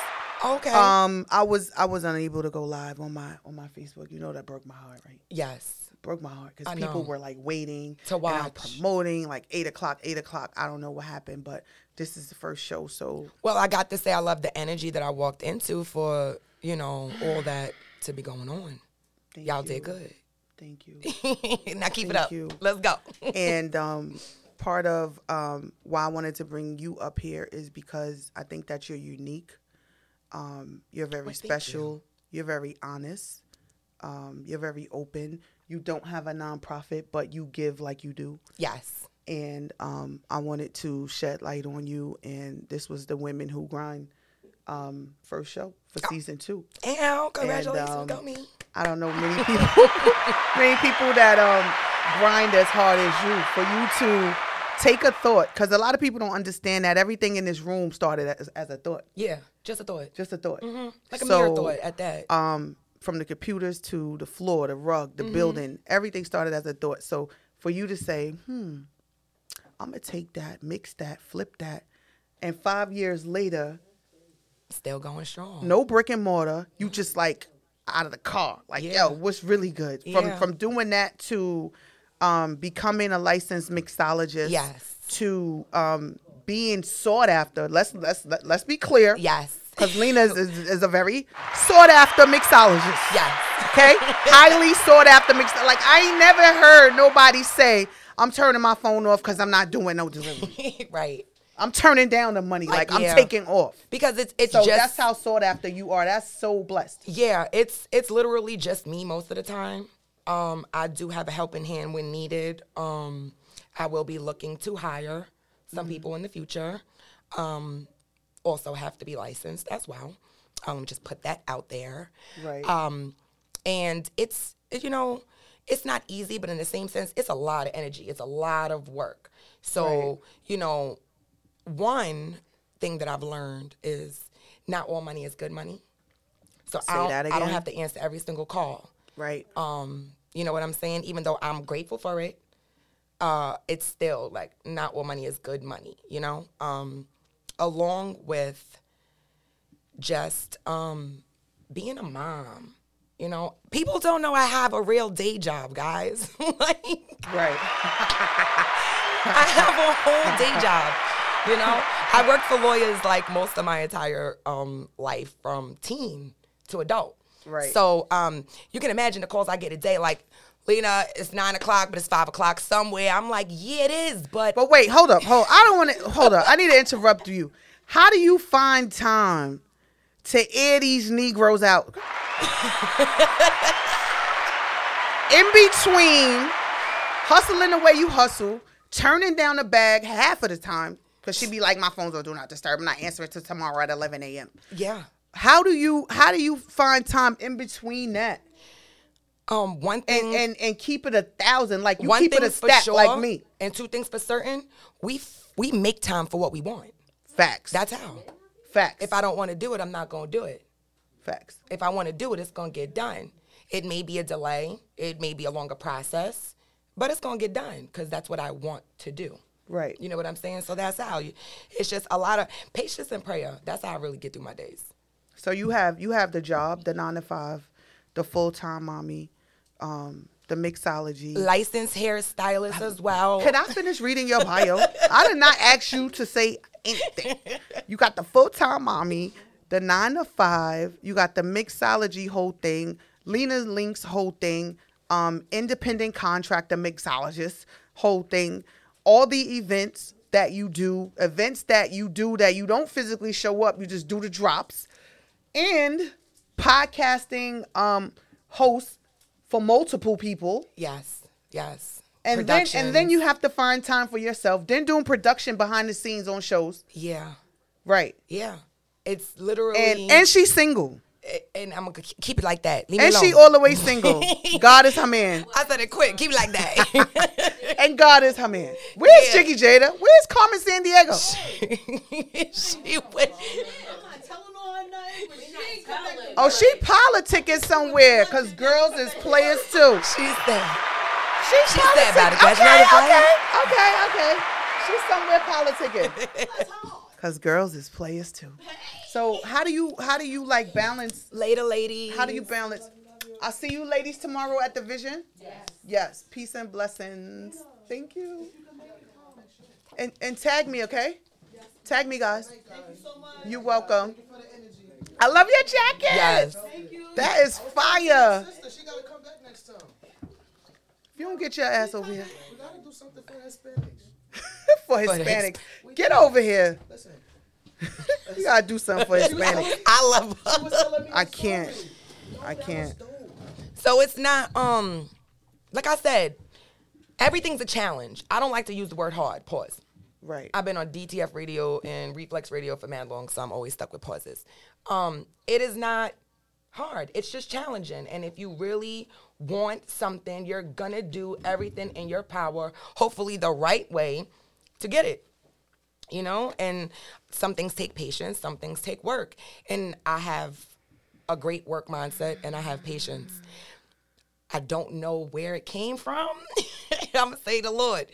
Speaker 8: Okay.
Speaker 2: Um, I was I was unable to go live on my on my Facebook. You know that broke my heart, right?
Speaker 8: Yes.
Speaker 2: broke my heart because
Speaker 8: I
Speaker 2: people
Speaker 8: know.
Speaker 2: were like waiting
Speaker 8: To
Speaker 2: and I'm
Speaker 8: watch.
Speaker 2: promoting like eight o'clock, eight o'clock. I don't know what happened, but this is the first show, so
Speaker 8: Well, I got to say I love the energy that I walked into for, you know, all that to be going on. Y'all did good.
Speaker 2: Thank you.
Speaker 8: now
Speaker 2: Thank
Speaker 8: keep it up.
Speaker 2: you.
Speaker 8: Let's go.
Speaker 2: and um, part of um, why I wanted to bring you up here is because I think that you're unique. Um, you're very
Speaker 12: Well, thank
Speaker 2: special. You. are very honest. Um, you're very open. You don't have a nonprofit, but you give like you do.
Speaker 8: Yes.
Speaker 2: And um, I wanted to shed light on you. And this was the Women Who Grind um, first show for season two.
Speaker 8: Ow,
Speaker 2: um,
Speaker 8: congratulations,
Speaker 2: And,
Speaker 8: go me.
Speaker 2: I don't know many people, many people that um, grind as hard as you. For you to take a thought, because a lot of people don't understand that everything in this room started as, as a thought.
Speaker 8: Yeah, just a thought.
Speaker 2: Just a thought.
Speaker 8: Mhm. Like a
Speaker 2: So,
Speaker 8: mirror thought at that.
Speaker 2: Um, from the computers to the floor, the rug, the
Speaker 8: Mhm.
Speaker 2: building, everything started as a thought. So for you to say, hmm, I'm gonna take that, mix that, flip that, and five years later,
Speaker 8: Still going strong.
Speaker 2: no brick and mortar. You just like out of the car. Like, yo, what's really good? From
Speaker 8: Yeah.
Speaker 2: from doing that to um, becoming a licensed mixologist.
Speaker 8: Yes.
Speaker 2: To um, being sought after. Let's let's let, let's be clear.
Speaker 8: Yes.
Speaker 2: Because Lena is, is, is a very sought after mixologist.
Speaker 8: Yes.
Speaker 2: Okay? Highly sought after mix. Like, I ain't never heard nobody say, I'm turning my phone off because I'm not doing no delivery.
Speaker 8: right.
Speaker 2: I'm turning down the money. Like,
Speaker 8: Like, yeah.
Speaker 2: I'm taking off.
Speaker 8: Because it's it's
Speaker 2: so
Speaker 8: just
Speaker 2: that's how sought after you are. That's so blessed.
Speaker 8: Yeah, it's it's literally just me most of the time. Um, I do have a helping hand when needed. Um, I will be looking to hire some people in the future. Um, also have to be licensed as well. Um, just put that out there.
Speaker 2: Right.
Speaker 8: Um, and it's you know, it's not easy, but in the same sense, it's a lot of energy. It's a lot of work. So
Speaker 7: Right.
Speaker 8: you know, one thing that I've learned is not all money is good money. So
Speaker 2: Say
Speaker 8: I don't,
Speaker 2: that
Speaker 8: I don't
Speaker 2: again.
Speaker 8: have to answer every single call.
Speaker 2: Right.
Speaker 8: Um, you know what I'm saying? Even though I'm grateful for it, uh, it's still like not all money is good money, you know? Um, along with just um being a mom, you know. People don't know I have a real day job, guys. like
Speaker 2: Right.
Speaker 8: I have a whole day job. You know, I worked for lawyers like most of my entire um, life, from teen to adult.
Speaker 2: Right.
Speaker 8: So um, you can imagine the calls I get a day, like Lena, it's nine o'clock, but it's five o'clock somewhere. I'm like, yeah, it is, but
Speaker 2: But wait, hold up. Hold. I don't want to. Hold up. I need to interrupt you. How do you find time to air these Negroes out? In between hustling the way you hustle, turning down the bag half of the time, because she'd be like, "My phone's on do not disturb. I'm not answering till tomorrow at 11 a.m."
Speaker 8: yeah.
Speaker 2: How do you how do you find time in between that?
Speaker 8: Um, one
Speaker 2: thing and and, and keep it a thousand like you
Speaker 8: One
Speaker 2: keep it
Speaker 8: thing
Speaker 2: a
Speaker 8: for
Speaker 2: stat
Speaker 8: sure,
Speaker 2: like me.
Speaker 8: and two things for certain, we f- we make time for what we want.
Speaker 2: Facts.
Speaker 8: That's how.
Speaker 2: Facts.
Speaker 8: If I don't want to do it, I'm not gonna do it.
Speaker 2: Facts.
Speaker 8: If I want to do it, it's gonna get done. It may be a delay, it may be a longer process, but it's gonna get done because that's what I want to do.
Speaker 2: Right.
Speaker 8: You know what I'm saying? So that's how you. It's just a lot of patience and prayer. That's how I really get through my days.
Speaker 2: So you have you have the job, the nine to five, the full time mommy, um, the mixology.
Speaker 8: Licensed hairstylist as well.
Speaker 2: Can I finish reading your bio? I did not ask you to say anything. You got the full time mommy, the nine to five. You got the mixology whole thing, Lena Link's whole thing, um, independent contractor mixologist whole thing, all the events that you do, events that you do that you don't physically show up, you just do the drops, and podcasting um, host for multiple people
Speaker 8: Yes. Yes.
Speaker 2: and then and then you have to find time for yourself. Then doing production behind the scenes on shows.
Speaker 8: Yeah.
Speaker 2: Right.
Speaker 8: Yeah. It's literally.
Speaker 2: And and she's single.
Speaker 8: And I'm gonna keep it like that. Leave me
Speaker 2: and she
Speaker 8: alone.
Speaker 2: all the way single. God is her man.
Speaker 8: I said it quick. Keep it like that.
Speaker 2: And God is her man. Where's Jiggy Jada? Where's Carmen San Diego?
Speaker 8: she went.
Speaker 2: Oh, she politicking somewhere because girls is players too.
Speaker 8: She's there.
Speaker 2: She's
Speaker 8: She said about it,
Speaker 2: politicking.
Speaker 8: that's not
Speaker 2: Okay,
Speaker 8: a
Speaker 2: okay,
Speaker 8: plan.
Speaker 2: okay, okay. She's somewhere politicking. Cause girls is players too. So how do you how do you like balance
Speaker 8: later ladies?
Speaker 2: How do you balance? I'll see you ladies tomorrow at the vision. Yes. Yes. Peace and blessings. Thank you. And and tag me, okay? Tag me guys. Thank you so much. You're welcome. I love your jacket.
Speaker 8: Yes.
Speaker 2: Thank you. That is fire. If you don't get your ass over here.
Speaker 1: We gotta do something for Hispanics.
Speaker 2: for
Speaker 8: For the
Speaker 2: Hispanics. Get over here. you gotta do something for Hispanics.
Speaker 8: I love her.
Speaker 2: I can't. I can't.
Speaker 8: So it's not um like I said, everything's a challenge. I don't like to use the word hard. Pause.
Speaker 2: Right.
Speaker 8: I've been on DTF radio and Reflex radio for mad long, so I'm always stuck with pauses. Um, it is not hard. It's just challenging. And if you really want something, you're gonna do everything in your power, hopefully the right way, to get it. You know, and some things take patience, some things take work. And I have a great work mindset and I have patience. I don't know where it came from. I'm gonna say the Lord.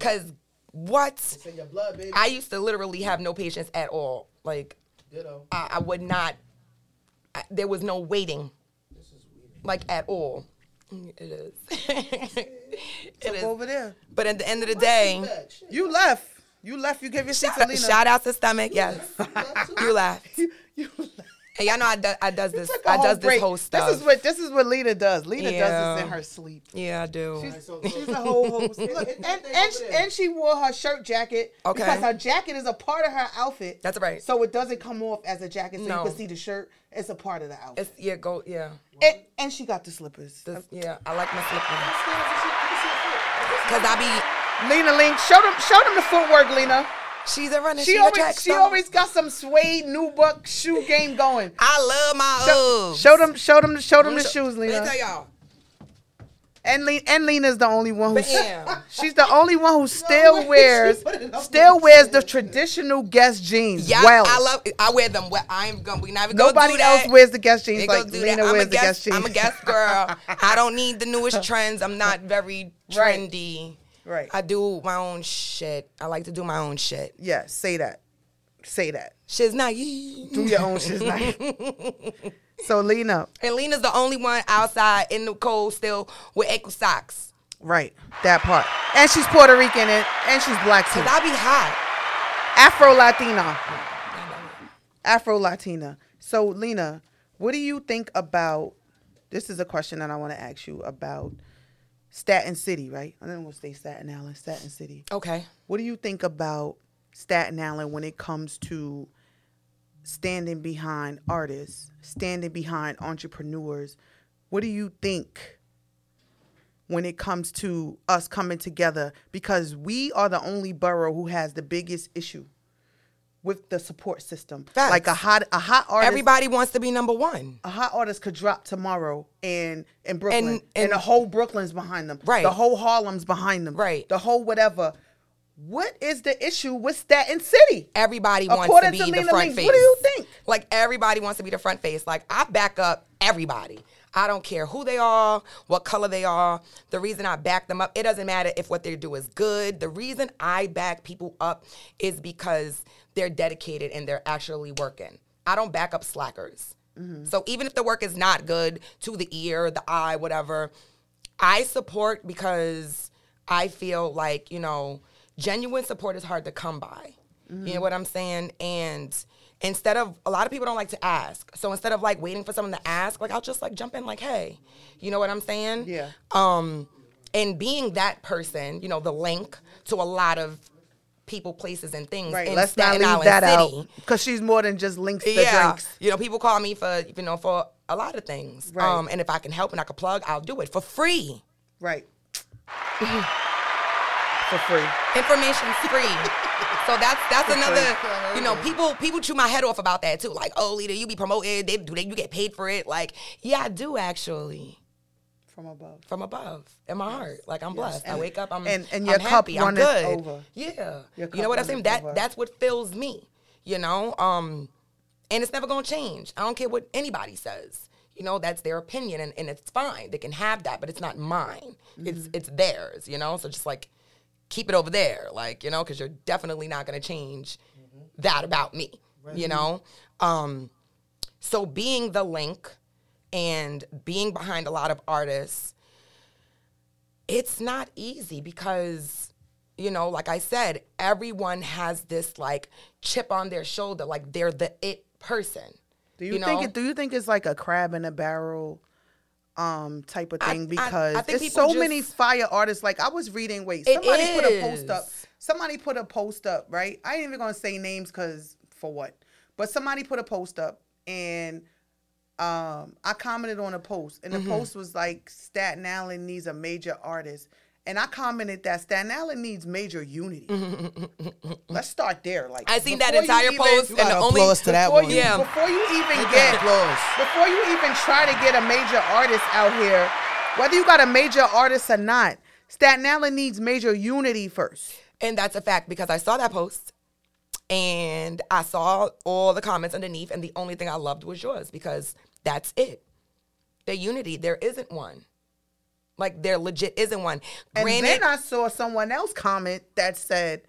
Speaker 8: Cause what?
Speaker 1: It's in your blood, baby.
Speaker 8: I used to literally have no patience at all. Like
Speaker 1: Ditto.
Speaker 8: I, I would not. I, there was no waiting. Like at all. It is. it is.
Speaker 2: over there.
Speaker 8: But at the end of the day,
Speaker 2: you left. You left. You gave your shit
Speaker 8: shout,
Speaker 2: to Lena.
Speaker 8: Shout out to stomach. yes, you laugh. And y'all know I, do, I does this. I does this whole stuff.
Speaker 2: This is what this is what Lena does. Lena does this in
Speaker 8: Yeah.
Speaker 2: her sleep.
Speaker 8: Yeah, I do.
Speaker 2: She's, she's a whole host. Look, and, and, she, and she wore her shirt jacket
Speaker 8: Okay.
Speaker 2: because her jacket is a part of her outfit.
Speaker 8: That's right.
Speaker 2: So it doesn't come off as a jacket, so
Speaker 8: No.
Speaker 2: you can see the shirt. It's a part of the outfit.
Speaker 8: It's, yeah, go. Yeah,
Speaker 2: And, and she got the slippers.
Speaker 8: This- yeah. I like my slippers. Cause I be
Speaker 2: Lena Link. Show them, show them the footwork, Lena.
Speaker 8: She's a runner.
Speaker 2: She
Speaker 8: She a track
Speaker 2: always, she
Speaker 8: star.
Speaker 2: always got some suede new buck shoe game going.
Speaker 8: I love my
Speaker 2: show,
Speaker 8: Uggs.
Speaker 2: show them, show them, show them the
Speaker 8: Let me show-
Speaker 2: shoes,
Speaker 8: let me
Speaker 2: Lena.
Speaker 8: tell y'all.
Speaker 2: And, Le- and Lena's the only one who
Speaker 8: Bam.
Speaker 2: she's the only one who still
Speaker 8: she
Speaker 2: wears
Speaker 8: put it up
Speaker 2: still wears the traditional guest jeans.
Speaker 8: Yeah,
Speaker 2: well,
Speaker 8: I love. I wear them. Well, I'm gonna. We never gonna
Speaker 2: nobody
Speaker 8: do that.
Speaker 2: else wears the guest jeans
Speaker 8: They gonna
Speaker 2: like
Speaker 8: do
Speaker 2: Lena
Speaker 8: that. I'm
Speaker 2: wears
Speaker 8: a
Speaker 2: the guest
Speaker 8: guest.
Speaker 2: jeans.
Speaker 8: I'm a guest girl. I don't need the newest trends. I'm not very trendy.
Speaker 2: Right.
Speaker 8: I do my own shit. I like to do my own shit.
Speaker 2: Yeah. Say that. Say that.
Speaker 8: Shiz not ye.
Speaker 2: Do your own shiz not so Lena,
Speaker 8: And Lena's the only one outside in the cold still with ankle socks.
Speaker 2: right? That part, and she's Puerto Rican and, and she's black too.
Speaker 8: Cause I be hot.
Speaker 2: Afro Latina. Afro Latina. So, Lena, what do you think about? This is a question that I want to ask you about Staten City, right? I'm going to say Staten Island, Staten City.
Speaker 8: Okay.
Speaker 2: What do you think about Staten Island when it comes to standing behind artists, standing behind entrepreneurs? What do you think when it comes to us coming together? Because we are the only borough who has the biggest issue with the support system. Like a hot a hot artist
Speaker 8: Everybody wants to be number one.
Speaker 2: a hot artist could drop tomorrow and in Brooklyn and,
Speaker 8: And-
Speaker 2: the whole Brooklyn's behind them.
Speaker 8: Right.
Speaker 2: The whole Harlem's behind them. Right. The whole whatever. What is the issue with Staten City?
Speaker 8: Everybody wants
Speaker 2: According
Speaker 8: to be
Speaker 2: Lena
Speaker 8: the front
Speaker 2: Leakes,
Speaker 8: face.
Speaker 2: What do you think?
Speaker 8: Like everybody wants to be the front face. Like I back up everybody. I don't care who they are, what color they are. The reason I back them up, it doesn't matter if what they do is good. The reason I back people up is because they're dedicated and they're actually working. I don't back up slackers.
Speaker 2: Mm-hmm.
Speaker 8: So even if the work is not good to the ear, the eye, whatever, I support because I feel like, you know, genuine support is hard to come by. You know
Speaker 2: Mm-hmm.
Speaker 8: what I'm saying? And instead of a lot of people don't like to ask. So instead of like waiting for someone to ask, like I'll just like jump in like, "Hey, you know what I'm saying?"
Speaker 2: Yeah.
Speaker 8: Um and being that person, you know, the link to a lot of people, places and things
Speaker 2: Right.
Speaker 8: in
Speaker 2: Let's not
Speaker 8: Staten
Speaker 2: leave
Speaker 8: Island
Speaker 2: that
Speaker 8: City.
Speaker 2: out. Because she's more than just links to drinks.
Speaker 8: You know, people call me for you know for a lot of things.
Speaker 2: Right.
Speaker 8: Um, and if I can help and I can plug, I'll do it for free.
Speaker 2: Right. For free.
Speaker 8: Information's free. so that's that's
Speaker 2: For
Speaker 8: another.
Speaker 2: free.
Speaker 8: You know, people people chew my head off about that too. Like, oh, leader, you be promoted. They do they you get paid for it? Like, yeah, I do actually.
Speaker 2: From above.
Speaker 8: From above, in my heart, like I'm
Speaker 2: Yes.
Speaker 8: blessed. I
Speaker 2: And-
Speaker 8: wake up, I'm
Speaker 2: and- and
Speaker 8: I'm
Speaker 2: your cup
Speaker 8: happy, I'm
Speaker 2: runneth
Speaker 8: good.
Speaker 2: over.
Speaker 8: Yeah,
Speaker 2: Your
Speaker 8: you
Speaker 2: cup
Speaker 8: know what I'm saying.
Speaker 2: runneth
Speaker 8: That
Speaker 2: over.
Speaker 8: that's what fills me. You know, um, and it's never gonna change. I don't care what anybody says. You know, that's their opinion, and, and it's fine. They can have that, but it's not mine.
Speaker 2: Mm-hmm.
Speaker 8: It's it's theirs. You know, so just like keep it over there, like you know, because you're definitely not gonna change
Speaker 2: Mm-hmm.
Speaker 8: that about me. You know, um, so being the link and being behind a lot of artists, it's not easy because you know, like I said, everyone has this like chip on their shoulder, like they're the it person.
Speaker 2: Do you, think
Speaker 8: know?
Speaker 2: it do you think it's like a crab in a barrel um type of
Speaker 8: I-
Speaker 2: thing
Speaker 8: I- I
Speaker 2: because
Speaker 8: think
Speaker 2: there's so
Speaker 8: people
Speaker 2: many
Speaker 8: just-
Speaker 2: fire artists. Like I was reading, wait,
Speaker 8: It
Speaker 2: somebody put a post up.
Speaker 8: is.
Speaker 2: Somebody put a post up, right? I ain't even gonna say names because for what? But somebody put a post up and um I commented on a post and the
Speaker 8: Mhm.
Speaker 2: post was like Staten Island needs a major artist. And I commented that Staten Island needs major unity. Let's start there. Like
Speaker 8: I seen that
Speaker 2: before you
Speaker 8: entire
Speaker 2: even-
Speaker 8: post, You and gotta the only- applause to that
Speaker 2: before
Speaker 8: one.
Speaker 2: You,
Speaker 8: Yeah.
Speaker 2: Before you even get
Speaker 8: Make that applause.
Speaker 2: before you even try to get a major artist out here, whether you got a major artist or not, Staten Island needs major unity first.
Speaker 8: And that's a fact because I saw that post and I saw all the comments underneath, and the only thing I loved was yours because that's it. The unity, there isn't one. Like there legit isn't one.
Speaker 2: And
Speaker 8: Granted,
Speaker 2: then I saw someone else comment that said,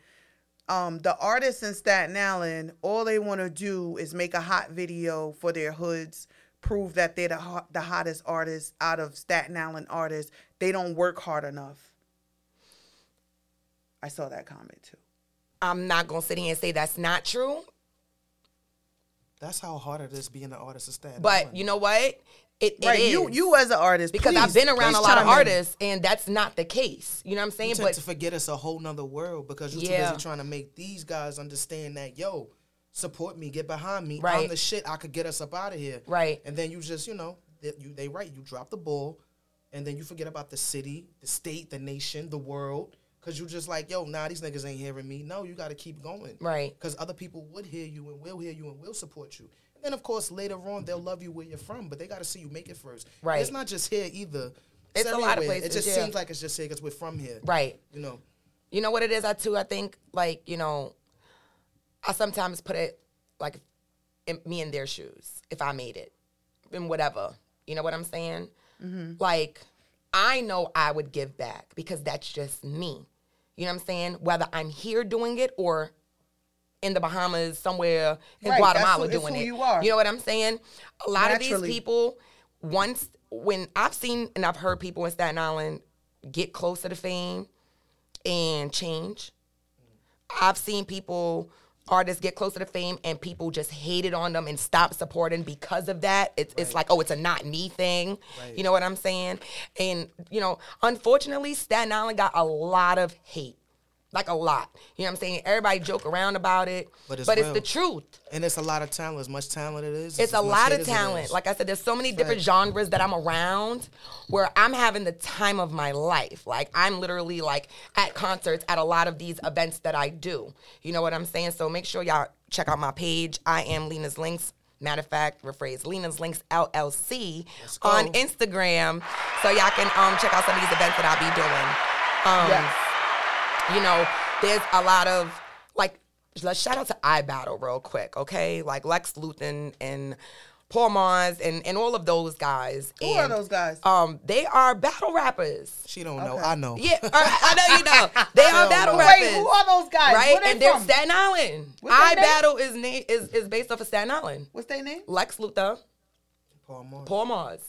Speaker 2: um, the artists in Staten Island, all they want to do is make a hot video for their hoods, prove that they're the, hot, the hottest artists out of Staten Island artists. They don't work hard enough. I saw that comment too.
Speaker 8: I'm not gonna sit here and say that's not true.
Speaker 1: That's how hard it is being an artist of Staten
Speaker 8: But you know what? It, it
Speaker 1: Right, you-
Speaker 8: is.
Speaker 2: you as an artist
Speaker 8: because I've
Speaker 1: please-
Speaker 8: been around
Speaker 1: please
Speaker 8: a lot
Speaker 1: chime
Speaker 8: of
Speaker 1: in.
Speaker 8: artists, and that's not the case. You know what I'm saying?
Speaker 1: You tend
Speaker 8: but
Speaker 1: to forget it's a whole nother world because you're
Speaker 8: Yeah.
Speaker 1: too busy trying to make these guys understand that yo, support me, get behind me, I'm
Speaker 8: Right.
Speaker 1: the shit. I could get us up out of here,
Speaker 8: Right.
Speaker 1: And then you just you know they, you, they right, you drop the ball, and then you forget about the city, the state, the nation, the world. Cause you just like yo, nah, these niggas ain't hearing me. No, you got to keep going,
Speaker 8: Right.
Speaker 1: Cause other people would hear you and will hear you and will support you. And then of course later on they'll love you where you're from, but they got to see you make it first. And
Speaker 8: Right.
Speaker 1: It's not just here either.
Speaker 8: It's a lot of
Speaker 1: everywhere. It
Speaker 8: places,
Speaker 1: just
Speaker 8: yeah.
Speaker 1: seems like it's just here because we're from here,
Speaker 8: Right.
Speaker 1: You know.
Speaker 8: You know what it is? I too. I think like you know, I sometimes put it like in, me in their shoes if I made it, and whatever. You know what I'm saying?
Speaker 17: Mhm.
Speaker 8: Like I know I would give back because that's just me. You know what I'm saying? Whether I'm here doing it or in the Bahamas somewhere in
Speaker 17: Right, that's
Speaker 8: Guatemala
Speaker 17: who- it's
Speaker 8: doing
Speaker 17: who
Speaker 8: it.
Speaker 17: you are.
Speaker 8: you know what I'm saying? A lot of
Speaker 17: Naturally.
Speaker 8: these people once when I've seen and I've heard people in Staten Island get closer to fame and change. I've seen people artists get closer to fame and people just hated on them and stopped supporting because of that. It's it's like, oh, it's a not me thing.
Speaker 17: Right.
Speaker 8: You know what I'm saying? And you know, unfortunately, Staten Island got a lot of hate. Like a lot. You know what I'm saying? Everybody joke around about it.
Speaker 1: But it's real.
Speaker 8: the truth.
Speaker 1: And it's a lot of talent. As much talent it is,
Speaker 8: It's
Speaker 1: as
Speaker 8: a
Speaker 1: much
Speaker 8: lot
Speaker 1: hate
Speaker 8: of
Speaker 1: as it
Speaker 8: talent.
Speaker 1: is.
Speaker 8: Like I said, there's so many
Speaker 1: Fact.
Speaker 8: different genres that I'm around where I'm having the time of my life. Like I'm literally like at concerts at a lot of these events that I do. You know what I'm saying? So make sure y'all check out my page. I am Lena's Links. Matter of fact, rephrase Lena's Links LLC
Speaker 17: go.
Speaker 8: on Instagram. So y'all can um check out some of these events that I'll be doing. Um
Speaker 17: Yes.
Speaker 8: you know, there's a lot of like let's shout out to iBattle real quick, okay? Like Lex Luthor and Paul Mars and and all of those guys.
Speaker 2: Who are
Speaker 8: And,
Speaker 2: those guys?
Speaker 8: Um, they are battle rappers.
Speaker 1: She don't know. I know.
Speaker 8: Yeah, or- I know you know. They are battle
Speaker 2: Wait,
Speaker 8: rappers.
Speaker 2: who are those guys?
Speaker 8: Right,
Speaker 2: Where they
Speaker 8: and they're
Speaker 2: from?
Speaker 8: Staten Island.
Speaker 2: What's their
Speaker 8: I
Speaker 2: name?
Speaker 8: battle is name is is based off of Staten Island.
Speaker 2: What's their name?
Speaker 8: Lex Luthor,
Speaker 1: Paul Mars.
Speaker 8: Paul Mars.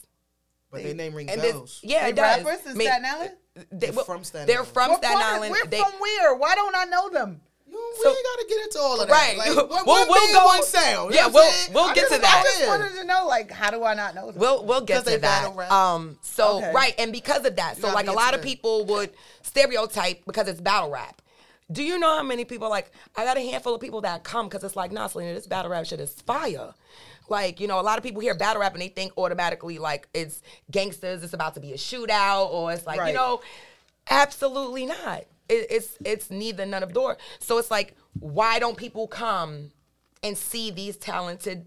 Speaker 1: But their name ring
Speaker 8: and this-
Speaker 1: bells.
Speaker 8: Yeah,
Speaker 2: They
Speaker 8: it does.
Speaker 2: rappers in
Speaker 8: Ma-
Speaker 2: Staten Island?
Speaker 8: They,
Speaker 1: They're
Speaker 8: well,
Speaker 1: from Staten
Speaker 8: they're
Speaker 1: Island.
Speaker 8: from
Speaker 2: We're
Speaker 8: Staten
Speaker 2: from-
Speaker 8: Island.
Speaker 2: We're
Speaker 8: They-
Speaker 2: from where? Why don't I know them?
Speaker 1: we ain't gotta get into all of that.
Speaker 8: Right.
Speaker 1: Like,
Speaker 8: We'll-
Speaker 1: one,
Speaker 8: we'll
Speaker 1: one band,
Speaker 8: go-
Speaker 1: one sound. You
Speaker 8: yeah,
Speaker 1: know what
Speaker 8: we'll-
Speaker 1: I'm saying?
Speaker 8: we'll
Speaker 1: I
Speaker 8: get
Speaker 1: just-
Speaker 8: to that.
Speaker 1: I just
Speaker 2: I
Speaker 1: wanna-
Speaker 2: wanted to know, like, how do I not know them?
Speaker 8: We'll we'll get
Speaker 2: 'Cause they
Speaker 8: to that.
Speaker 2: battle rap.
Speaker 8: Um, so
Speaker 2: Okay.
Speaker 8: right, and because of that, so
Speaker 2: gotta
Speaker 8: like
Speaker 2: be
Speaker 8: a
Speaker 2: into
Speaker 8: lot of
Speaker 2: that.
Speaker 8: people would stereotype because it's battle rap. Do you know how many people like? I got a handful of people that come because it's like, nah, Selena, this battle rap shit is fire. Like you know, a lot of people hear battle rap and they think automatically like it's gangsters. It's about to be a shootout, or it's like
Speaker 17: Right.
Speaker 8: you know, absolutely not. It, it's it's neither none of door. So it's like, why don't people come and see these talented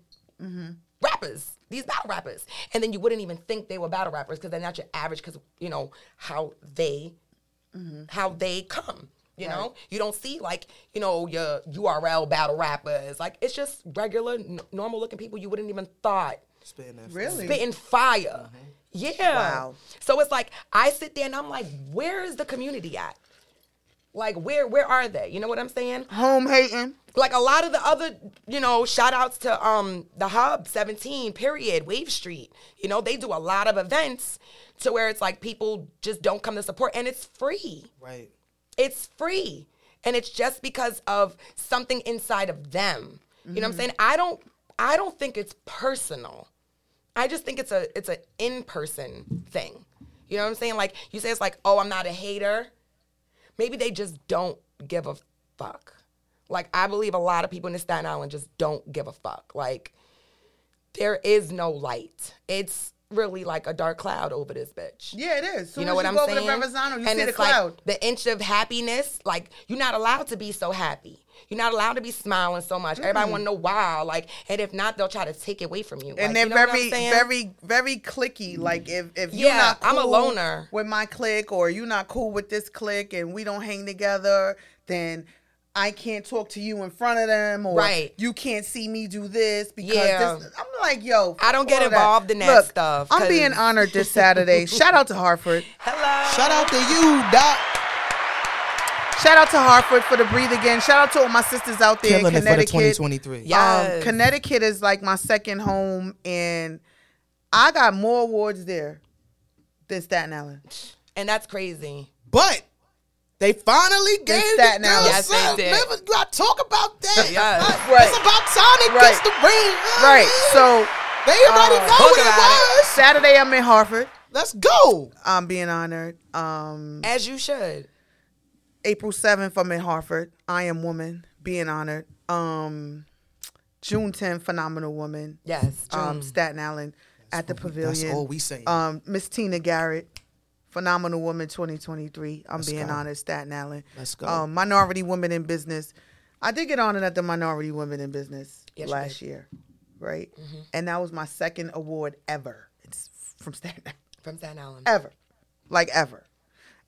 Speaker 8: rappers, these battle rappers. And then you wouldn't even think they were battle rappers because they're not your average because, you know, how they how they come. You
Speaker 17: Right.
Speaker 8: know, you don't see like you know your URL battle rappers. Like it's just regular, n- normal looking people you wouldn't even thought
Speaker 1: Spitting that fire.
Speaker 2: Really?
Speaker 8: spitting fire. Yeah.
Speaker 2: Wow.
Speaker 8: So it's like I sit there and I'm like, where is the community at? Like where where are they? You know what I'm saying?
Speaker 2: Home hating.
Speaker 8: Like a lot of the other, you know, shout outs to um the hub 17, period, Wave Street. You know, they do a lot of events to where it's like people just don't come to support and it's free.
Speaker 1: Right.
Speaker 8: It's free. And it's just because of something inside of them. You know what I'm saying? I don't I don't think it's personal. I just think it's a it's an in person thing. You know what I'm saying? Like you say, it's like, oh, I'm not a hater. Maybe they just don't give a fuck. Like I believe a lot of people in Staten Island just don't give a fuck. Like there is no light. It's really like a dark cloud over this bitch.
Speaker 2: Yeah, it is. Soon as you go over to Verrazano, you see the
Speaker 8: like
Speaker 2: cloud.
Speaker 8: the inch of happiness. Like you're not allowed to be so happy. You're not allowed to be smiling so much. Everybody
Speaker 2: Mm-mm.
Speaker 8: want to know why. Like, and if not, they'll try to take it away from you. Like,
Speaker 2: and they're
Speaker 8: you know what I'm
Speaker 2: very,
Speaker 8: saying?
Speaker 2: very, very clicky. Like if if you're
Speaker 8: Yeah,
Speaker 2: not,
Speaker 8: I'm a
Speaker 2: cool
Speaker 8: loner.
Speaker 2: with my clique, or you're not cool with this clique, and we don't hang together, then I can't talk to you in front of them, or
Speaker 8: Right.
Speaker 2: you can't see me do this because
Speaker 8: Yeah.
Speaker 2: this, I'm like, yo,
Speaker 8: I don't get
Speaker 2: all of
Speaker 8: involved in that
Speaker 2: Look,
Speaker 8: stuff,
Speaker 2: I'm being
Speaker 8: 'cause-
Speaker 2: honored this Saturday. Shout out to Hartford.
Speaker 8: Hello.
Speaker 2: Shout out to you, Doc. Shout out to Hartford for the breathe again. Shout out to all my sisters out there
Speaker 1: Killing
Speaker 2: in
Speaker 1: it for the
Speaker 2: Connecticut.
Speaker 1: 2023.
Speaker 2: Um,
Speaker 1: Yes.
Speaker 2: Connecticut is like my second home, and I got more awards there than Staten Island.
Speaker 8: and that's crazy.
Speaker 1: But they finally gave
Speaker 2: Staten
Speaker 1: the girl
Speaker 2: Island. Yes, they
Speaker 1: something.
Speaker 2: did.
Speaker 1: Remember, I talk about that.
Speaker 8: Yes.
Speaker 1: I-
Speaker 2: Right.
Speaker 1: It's about time it
Speaker 2: Right.
Speaker 1: gets the ring.
Speaker 2: Right. So
Speaker 1: They already
Speaker 8: uh,
Speaker 1: know
Speaker 2: Talk
Speaker 1: what um, it
Speaker 2: about
Speaker 1: was.
Speaker 2: Saturday, I'm in Hartford.
Speaker 1: Let's go.
Speaker 2: I'm being honored. Um,
Speaker 8: As you should.
Speaker 2: April 7th, I'm in Hartford. I am woman, being honored. Um, June 10th, phenomenal woman.
Speaker 8: Yes,
Speaker 2: Um,
Speaker 8: June.
Speaker 2: Staten Island at the pavilion.
Speaker 1: that's all we saying.
Speaker 2: Um, Miss Tina Garrett, phenomenal woman, 2023. I'm
Speaker 1: Let's
Speaker 2: being
Speaker 1: go.
Speaker 2: honored, Staten Island.
Speaker 1: Let's go.
Speaker 2: Um, minority women in business. I did get honored at the minority women in business
Speaker 8: Yes, you
Speaker 2: last year, right?
Speaker 1: Mm-hmm.
Speaker 2: And that was my second award ever. It's from Staten Island
Speaker 8: From Staten Island.
Speaker 2: ever, like ever.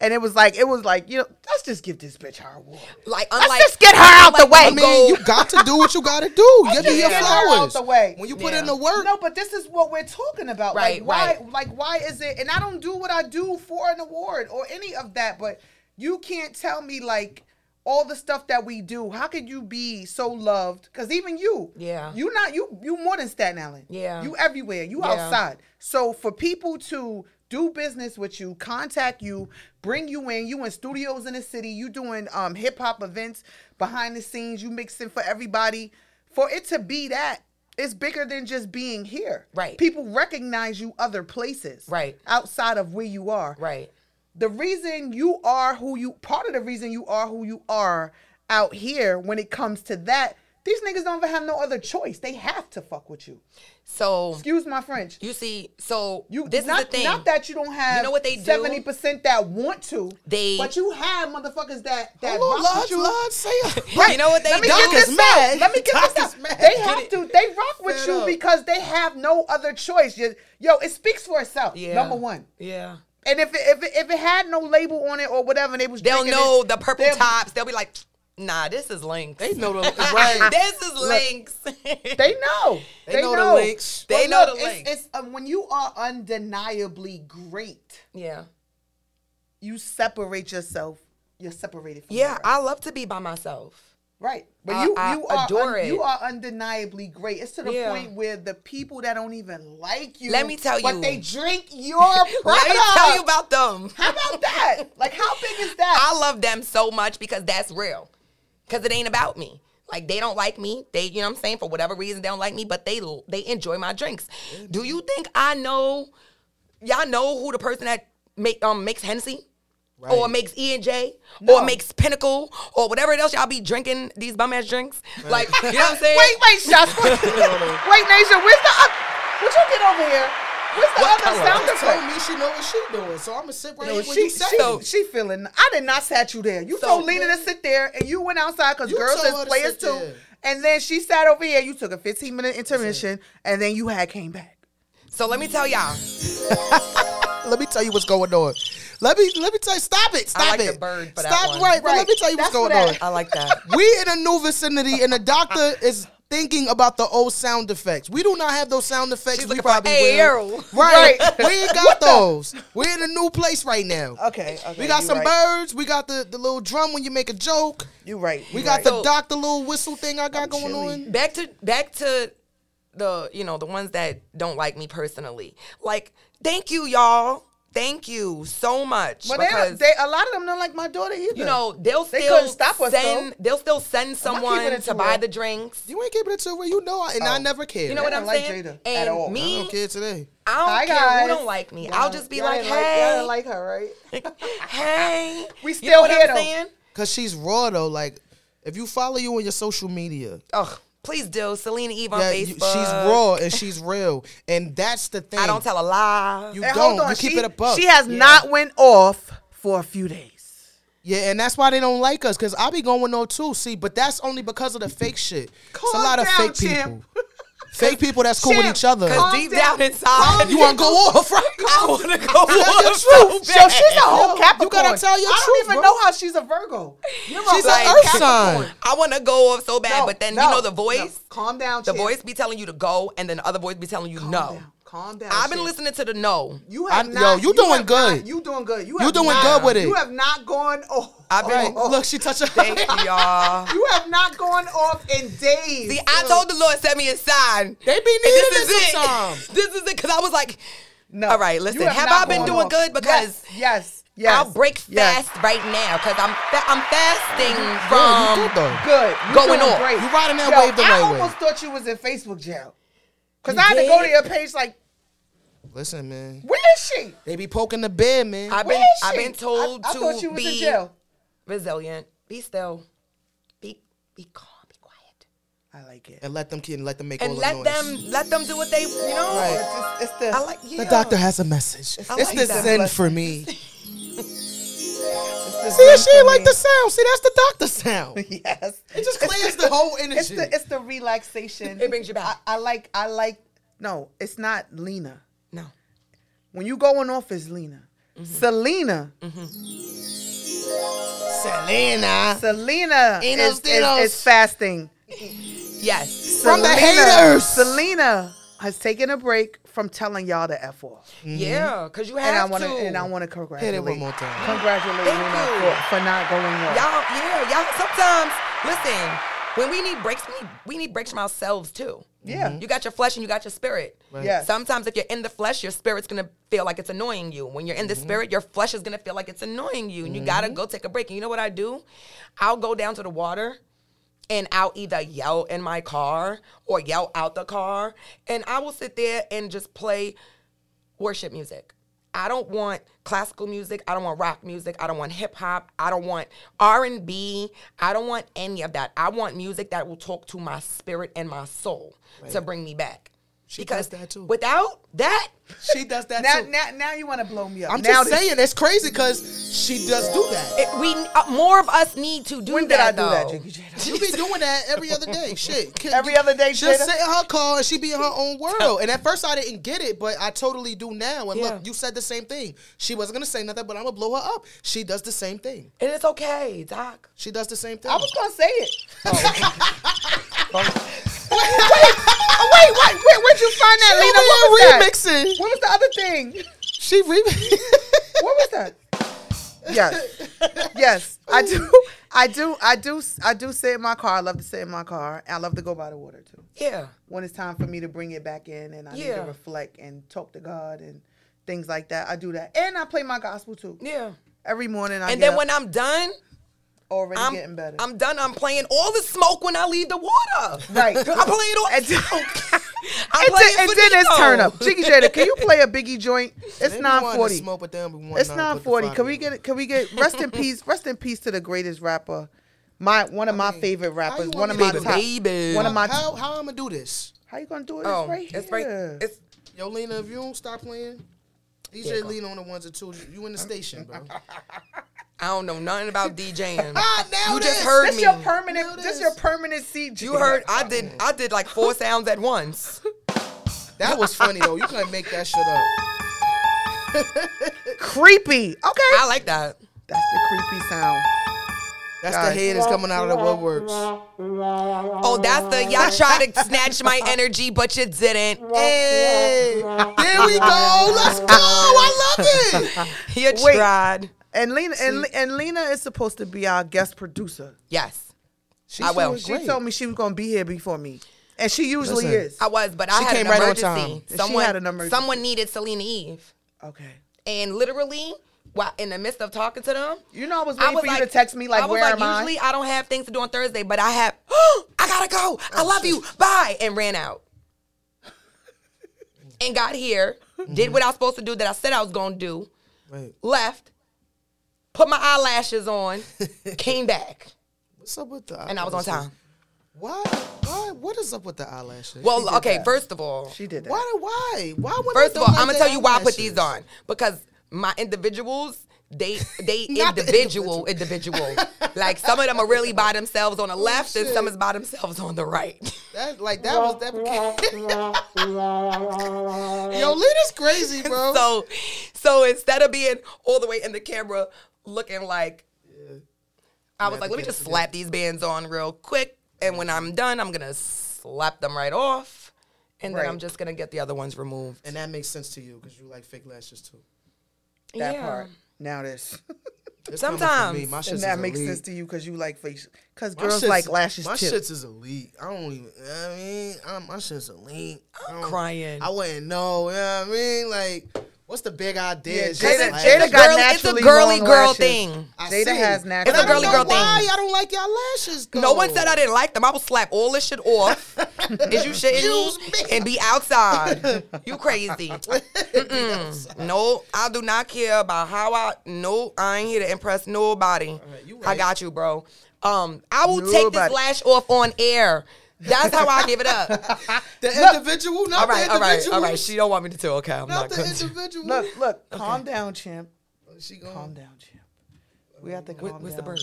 Speaker 2: And it was like it was like you know let's just give this bitch her award.
Speaker 8: Like,
Speaker 2: Let's
Speaker 8: unlike,
Speaker 2: just get her out the way.
Speaker 1: I mean, you got to do what you got to do.
Speaker 2: Let's
Speaker 1: Give me
Speaker 2: just
Speaker 1: your
Speaker 2: get her out
Speaker 1: flowers.
Speaker 2: the way.
Speaker 1: When you put in the work,
Speaker 2: No, but this is what we're talking about.
Speaker 8: Right,
Speaker 2: like why
Speaker 8: right.
Speaker 2: like why is it and I don't do what I do for an award or any of that, but you can't tell me like all the stuff that we do. How could you be so loved? Because even you,
Speaker 8: Yeah.
Speaker 2: you not you you more than Staten Island.
Speaker 8: Yeah.
Speaker 2: you everywhere. You
Speaker 8: Yeah.
Speaker 2: outside. So for people to do business with you, contact you, bring you in. You in studios in the city. You doing um, hip hop events behind the scenes. You mixing for everybody. For it to be that, it's bigger than just being here.
Speaker 8: Right.
Speaker 2: People recognize you other places.
Speaker 8: Right.
Speaker 2: Outside of where you are.
Speaker 8: Right.
Speaker 2: The reason you are who you part of the reason you are who you are out here when it comes to that, these niggas don't even have no other choice. They have to fuck with you.
Speaker 8: So
Speaker 2: Excuse my French.
Speaker 8: you see, so
Speaker 2: You
Speaker 8: this
Speaker 2: not,
Speaker 8: is the thing.
Speaker 2: Not that you don't have
Speaker 8: You know what they do?
Speaker 2: 70% that want to.
Speaker 8: They-
Speaker 2: but you have motherfuckers that that
Speaker 1: Hold on,
Speaker 2: rock
Speaker 1: Lodge,
Speaker 2: with you.
Speaker 1: Lodge, say it.
Speaker 8: You know what they
Speaker 2: Let me
Speaker 8: do?
Speaker 2: get this out. Let me get
Speaker 1: Doc
Speaker 2: this
Speaker 1: is
Speaker 2: out.
Speaker 1: mad.
Speaker 2: They
Speaker 1: Get
Speaker 2: have
Speaker 1: it.
Speaker 2: to. They rock with
Speaker 1: Fed
Speaker 2: you
Speaker 1: up.
Speaker 2: because they have no other choice. Yo, yo, it speaks for itself.
Speaker 8: Yeah.
Speaker 2: Number one.
Speaker 8: Yeah.
Speaker 2: And if it, if it, if it had no label on it or whatever, and they was
Speaker 8: They'll
Speaker 2: drinking
Speaker 8: know
Speaker 2: it,
Speaker 8: the purple
Speaker 2: they'll-
Speaker 8: tops. They'll be like, nah, this is Lynx.
Speaker 1: They know the right.
Speaker 8: this is
Speaker 2: Look.
Speaker 8: Lynx.
Speaker 2: They know.
Speaker 1: They know the links.
Speaker 8: They
Speaker 2: But
Speaker 8: know the
Speaker 2: it's-
Speaker 8: links.
Speaker 2: It's, um, when you are undeniably great,
Speaker 8: yeah.
Speaker 2: you separate yourself. You're separated from
Speaker 8: Yeah,
Speaker 2: the rest.
Speaker 8: I love to be by myself.
Speaker 2: Right. But
Speaker 8: I-
Speaker 2: you
Speaker 8: I
Speaker 2: you are
Speaker 8: adore
Speaker 2: un- you
Speaker 8: it.
Speaker 2: are undeniably great. It's to the
Speaker 8: Yeah.
Speaker 2: point where the people that don't even like you
Speaker 8: Let me tell
Speaker 2: but
Speaker 8: you.
Speaker 2: they drink your product.
Speaker 8: Let me tell you about them.
Speaker 2: How about that? Like how big is that?
Speaker 8: I love them so much because that's real. Because it ain't about me. Like they don't like me. They, you know what I'm saying? For whatever reason, they don't like me, but they they enjoy my drinks. Do you think I know? Y'all know who the person that make um makes Hennessy, or
Speaker 1: Right.
Speaker 8: makes E and J,
Speaker 2: No.
Speaker 8: or makes Pinnacle, or whatever else y'all be drinking these bum ass drinks. Like you know what I'm saying?
Speaker 2: wait, wait, shots. wait, Nation, where's the up? Would you get over here? Where's the
Speaker 8: What
Speaker 2: other
Speaker 8: color?
Speaker 2: sound
Speaker 1: She told
Speaker 2: effect?
Speaker 1: me she know what she doing, so I'ma sit right
Speaker 2: No,
Speaker 1: here when you
Speaker 2: she,
Speaker 1: say
Speaker 2: she,
Speaker 1: it.
Speaker 2: she feeling. I did not sat you there. You
Speaker 8: So-
Speaker 2: told Lena to sit there, and you went outside because
Speaker 1: You
Speaker 2: girls
Speaker 1: told
Speaker 2: is
Speaker 1: her to
Speaker 2: players
Speaker 1: sit
Speaker 2: too.
Speaker 1: there.
Speaker 2: And then she sat over here. You took a fifteen minute intermission, and then you had came back.
Speaker 8: So let me tell y'all.
Speaker 1: Let me tell you what's going on. Let me let me tell you. Stop it. Stop
Speaker 8: I like
Speaker 1: it.
Speaker 8: the bird for that
Speaker 1: stop
Speaker 8: one.
Speaker 1: right, right. Let me
Speaker 2: Right.
Speaker 1: tell you what's
Speaker 2: That's for
Speaker 1: going on.
Speaker 2: that.
Speaker 8: I like that.
Speaker 1: We in a new vicinity, and the doctor is thinking about the old sound effects. We do not have those sound effects.
Speaker 8: She's
Speaker 1: we
Speaker 8: looking for
Speaker 1: probably
Speaker 8: "Hey,
Speaker 1: will.
Speaker 8: Errol."
Speaker 1: Right.
Speaker 2: Right.
Speaker 1: We ain't got those. We're in a new place right now.
Speaker 2: Okay, okay.
Speaker 1: we got
Speaker 2: you
Speaker 1: some
Speaker 2: right.
Speaker 1: birds. We got the, the little drum when you make a joke.
Speaker 2: You right.
Speaker 1: We
Speaker 2: you
Speaker 1: got
Speaker 2: right.
Speaker 1: the
Speaker 8: So-
Speaker 1: doctor little whistle thing I got going
Speaker 2: chilly.
Speaker 1: on.
Speaker 8: back to back to the you know the ones that don't like me personally like thank you y'all Thank you so much.
Speaker 2: But they don't-
Speaker 8: because-
Speaker 2: they, a lot of them don't like my daughter either.
Speaker 8: you know they'll
Speaker 2: They
Speaker 8: still
Speaker 2: couldn't stop us,
Speaker 8: send
Speaker 2: though.
Speaker 8: they'll still send
Speaker 2: I'm not keeping
Speaker 8: someone
Speaker 2: it
Speaker 8: to
Speaker 2: to
Speaker 8: buy
Speaker 2: her.
Speaker 8: the drinks.
Speaker 1: You ain't keeping it to where you know, I, and I never cared.
Speaker 8: Oh. You know what I'm saying? and me,
Speaker 1: I don't care today.
Speaker 8: I don't
Speaker 2: Hi,
Speaker 8: care
Speaker 2: guys.
Speaker 8: who don't like me. I'll just be
Speaker 2: Y'all
Speaker 8: like,
Speaker 2: didn't y'all
Speaker 8: hey,
Speaker 2: didn't like her, right?
Speaker 8: hey.
Speaker 2: We
Speaker 8: you know
Speaker 2: still
Speaker 8: what
Speaker 2: here
Speaker 8: I'm
Speaker 2: though.
Speaker 8: saying?
Speaker 1: Cause she's raw though. Like, if you follow you on your social media,
Speaker 8: Ugh, please do. Selena Eve on
Speaker 1: yeah,
Speaker 8: Facebook.
Speaker 1: you- she's raw and she's real, and that's the thing.
Speaker 8: I don't tell a lie.
Speaker 1: You
Speaker 2: And
Speaker 1: don't.
Speaker 2: hold on,
Speaker 1: you keep
Speaker 2: she-
Speaker 1: it a buck.
Speaker 2: she has not went off for a few days.
Speaker 1: Yeah, and that's why they don't like us. Cause I be going on too. See, but that's only because of the fake shit. it's a
Speaker 2: Calm
Speaker 1: lot of
Speaker 2: down,
Speaker 1: fake people. Fake people that's cool with
Speaker 8: Champ,
Speaker 1: each other.
Speaker 8: Cause deep down inside,
Speaker 1: You wanna go off, right?
Speaker 8: I wanna go
Speaker 1: Tell your
Speaker 8: off.
Speaker 1: truth.
Speaker 8: so
Speaker 2: Yo, she's a
Speaker 8: bad.
Speaker 2: whole Capricorn.
Speaker 1: You gotta tell your
Speaker 2: I
Speaker 1: truth,
Speaker 2: don't even
Speaker 1: bro.
Speaker 2: know how she's a Virgo. You're
Speaker 1: She's
Speaker 2: a
Speaker 1: an
Speaker 8: Like,
Speaker 1: earth
Speaker 8: Capricorn,
Speaker 1: sign.
Speaker 8: I want to go off so bad,
Speaker 2: No,
Speaker 8: but then you
Speaker 2: no,
Speaker 8: know the voice.
Speaker 2: no. Calm down,
Speaker 8: The
Speaker 2: Chip.
Speaker 8: voice be telling you to go, and then the other voice be telling you
Speaker 2: Calm
Speaker 8: no.
Speaker 2: down. Calm down.
Speaker 8: I've been
Speaker 2: Chip.
Speaker 8: listening to the no.
Speaker 2: You
Speaker 1: I-
Speaker 2: have
Speaker 1: yo,
Speaker 2: not.
Speaker 1: you doing
Speaker 2: have
Speaker 1: good.
Speaker 2: not- you doing good. You,
Speaker 1: You
Speaker 2: have
Speaker 1: doing
Speaker 2: not-
Speaker 1: good with it.
Speaker 2: You have not gone off.
Speaker 8: I've been-
Speaker 2: Oh, oh.
Speaker 1: Look, she touched her.
Speaker 8: Thank you, y'all.
Speaker 2: You have not gone off in days.
Speaker 8: See, I told the Lord set me a sign.
Speaker 1: They be needing
Speaker 8: This
Speaker 1: this
Speaker 8: is it.
Speaker 1: sometimes.
Speaker 8: This is it. Because I was like,
Speaker 2: No.
Speaker 8: all right, listen.
Speaker 2: You
Speaker 8: Have,
Speaker 2: not
Speaker 8: I been
Speaker 2: gone
Speaker 8: doing
Speaker 2: off.
Speaker 8: good? Because
Speaker 2: yes, yes, yes.
Speaker 8: I'll break
Speaker 2: yes.
Speaker 8: fast right now. Because I'm fa- I'm fasting
Speaker 1: Yeah,
Speaker 8: from.
Speaker 1: you good though.
Speaker 2: Good. You doing
Speaker 8: Going off.
Speaker 2: Great.
Speaker 1: You riding that
Speaker 2: Yo,
Speaker 1: wave the
Speaker 2: I
Speaker 1: right way.
Speaker 2: almost thought you was in Facebook jail. Cause
Speaker 8: You
Speaker 2: I had to go
Speaker 8: did?
Speaker 2: to your page like,
Speaker 1: Listen, man.
Speaker 2: where is she?
Speaker 1: They be poking the bear, man.
Speaker 8: I've
Speaker 2: Where
Speaker 8: been
Speaker 2: is she?
Speaker 8: I've been told
Speaker 2: I, I
Speaker 8: to
Speaker 2: thought you was
Speaker 8: be
Speaker 2: in jail.
Speaker 8: resilient. Be still. Be be calm. Be quiet.
Speaker 2: I like it.
Speaker 1: and let them kid and let them make
Speaker 8: And
Speaker 1: all
Speaker 8: let
Speaker 1: the noise.
Speaker 8: them let them do what they you know.
Speaker 2: Oh, It's, it's the
Speaker 8: I like yeah.
Speaker 1: The doctor has a message. It's
Speaker 8: I like
Speaker 1: the
Speaker 8: that.
Speaker 1: zen for me.
Speaker 2: it's the
Speaker 1: See,
Speaker 2: zen
Speaker 1: she
Speaker 2: for
Speaker 1: ain't like
Speaker 2: me.
Speaker 1: the sound. See, that's the doctor sound.
Speaker 2: Yes.
Speaker 1: It just clears the whole
Speaker 2: It's
Speaker 1: energy.
Speaker 2: the it's the relaxation.
Speaker 8: It brings you back.
Speaker 2: I, I like I like no, it's not Lena.
Speaker 8: No.
Speaker 2: When you going off is Lena.
Speaker 1: Mm-hmm.
Speaker 2: Selena.
Speaker 1: Selena.
Speaker 2: Selena
Speaker 1: Ain't no
Speaker 2: is,
Speaker 1: Stenos.
Speaker 2: is, is fasting.
Speaker 8: Yes.
Speaker 1: From the
Speaker 2: Selena-
Speaker 1: haters.
Speaker 2: Selena has taken a break from telling y'all to F off.
Speaker 8: Yeah. Cause you
Speaker 2: Mm-hmm. And I
Speaker 8: have
Speaker 2: want to
Speaker 8: to
Speaker 2: and I want to
Speaker 1: Hit
Speaker 2: congratulate.
Speaker 1: it one more time.
Speaker 2: Congratulate
Speaker 8: Thank
Speaker 2: Lena
Speaker 8: you.
Speaker 2: for, for not going off.
Speaker 8: Y'all, yeah, y'all. Sometimes, listen, when we need breaks, we need, we need breaks from ourselves too.
Speaker 2: Yeah.
Speaker 8: You got your flesh and you got your spirit.
Speaker 1: Right.
Speaker 2: Yes.
Speaker 8: Sometimes, if you're in the flesh, your spirit's gonna feel like it's annoying you. When you're in the
Speaker 2: Mm-hmm.
Speaker 8: spirit, your flesh is gonna feel like it's annoying you, and you gotta go take a break. And you know what I do? I'll go down to the water. And I'll either yell in my car or yell out the car. And I will sit there and just play worship music. I don't want classical music. I don't want rock music. I don't want hip hop. I don't want R and B. I don't want any of that. I want music that will talk to my spirit and my soul to bring me back.
Speaker 1: She does that too.
Speaker 8: without that,
Speaker 1: She does that
Speaker 2: Now,
Speaker 1: too.
Speaker 2: now, now you want to blow me up.
Speaker 1: I'm
Speaker 2: now
Speaker 1: just
Speaker 2: this-
Speaker 1: saying, it's crazy because she does do that.
Speaker 8: it, we uh, more of us need to do
Speaker 2: When did I
Speaker 8: that.
Speaker 2: do that,
Speaker 8: though.
Speaker 2: Jinky Jada?
Speaker 1: You be doing that every other day. Shit. Kid,
Speaker 2: Every
Speaker 1: you-
Speaker 2: other day,
Speaker 1: She'll
Speaker 2: Jada?
Speaker 1: sit in her car and she be in her own world. And at first I didn't get it, but I totally do now. And
Speaker 8: Yeah.
Speaker 1: look, you said the same thing. She wasn't gonna say nothing, but I'm gonna blow her up. She does the same thing.
Speaker 8: And it's okay, Doc.
Speaker 1: She does the same thing.
Speaker 2: I was gonna say it.
Speaker 1: wait, wait, wait, where'd you find
Speaker 2: that, Lena? What was that?
Speaker 1: remixing.
Speaker 2: What was the other thing?
Speaker 1: She remixed.
Speaker 2: What was that? Yes, yes, I do. I do. I do. I do sit in my car. I love to sit in my car. I love to go by the water too.
Speaker 8: Yeah.
Speaker 2: When it's time for me to bring it back in, and I need
Speaker 8: Yeah.
Speaker 2: to reflect and talk to God and things like that, I do that. And I play my gospel too.
Speaker 8: Yeah.
Speaker 2: Every morning, I
Speaker 8: And
Speaker 2: get
Speaker 8: then
Speaker 2: up,
Speaker 8: when I'm done,
Speaker 2: already
Speaker 8: I'm
Speaker 2: getting better.
Speaker 8: I'm done. I'm playing all the smoke when I leave the water.
Speaker 2: Right.
Speaker 8: I'm playing all.
Speaker 2: And then-
Speaker 8: I'm
Speaker 2: and,
Speaker 8: playing Oh.
Speaker 2: then, and then it's
Speaker 8: Finito.
Speaker 2: turn up. Jiggy Jada, can you play a Biggie joint? It's nine forty.
Speaker 1: Smoke, but then we want
Speaker 2: It's nine forty. Can we get? Can we get? Rest in peace. Rest in peace to the greatest rapper. My one of my favorite rappers.
Speaker 1: want
Speaker 2: One of
Speaker 1: me
Speaker 2: my
Speaker 1: to-
Speaker 2: top.
Speaker 8: Baby.
Speaker 2: One of my.
Speaker 1: How how I'm gonna do this?
Speaker 2: how you gonna do it?
Speaker 8: Oh,
Speaker 2: it's right here.
Speaker 8: it's right. It's
Speaker 1: Yo, Lena, if you don't stop playing,
Speaker 8: Yeah,
Speaker 1: DJ
Speaker 8: go.
Speaker 1: Lena on the ones and twos. You in the station, bro.
Speaker 8: I don't know nothing about DJing.
Speaker 1: Ah, now
Speaker 8: you just
Speaker 1: this.
Speaker 8: heard
Speaker 2: this
Speaker 8: me.
Speaker 2: your permanent.
Speaker 1: Notice.
Speaker 2: This your permanent seat. Jiggy.
Speaker 8: you heard I did. I did like four sounds at once.
Speaker 1: That was funny though. You couldn't make that shit up.
Speaker 2: creepy. Okay.
Speaker 8: I like that.
Speaker 2: That's the creepy sound.
Speaker 1: That's
Speaker 2: Guys.
Speaker 1: the head is coming out of the woodworks.
Speaker 8: Oh, that's the y'all tried to snatch my energy, but you didn't. Hey,
Speaker 1: There we go. Let's go. I love it.
Speaker 8: you
Speaker 2: Wait.
Speaker 8: tried.
Speaker 2: And Lena and, Le- and Lena is supposed to be our guest producer.
Speaker 8: Yes,
Speaker 1: She's
Speaker 8: I will.
Speaker 1: doing
Speaker 2: She
Speaker 1: great.
Speaker 2: told me she was gonna be here before me, and she usually
Speaker 1: Listen,
Speaker 2: is.
Speaker 8: I was, but I
Speaker 1: She
Speaker 8: had
Speaker 1: came
Speaker 8: an
Speaker 1: right on
Speaker 8: emergency.
Speaker 1: time.
Speaker 2: She
Speaker 8: Someone
Speaker 2: had an emergency.
Speaker 8: Someone needed Selena Eve,
Speaker 2: okay.
Speaker 8: And literally, while in the midst of talking to them,
Speaker 2: you know, I was waiting for you to text me, like,
Speaker 8: I was
Speaker 2: where
Speaker 8: like,
Speaker 2: am I?
Speaker 8: usually I don't have things to do on Thursday, but I have. I gotta go.
Speaker 2: Oh,
Speaker 8: I love you. Bye, and ran out. and got here, did what I was supposed to do that I said I was gonna do,
Speaker 1: Wait,
Speaker 8: left, put my eyelashes on, came back,
Speaker 1: what's up with the?
Speaker 8: and I was on time.
Speaker 1: Why? Why? What is up with the eyelashes?
Speaker 8: Well,
Speaker 1: She did
Speaker 8: okay,
Speaker 1: that.
Speaker 8: first of all,
Speaker 2: she did
Speaker 1: Why? Why? Why? Would
Speaker 8: First of all, I'm gonna tell you why I put
Speaker 1: eyelashes?
Speaker 8: these on because my individuals. They they individual individual. like some of them are really by themselves on the left, and some is by themselves on the right.
Speaker 1: That like that was that. Yo, Lita's crazy, bro.
Speaker 8: so so instead of being all the way in the camera looking like I was like, let me just slap these bands on real quick, and when I'm done, I'm gonna slap them right off, and
Speaker 1: Right.
Speaker 8: then I'm just gonna get the other ones removed.
Speaker 1: and that makes sense to you because you like fake lashes too.
Speaker 2: That
Speaker 8: Yeah.
Speaker 2: part. Now this.
Speaker 1: It's coming from me. My shits
Speaker 2: and
Speaker 1: is
Speaker 2: that makes
Speaker 1: elite.
Speaker 2: sense to you because you like face. Because
Speaker 1: My
Speaker 2: girls
Speaker 1: shits-
Speaker 2: like lashes
Speaker 1: My
Speaker 2: too.
Speaker 1: shits is elite. I don't even. I mean, I'm, my shits elite. I don't-
Speaker 8: crying.
Speaker 1: I wouldn't know. You know what I mean? Like, what's the big idea?
Speaker 2: Yeah,
Speaker 1: It's
Speaker 2: Jada-
Speaker 1: just
Speaker 2: Jada
Speaker 1: like-
Speaker 2: got Girl, it's a naturally girly long girl lashes. thing.
Speaker 1: I
Speaker 2: Jada
Speaker 1: see.
Speaker 2: has
Speaker 1: And
Speaker 2: naturally
Speaker 1: I don't
Speaker 2: long
Speaker 1: know
Speaker 2: girl thing.
Speaker 1: Why I don't like your lashes? Though.
Speaker 8: No one said I didn't like them. I would slap all this shit off. Is you shitting
Speaker 1: Excuse
Speaker 8: me? And be outside. You crazy. Mm-mm. No, I do not care about how I. No, I ain't here to impress nobody. I got you, bro. Um, I will take this
Speaker 1: Nobody.
Speaker 8: lash off on air. That's how I give it up.
Speaker 1: The individual, not
Speaker 8: all right,
Speaker 1: the
Speaker 8: all right,
Speaker 1: individual.
Speaker 8: all right. She don't want me to too. Okay, I'm
Speaker 1: Not
Speaker 8: not.
Speaker 1: the
Speaker 8: going
Speaker 1: individual.
Speaker 2: Look, look, calm down, champ.
Speaker 1: She going.
Speaker 2: Calm down, champ. We have to calm down.
Speaker 8: where's the bird?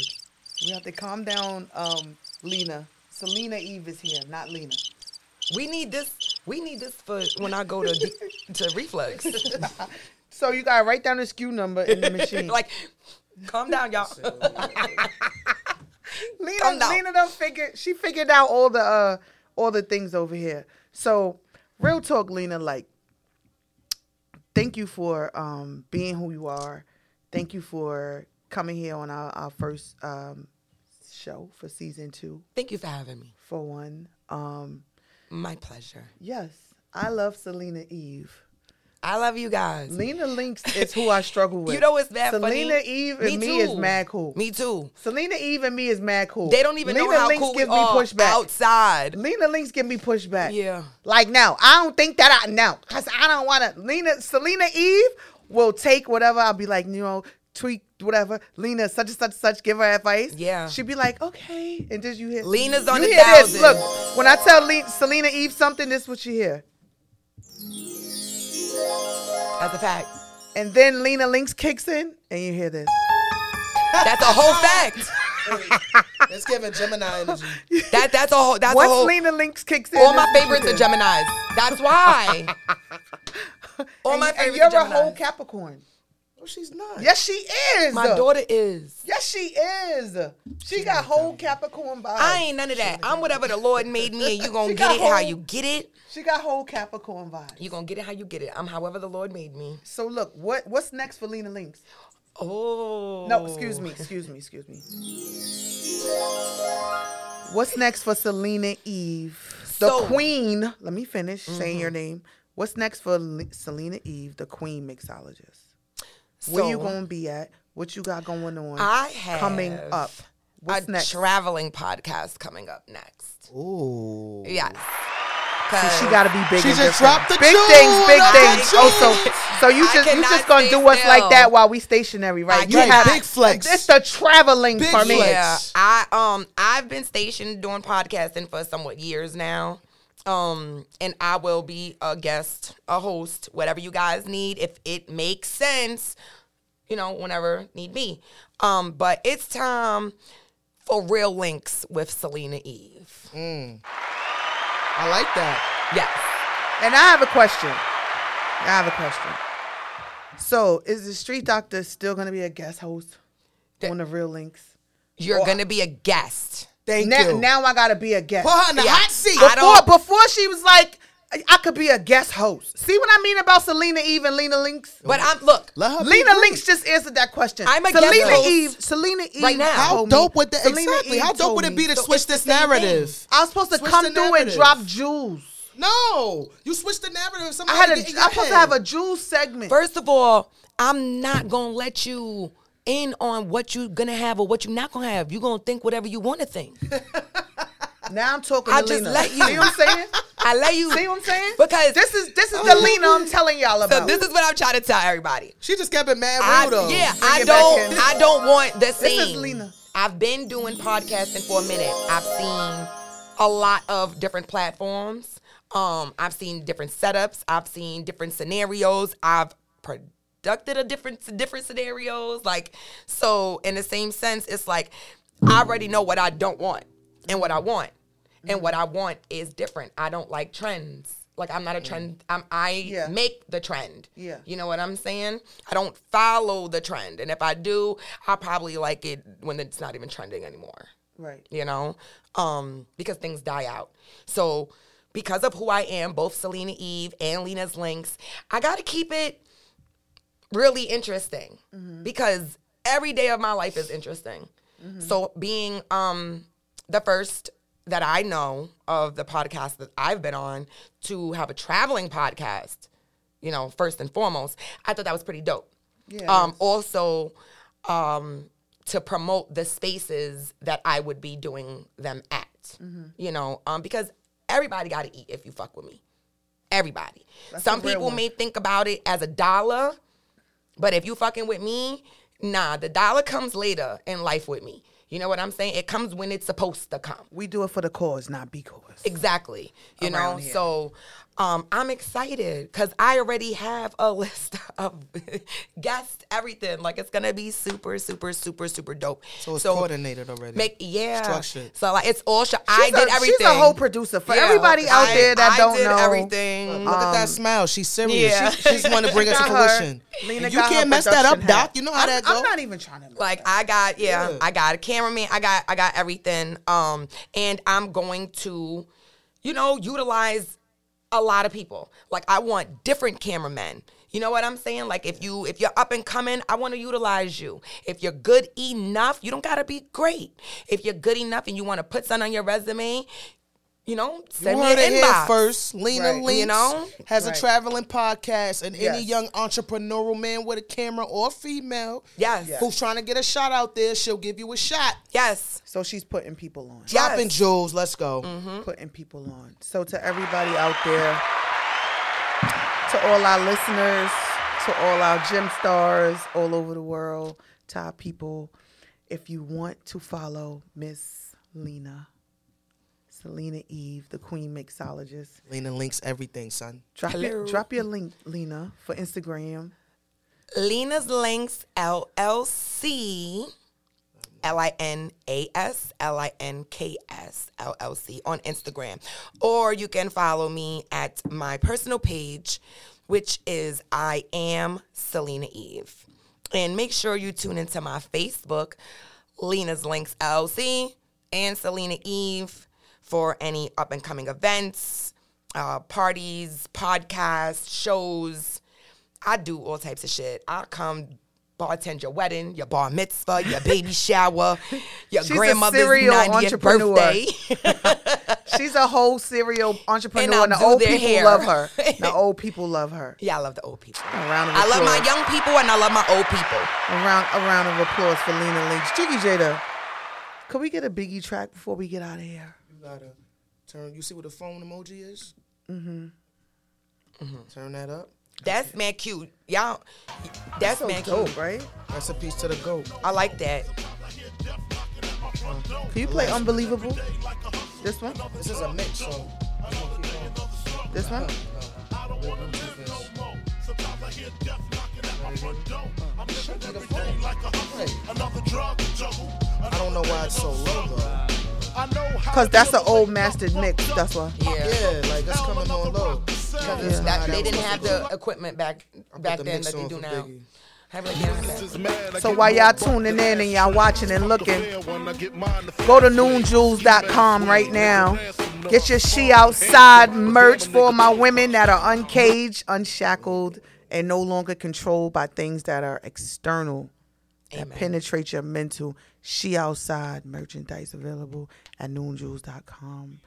Speaker 2: We have to calm down, um, Lena. Selena Eve is here, not Lena.
Speaker 8: We need this. We need this for when I go to de- to reflux.
Speaker 2: So you gotta write down the SKU number in the machine.
Speaker 8: like, calm down, y'all.
Speaker 2: Lena,
Speaker 8: Come down.
Speaker 2: Lena done figured she figured out all the uh all the things over here. So real talk, Lena, like thank you for um being who you are. Thank you for coming here on our, our first um show for season two
Speaker 8: Thank you for having me.
Speaker 2: for one. Um
Speaker 8: My pleasure.
Speaker 2: yes, I love Selena Eve.
Speaker 8: I love you guys.
Speaker 2: Lena Lynx is who I struggle with.
Speaker 8: You know what's mad funny?
Speaker 2: Selena Eve and me,
Speaker 8: Me
Speaker 2: is
Speaker 8: too.
Speaker 2: mad cool.
Speaker 8: Me too.
Speaker 2: Selena Eve and me is mad cool.
Speaker 8: They don't even know how cool we are outside.
Speaker 2: Lena Links give me pushback.
Speaker 8: Yeah.
Speaker 2: Like now, I don't think that I now because I don't want to. Lena Selena Eve will take whatever. I'll be like, you know, tweak whatever. Lena such and such such give her advice.
Speaker 8: Yeah.
Speaker 2: She'd be like, okay, and just you hear
Speaker 8: Lena's on
Speaker 2: you
Speaker 8: a
Speaker 2: hear this.
Speaker 8: thousand.
Speaker 2: Look, when I tell Le- Selena Eve something, this is what you hear.
Speaker 8: That's a fact.
Speaker 2: And then Lena Links kicks in, and you hear this.
Speaker 8: That's a whole fact.
Speaker 1: It's giving Gemini energy.
Speaker 8: That that's a whole. That's
Speaker 2: Once
Speaker 8: a whole.
Speaker 2: Lena Links kicks in,
Speaker 8: all my
Speaker 2: this is what
Speaker 8: favorites
Speaker 2: you
Speaker 8: are
Speaker 2: hear.
Speaker 8: Gemini's. That's why. all
Speaker 2: And
Speaker 8: my
Speaker 2: you- And
Speaker 8: favorites are
Speaker 2: you're a whole
Speaker 8: Gemini's.
Speaker 2: Capricorn.
Speaker 1: No, she's not.
Speaker 2: Yes, she is.
Speaker 8: My daughter is.
Speaker 2: Yes, she is. She got whole Capricorn vibes.
Speaker 8: I ain't none of that. I'm whatever the Lord made me, and you gonna
Speaker 2: She
Speaker 8: get
Speaker 2: got
Speaker 8: it how
Speaker 2: whole-
Speaker 8: you get it.
Speaker 2: She got whole Capricorn vibes.
Speaker 8: You gonna get it how you get it. I'm however the Lord made me.
Speaker 2: So look, what what's next for Lena Links?
Speaker 8: Oh.
Speaker 2: No, excuse me, excuse me, excuse me. What's next for Selena Eve, the
Speaker 8: So- Mm-hmm.
Speaker 2: Queen? Let me finish saying your name. What's next for Le- Selena Eve, the Queen mixologist? Where you
Speaker 8: So-
Speaker 2: gonna be at? What you got going on?
Speaker 8: I have
Speaker 2: coming up. What's
Speaker 8: a
Speaker 2: next?
Speaker 8: traveling podcast coming up next.
Speaker 1: Ooh.
Speaker 8: Yes.
Speaker 2: So
Speaker 8: 'Cause
Speaker 2: she got to be big.
Speaker 1: She
Speaker 2: and
Speaker 1: just
Speaker 2: different.
Speaker 1: dropped the
Speaker 2: big
Speaker 1: jewel,
Speaker 2: things, big
Speaker 1: the
Speaker 2: things.
Speaker 1: jewel.
Speaker 2: Oh, so so you
Speaker 8: I
Speaker 2: just you just
Speaker 8: cannot
Speaker 2: gonna
Speaker 8: stay
Speaker 2: do us like
Speaker 8: still.
Speaker 2: that while we stationary, right? You
Speaker 8: cannot.
Speaker 1: Big flex.
Speaker 2: It's the traveling
Speaker 1: Big
Speaker 2: for me.
Speaker 1: flex.
Speaker 8: Yeah, I um I've been stationed doing podcasting for somewhat years now. Um, and I will be a guest, a host, whatever you guys need, if it makes sense, you know, whenever need be. Um, but it's time for real links with Selena Eve.
Speaker 1: I like that.
Speaker 8: Yes.
Speaker 2: And I have a question. I have a question. So is the street doctor still gonna be a guest host on the Real Links?
Speaker 8: You're gonna be a guest.
Speaker 1: Thank
Speaker 2: now,
Speaker 1: you.
Speaker 2: now I gotta be a guest.
Speaker 1: Put her in the
Speaker 8: Yeah.
Speaker 1: hot seat.
Speaker 8: I
Speaker 2: Before,
Speaker 8: don't-
Speaker 2: before she was like, I I could be a guest host. See what I mean about Selena Eve and Lena Links?
Speaker 8: But I'm look,
Speaker 1: Let her be
Speaker 2: Lena
Speaker 1: great.
Speaker 2: Links just answered that question.
Speaker 8: I'm a
Speaker 2: Selena
Speaker 8: guest host
Speaker 2: Eve. Selena Eve.
Speaker 8: right now.
Speaker 1: How
Speaker 2: told me-
Speaker 1: dope would that
Speaker 2: Selena
Speaker 1: exactly?
Speaker 2: Eve
Speaker 1: How dope
Speaker 2: told
Speaker 1: would it
Speaker 2: me-
Speaker 1: be to
Speaker 8: So
Speaker 1: switch
Speaker 8: it's the
Speaker 1: this
Speaker 8: same thing.
Speaker 1: narrative?
Speaker 2: I was supposed to
Speaker 1: Switch the
Speaker 2: come through and
Speaker 1: narrative.
Speaker 2: drop jewels.
Speaker 1: No, you switched the narrative.
Speaker 2: I
Speaker 1: Somebody
Speaker 2: had a.
Speaker 1: get in
Speaker 2: I'm
Speaker 1: your
Speaker 2: supposed to
Speaker 1: head.
Speaker 2: have a jewel segment.
Speaker 8: First of all, I'm not gonna let you in on what you're gonna have or what you're not gonna have. You're gonna think whatever you wanna think.
Speaker 2: now I'm talking
Speaker 8: I
Speaker 2: to
Speaker 8: just
Speaker 2: Lena.
Speaker 8: let you.
Speaker 2: See what I'm saying?
Speaker 8: I let you.
Speaker 2: See what I'm saying?
Speaker 8: Because
Speaker 2: this is this is the Lena I'm telling y'all
Speaker 8: So
Speaker 2: about.
Speaker 8: this is what I'm trying to tell everybody.
Speaker 1: She just kept it mad
Speaker 8: I,
Speaker 1: rude though.
Speaker 8: Yeah,
Speaker 1: Bring
Speaker 8: I
Speaker 1: it back
Speaker 8: don't.
Speaker 1: in.
Speaker 8: I don't want the
Speaker 1: This
Speaker 8: same.
Speaker 1: is Lena.
Speaker 8: I've been doing podcasting for a minute. I've seen a lot of different platforms. Um, I've seen different setups. I've seen different scenarios. I've produced a different different scenarios. Like so, in the same sense, it's like I already know what I don't want and what I want, and what I want is different. I don't like trends. Like I'm not
Speaker 1: Mm.
Speaker 8: a trend. I'm, I make the trend.
Speaker 2: Yeah.
Speaker 8: You know what I'm saying? I don't follow the trend. And if I do, I probably like it when it's not even trending anymore.
Speaker 2: Right.
Speaker 8: You know? Um, because things die out. So because of who I am, both Selena Eve and Lena's links, I gotta keep it really interesting because every day of my life is interesting. So being um the first that I know of the podcast that I've been on to have a traveling podcast, you know, first and foremost, I thought that was pretty dope.
Speaker 2: Yeah, it
Speaker 8: Um
Speaker 2: is.
Speaker 8: also um to promote the spaces that I would be doing them at.
Speaker 2: Mhm.
Speaker 8: You know, um because everybody got to eat if you fuck with me. Everybody.
Speaker 2: That's
Speaker 8: Some
Speaker 2: a real
Speaker 8: people
Speaker 2: one.
Speaker 8: may think about it as a dollar, but if you fucking with me, nah, the dollar comes later in life with me. You know what I'm saying? It comes when it's supposed to come.
Speaker 2: we do it for the cause, not because.
Speaker 8: Exactly. You know,
Speaker 2: Around here.
Speaker 8: so um, I'm excited because I already have a list of guests, everything. Like it's gonna be super, super, super, super dope.
Speaker 1: So it's coordinated already.
Speaker 8: Make yeah.
Speaker 1: Structured.
Speaker 8: So like it's all. Sh- I
Speaker 2: She's
Speaker 8: did
Speaker 2: a-
Speaker 8: everything.
Speaker 2: She's a whole producer. For
Speaker 8: Yeah.
Speaker 2: everybody out
Speaker 8: I-
Speaker 2: there that
Speaker 8: I
Speaker 2: don't
Speaker 8: did
Speaker 2: know,
Speaker 8: everything.
Speaker 1: Look at that
Speaker 2: um,
Speaker 1: smile. She's serious.
Speaker 8: yeah.
Speaker 1: She, she's wanting to bring us to
Speaker 8: She got her.
Speaker 1: fruition.
Speaker 8: Lena
Speaker 1: you
Speaker 8: got her
Speaker 1: can't mess that up,
Speaker 8: production
Speaker 1: Doc.
Speaker 8: hat.
Speaker 1: You know how
Speaker 8: I'm-
Speaker 1: that
Speaker 8: I'm
Speaker 1: goes.
Speaker 8: not
Speaker 2: even trying to.
Speaker 8: like I got yeah,
Speaker 1: Yeah.
Speaker 8: I got a cameraman, I got I got everything. Um, and I'm going to, you know, utilize a lot of people. Like I want different cameramen. You know what I'm saying? Like if you if you're up and coming, I want to utilize you. If you're good enough, you don't gotta be great. If you're good enough and you want to put something on your resume, you know, send
Speaker 1: you
Speaker 8: me
Speaker 1: heard it
Speaker 8: an
Speaker 1: here
Speaker 8: inbox
Speaker 1: first. Lena
Speaker 8: You
Speaker 1: Links
Speaker 8: know?
Speaker 1: has
Speaker 8: Right.
Speaker 1: a traveling podcast, and any
Speaker 8: Yes.
Speaker 1: young entrepreneurial man with a camera or female,
Speaker 8: Yes. Yes.
Speaker 1: who's trying to get a shot out there, she'll give you a shot.
Speaker 8: Yes.
Speaker 2: So she's putting people on.
Speaker 1: Dropping jewels. Let's go.
Speaker 8: Mm-hmm.
Speaker 2: Putting people on. So to everybody out there, to all our listeners, to all our gym stars all over the world, to our people, if you want to follow Miss Lena, Selena Eve, the Queen Mixologist,
Speaker 1: Lena Links everything, son.
Speaker 2: drop
Speaker 8: Hello.
Speaker 2: your, drop your link, Lena, for Instagram.
Speaker 8: Lena's Links LLC. L I N A S L I N K S L L C on Instagram. Or you can follow me at my personal page, which is I am Selena Eve. And make sure you tune into my Facebook, Lena's Links LLC and Selena Eve for any up and coming events, uh, parties, podcasts, shows. I do all types of shit. I come bartend your wedding, your bar mitzvah, your baby shower, your
Speaker 2: She's a
Speaker 8: grandmother's
Speaker 2: serial
Speaker 8: 90th
Speaker 2: entrepreneur.
Speaker 8: birthday.
Speaker 2: She's a whole serial
Speaker 8: And
Speaker 2: entrepreneur,
Speaker 8: I'll
Speaker 2: and, the
Speaker 8: do
Speaker 2: old
Speaker 8: their
Speaker 2: people
Speaker 8: hair.
Speaker 2: love her. The old people love her.
Speaker 8: Yeah, I love the old people.
Speaker 2: Around
Speaker 8: I love my young people and I love my old people.
Speaker 2: Around a round of applause for Lena Links. Jiggy Jada, could we get a Biggie track before we get out of here?
Speaker 1: You gotta turn. You see what the phone emoji is? Mm-hmm.
Speaker 2: Mm-hmm.
Speaker 1: Turn that up.
Speaker 8: That's man cute. Y'all, that's,
Speaker 1: so
Speaker 8: man
Speaker 1: dope,
Speaker 8: cute.
Speaker 2: right?
Speaker 1: That's a piece to the goat.
Speaker 8: I like that.
Speaker 2: Can you play Unbelievable? This one?
Speaker 1: This is a mix, so.
Speaker 2: This one?
Speaker 1: I don't know why it's so low though.
Speaker 2: Because that's an old mastered mix. That's why.
Speaker 8: Yeah.
Speaker 1: Yeah, like that's coming on low.
Speaker 8: Because that, they didn't have the equipment back back then that they do now. Have like, yeah,
Speaker 2: So while y'all tuning in and y'all watching and looking, go to noonjewels.com right now. Get your She Outside merch for my women that are uncaged, unshackled, and no longer controlled by things that are external and penetrate your mental. She Outside merchandise available at noonjewels.com.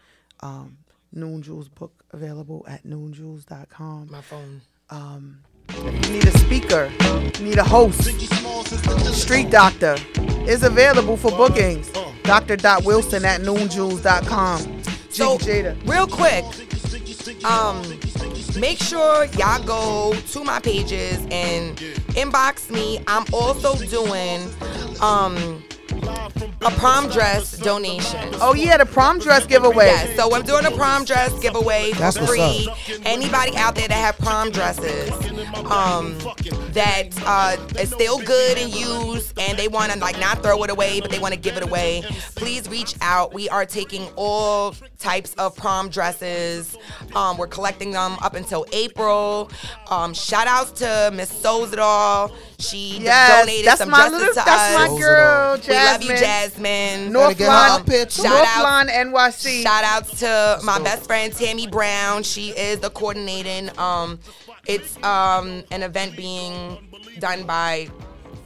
Speaker 2: Um, Noon Jewels book available at noonjewels.com.
Speaker 8: My phone.
Speaker 2: Um, You need a speaker. You need a host. Street Doctor is available for bookings. Dr.Wilson at noonjules.com.
Speaker 8: So, real quick, um, make sure y'all go to my pages and inbox me. I'm also doing um a prom dress donation.
Speaker 2: Oh yeah, the prom dress giveaway.
Speaker 8: Yes, so I'm doing a prom dress giveaway
Speaker 2: That's
Speaker 8: for
Speaker 2: what's
Speaker 8: free. Anybody out there that have prom dresses um, that uh, is still good and used, and they want to like not throw it away, but they want to give it away, please reach out. We are taking all types of prom dresses. Um, we're collecting them up until April. Um, shout outs to Miss Sozadol. She
Speaker 2: Yes,
Speaker 8: donated
Speaker 2: that's
Speaker 8: some
Speaker 2: my
Speaker 8: dresses
Speaker 2: little-
Speaker 8: to
Speaker 2: that's my
Speaker 8: us.
Speaker 2: girl,
Speaker 8: We love you,
Speaker 2: Jasmine.
Speaker 8: Jasmine.
Speaker 2: North Lawn-
Speaker 8: shout
Speaker 2: North
Speaker 8: out-
Speaker 2: Lawn, NYC.
Speaker 8: Shout outs to my best friend Tammy Brown. She is the coordinating. Um, it's um an event being done by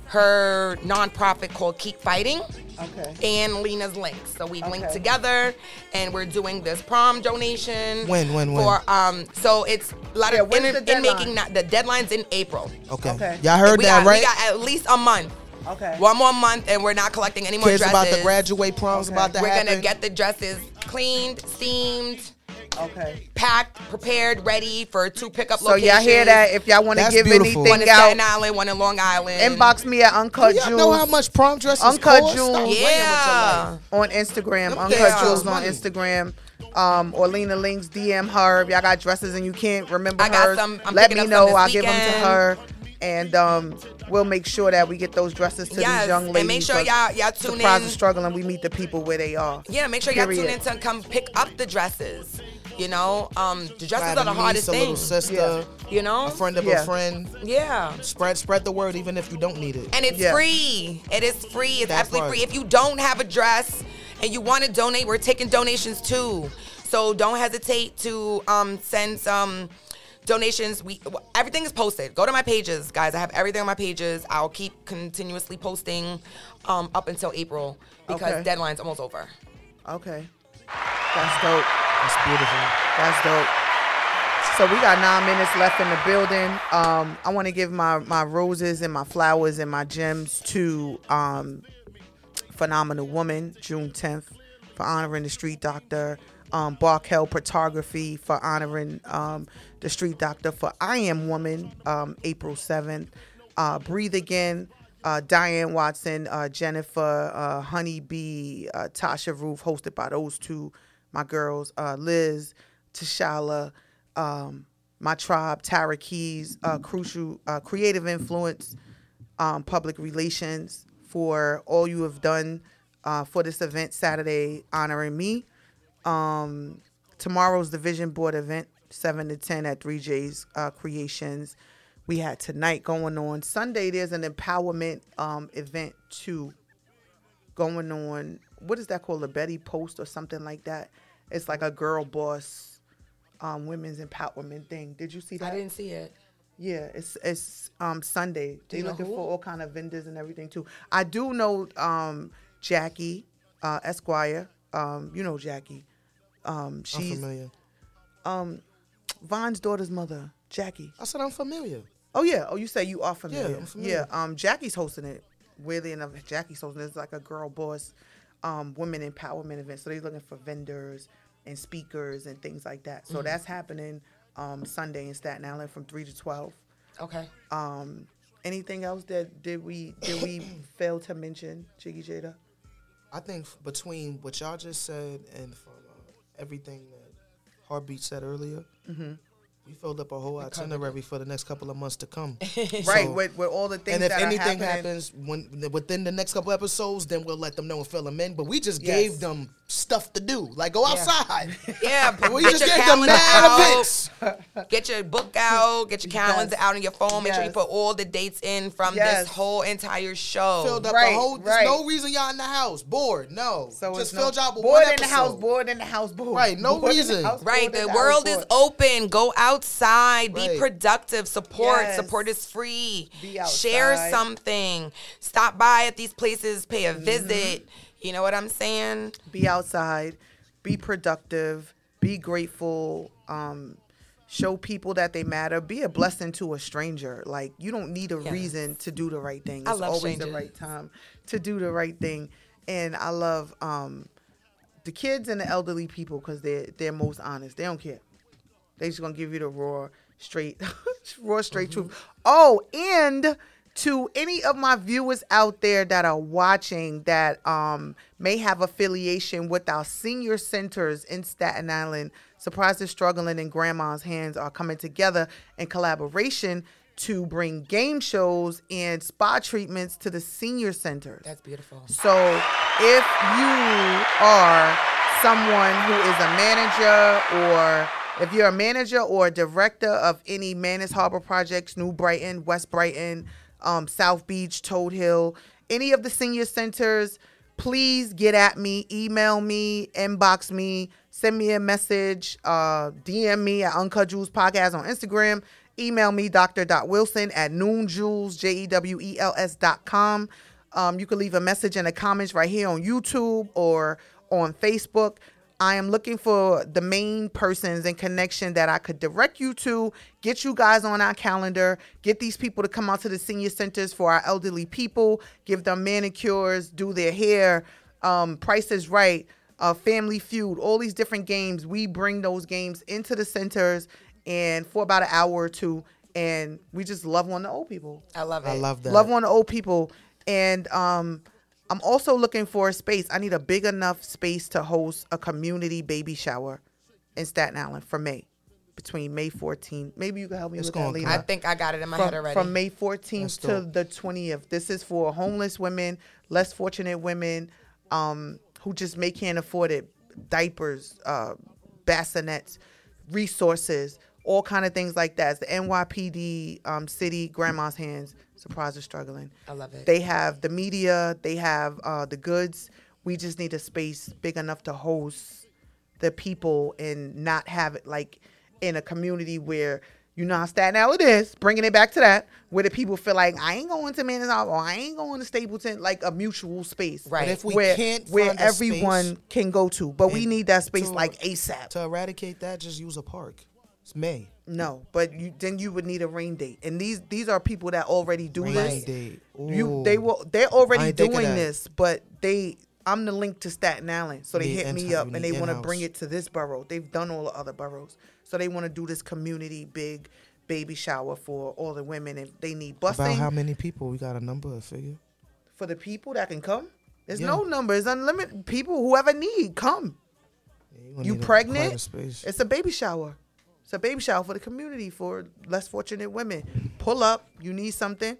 Speaker 8: her nonprofit called Keep Fighting.
Speaker 2: Okay.
Speaker 8: And Lena's Links. So we linked
Speaker 2: Okay.
Speaker 8: together and we're doing this prom donation.
Speaker 1: When, when, when?
Speaker 8: For um so it's a lot of in,
Speaker 2: the
Speaker 8: in making not, the deadline's in April.
Speaker 1: Okay. Y'all heard
Speaker 8: we
Speaker 1: that,
Speaker 8: got,
Speaker 1: right?
Speaker 8: We got at least a month.
Speaker 2: Okay.
Speaker 8: One more month and we're not collecting any more
Speaker 1: Kids
Speaker 8: dresses.
Speaker 1: about to graduate, prom's about to
Speaker 8: We're
Speaker 1: happen.
Speaker 8: gonna get the dresses cleaned, steamed,
Speaker 2: okay,
Speaker 8: packed, prepared, ready for two pickup
Speaker 2: So y'all
Speaker 8: locations.
Speaker 2: hear that? If y'all wanna That's give beautiful. anything
Speaker 8: one in Staten
Speaker 2: out,
Speaker 8: Island, one in Long Island.
Speaker 2: Inbox me at Uncut
Speaker 8: Do
Speaker 2: Jewels.
Speaker 8: y'all know how much prom dresses
Speaker 2: Uncut
Speaker 8: cost? Stop playing
Speaker 2: Jewels.
Speaker 8: with your life.
Speaker 2: On Instagram,
Speaker 8: Them
Speaker 2: Uncut
Speaker 8: things cost
Speaker 2: Jewels on
Speaker 8: money.
Speaker 2: Instagram. Um, Orlena Links, DM her. If y'all got dresses and you can't remember
Speaker 8: I got
Speaker 2: hers,
Speaker 8: some- I'm
Speaker 2: let me
Speaker 8: picking up
Speaker 2: know.
Speaker 8: some this
Speaker 2: I'll give them to
Speaker 8: weekend.
Speaker 2: her. And um, we'll make sure that we get those dresses to
Speaker 8: Yes,
Speaker 2: these young
Speaker 8: and
Speaker 2: ladies.
Speaker 8: make sure
Speaker 2: 'cause
Speaker 8: y'all- y'all tune
Speaker 2: surprise
Speaker 8: in.
Speaker 2: is struggling. We meet the people where they are.
Speaker 8: Yeah, make sure y'all tune in
Speaker 2: Period.
Speaker 8: to come pick up the dresses. You know, um, the dresses
Speaker 1: Grab
Speaker 8: are the
Speaker 1: a niece,
Speaker 8: hardest
Speaker 1: a
Speaker 8: thing.
Speaker 1: little sister,
Speaker 8: You know,
Speaker 1: a friend of
Speaker 8: Yeah.
Speaker 1: a friend.
Speaker 8: Yeah.
Speaker 1: Spread spread the word even if you don't need it.
Speaker 8: And it's free. It is free. It's
Speaker 1: That
Speaker 8: absolutely
Speaker 1: part.
Speaker 8: free. If you don't have a dress and you want to donate, we're taking donations too. So don't hesitate to um, send some donations. We everything is posted. Go to my pages, guys. I have everything on my pages. I'll keep continuously posting um, up until April because
Speaker 2: Okay.
Speaker 8: deadline's almost over.
Speaker 2: Okay. That's dope.
Speaker 1: That's beautiful.
Speaker 2: That's dope. So we got nine minutes left in the building. Um, I want to give my my roses and my flowers and my gems to um, phenomenal woman June 10th for honoring the street doctor. Um, Barkel Photography for honoring um, the street doctor for I Am Woman um, April 7th. Uh, Breathe Again uh, Diane Watson, uh, Jennifer, uh, Honeybee, uh, Tasha Roof, hosted by those two, my girls, uh, Liz, Tashala, um, my tribe, Tara Keys, uh, Crucial, uh, Creative Influence, um, Public Relations for all you have done uh, for this event Saturday, honoring me. Um, tomorrow's Division Board event, 7 to 10 at 3J's uh, Creations we had tonight going on. Sunday there's an empowerment um, event too going on. What is that called? A Betty Post or something like that. It's like a girl boss um, women's empowerment thing. Did you see that?
Speaker 8: I didn't see it.
Speaker 2: Yeah, it's it's um, Sunday.
Speaker 8: Do
Speaker 2: They're
Speaker 8: you know
Speaker 2: looking
Speaker 8: who?
Speaker 2: for all kind of vendors and everything too. I do know um, Jackie uh, Esquire. Um, you know Jackie. Um, she's
Speaker 1: familiar.
Speaker 2: Um, Von's daughter's mother, Jackie.
Speaker 1: I said I'm familiar.
Speaker 2: Oh yeah. Oh, you say you are familiar.
Speaker 1: I'm familiar.
Speaker 2: Yeah. Um, Jackie's hosting it. Weirdly enough, Jackie's hosting it. It's like a girl boss, um, women empowerment event. So they're looking for vendors and speakers and things like that. So
Speaker 8: Mhm.
Speaker 2: that's happening um, Sunday in Staten Island from three to twelve.
Speaker 8: Okay.
Speaker 2: Um, anything else that did we did we fail to mention, Jiggy Jada?
Speaker 1: I think between what y'all just said and from uh, everything that Heartbeat said earlier,
Speaker 2: Mhm.
Speaker 1: we filled up a whole itinerary for the next couple of months to come.
Speaker 2: Right,
Speaker 1: So-
Speaker 2: with, with all the things
Speaker 1: And if
Speaker 2: that are
Speaker 1: anything
Speaker 2: happening.
Speaker 1: happens when within the next couple episodes, then we'll let them know and fill them in. But we just
Speaker 2: Yes.
Speaker 1: gave them stuff to do, like go outside.
Speaker 8: Yeah,
Speaker 1: we
Speaker 8: get
Speaker 1: just gave
Speaker 8: your
Speaker 1: them
Speaker 8: calendar
Speaker 1: mad
Speaker 8: out.
Speaker 1: events.
Speaker 8: Get your book out, get your calendar out on your phone. Make sure you
Speaker 1: Yes.
Speaker 8: put all the dates in from
Speaker 1: Yes.
Speaker 8: this whole entire show.
Speaker 1: Filled up the whole. There's no reason y'all in the house bored. No, so just
Speaker 8: it's no-
Speaker 1: filled y'all with
Speaker 8: bored
Speaker 1: one
Speaker 8: in the house,
Speaker 1: episode.
Speaker 2: bored in the house, bored.
Speaker 1: Right, no
Speaker 8: Bored in the
Speaker 1: reason.
Speaker 8: house, Right, the world is open. Go outside.
Speaker 1: Right.
Speaker 8: Be productive. Support.
Speaker 1: Yes.
Speaker 8: Support is free.
Speaker 1: Be
Speaker 8: Share
Speaker 1: outside.
Speaker 8: something. Stop by at these places. Pay a
Speaker 2: Mm-hmm.
Speaker 8: visit. You know what I'm saying?
Speaker 2: Be outside. Be productive. Be grateful. Um, Show people that they matter. Be a blessing to a stranger. Like you don't need a reason to do the right thing. It's
Speaker 8: I love
Speaker 2: always the
Speaker 8: strangers.
Speaker 2: right time to do the right thing. And I love um, the kids and the elderly people because they're they're most honest. They don't care. They just gonna give you the raw, straight, raw, straight truth. Oh, and to any of my viewers out there that are watching that um, may have affiliation with our senior centers in Staten Island, Surprises Struggling and Grandma's Hands are coming together in collaboration to bring game shows and spa treatments to the senior centers.
Speaker 8: That's beautiful.
Speaker 2: So if you are someone who is a manager or if you're a manager or a director of any Manus Harbor projects, New Brighton, West Brighton, um, South Beach, Toad Hill, any of the senior centers, please get at me, email me, inbox me, send me a message, uh, DM me at Uncut Jules Podcast on Instagram, email me, dr.wilson at E noonjules, J-E-W-E-L-S dot com. Um, you can leave a message in the comments right here on YouTube or on Facebook. I am looking for the main persons and connection that I could direct you to, get you guys on our calendar, get these people to come out to the senior centers for our elderly people, give them manicures, do their hair, um, Price is Right, uh, Family Feud, all these different games. We bring those games into the centers and for about an hour or two, and we just love on the old people.
Speaker 8: I love it.
Speaker 1: I love that.
Speaker 2: Love on the old people. And um, I'm also looking for a space. I need a big enough space to host a community baby shower in Staten Island for May, between May 14th. Maybe you can help me
Speaker 8: It's
Speaker 2: with
Speaker 8: gonna
Speaker 2: that later.
Speaker 8: come. I think I got it in my
Speaker 2: From-
Speaker 8: head already.
Speaker 2: From May
Speaker 8: Let's
Speaker 2: 14th
Speaker 8: do
Speaker 2: to
Speaker 8: it.
Speaker 2: the 20th. This is for homeless women, less fortunate women um, who just may can't afford it. Diapers, uh, bassinets, resources, all kind of things like that. It's the NYPD um, city, grandma's hands, surprise are struggling.
Speaker 8: I love it.
Speaker 2: They have the media, they have uh, the goods. We just need a space big enough to host the people and not have it like in a community where you know how Staten Island is, bringing it back to that, where the people feel like I ain't going to Man's Harbor, I ain't going to Stapleton, like a mutual space,
Speaker 8: Right. But if we
Speaker 2: where,
Speaker 1: can't
Speaker 2: where
Speaker 1: find a
Speaker 2: everyone
Speaker 1: space-
Speaker 2: can go to, but we
Speaker 1: And
Speaker 2: need that space
Speaker 1: to-
Speaker 2: like ASAP.
Speaker 1: To eradicate that, just use a park. It's May.
Speaker 2: No, but you then you would need a rain date, and these these are people that already do
Speaker 1: Rain
Speaker 2: this.
Speaker 1: date.
Speaker 2: You
Speaker 1: Ooh.
Speaker 2: they will they're
Speaker 1: I
Speaker 2: already
Speaker 1: ain't think
Speaker 2: doing
Speaker 1: of that.
Speaker 2: this, but they I'm the link to Staten Island, so they
Speaker 1: Need
Speaker 2: hit
Speaker 1: in-
Speaker 2: me
Speaker 1: you
Speaker 2: up
Speaker 1: need
Speaker 2: and they want to
Speaker 1: in-house.
Speaker 2: bring it to this borough. They've done all the other boroughs, so they want to do this community big baby shower for all the women, and they need
Speaker 1: About
Speaker 2: busing
Speaker 1: how many people? We got a number, a figure.
Speaker 2: for the people that can come. There's
Speaker 1: Yeah.
Speaker 2: no number. It's unlimited. People, whoever need, come.
Speaker 1: gonna
Speaker 2: you
Speaker 1: need a- quite a
Speaker 2: pregnant?
Speaker 1: space.
Speaker 2: it's a baby shower. It's a baby shower for the community for less fortunate women. Pull up. You need something.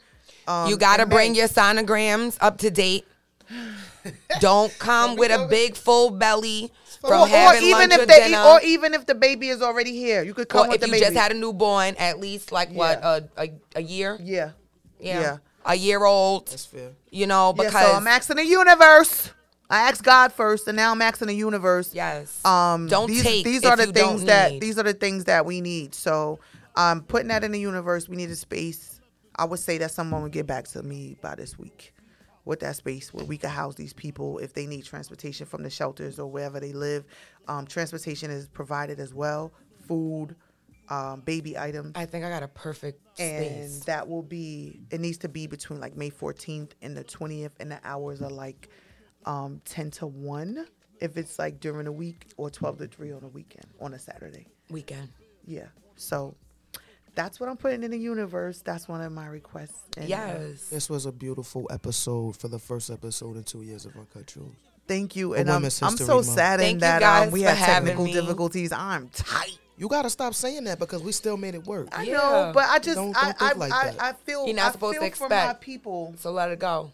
Speaker 2: Um,
Speaker 8: you gotta
Speaker 2: in May.
Speaker 8: bring your sonograms up to date. Don't come with a big full belly from
Speaker 2: or, or
Speaker 8: having
Speaker 2: even
Speaker 8: lunch
Speaker 2: if
Speaker 8: or
Speaker 2: they
Speaker 8: dinner.
Speaker 2: or even if the baby is already here, you could come
Speaker 8: Or
Speaker 2: with
Speaker 8: if
Speaker 2: the
Speaker 8: you
Speaker 2: baby.
Speaker 8: just had a newborn, at least like what a, a a year.
Speaker 2: Yeah.
Speaker 8: yeah,
Speaker 2: Yeah.
Speaker 8: a year old. That's
Speaker 1: fair.
Speaker 8: You know
Speaker 2: Yeah,
Speaker 8: because
Speaker 2: so I'm asking the universe. I asked God first, and now I'm asking the universe.
Speaker 8: Yes.
Speaker 2: Um,
Speaker 8: Don't
Speaker 2: these,
Speaker 8: take
Speaker 2: These
Speaker 8: if
Speaker 2: are the
Speaker 8: you
Speaker 2: things
Speaker 8: don't
Speaker 2: that
Speaker 8: need.
Speaker 2: these are the things that we need. So, um, putting that in the universe, we need a space. I would say that someone would get back to me by this week with that space where we could house these people if they need transportation from the shelters or wherever they live. Um, transportation is provided as well, food, um, baby items
Speaker 8: I think I got a perfect
Speaker 2: and
Speaker 8: space.
Speaker 2: that will be it needs to be between like may 14th and the 20th and the hours are like um 10 to 1 if it's like during the week or 12 to 3 on a weekend on a saturday
Speaker 8: Weekend.
Speaker 2: yeah so that's what i'm putting in the universe that's one of my requests and, uh,
Speaker 1: This was a beautiful episode for the first episode in two years of Uncut Jewels.
Speaker 2: thank you
Speaker 1: The
Speaker 2: and i'm,
Speaker 1: Women's
Speaker 2: I'm
Speaker 1: History
Speaker 2: so
Speaker 1: Month.
Speaker 2: saddened that um, we had technical difficulties i'm tight
Speaker 1: You gotta stop saying that because we still made it work.
Speaker 2: I know, but I just
Speaker 1: Don't-
Speaker 2: I,
Speaker 1: don't
Speaker 2: I,
Speaker 1: think like
Speaker 2: I,
Speaker 1: that.
Speaker 2: I feel
Speaker 8: You're not
Speaker 2: I
Speaker 8: supposed to
Speaker 2: feel for my
Speaker 8: expect.
Speaker 2: people.
Speaker 8: So let it go.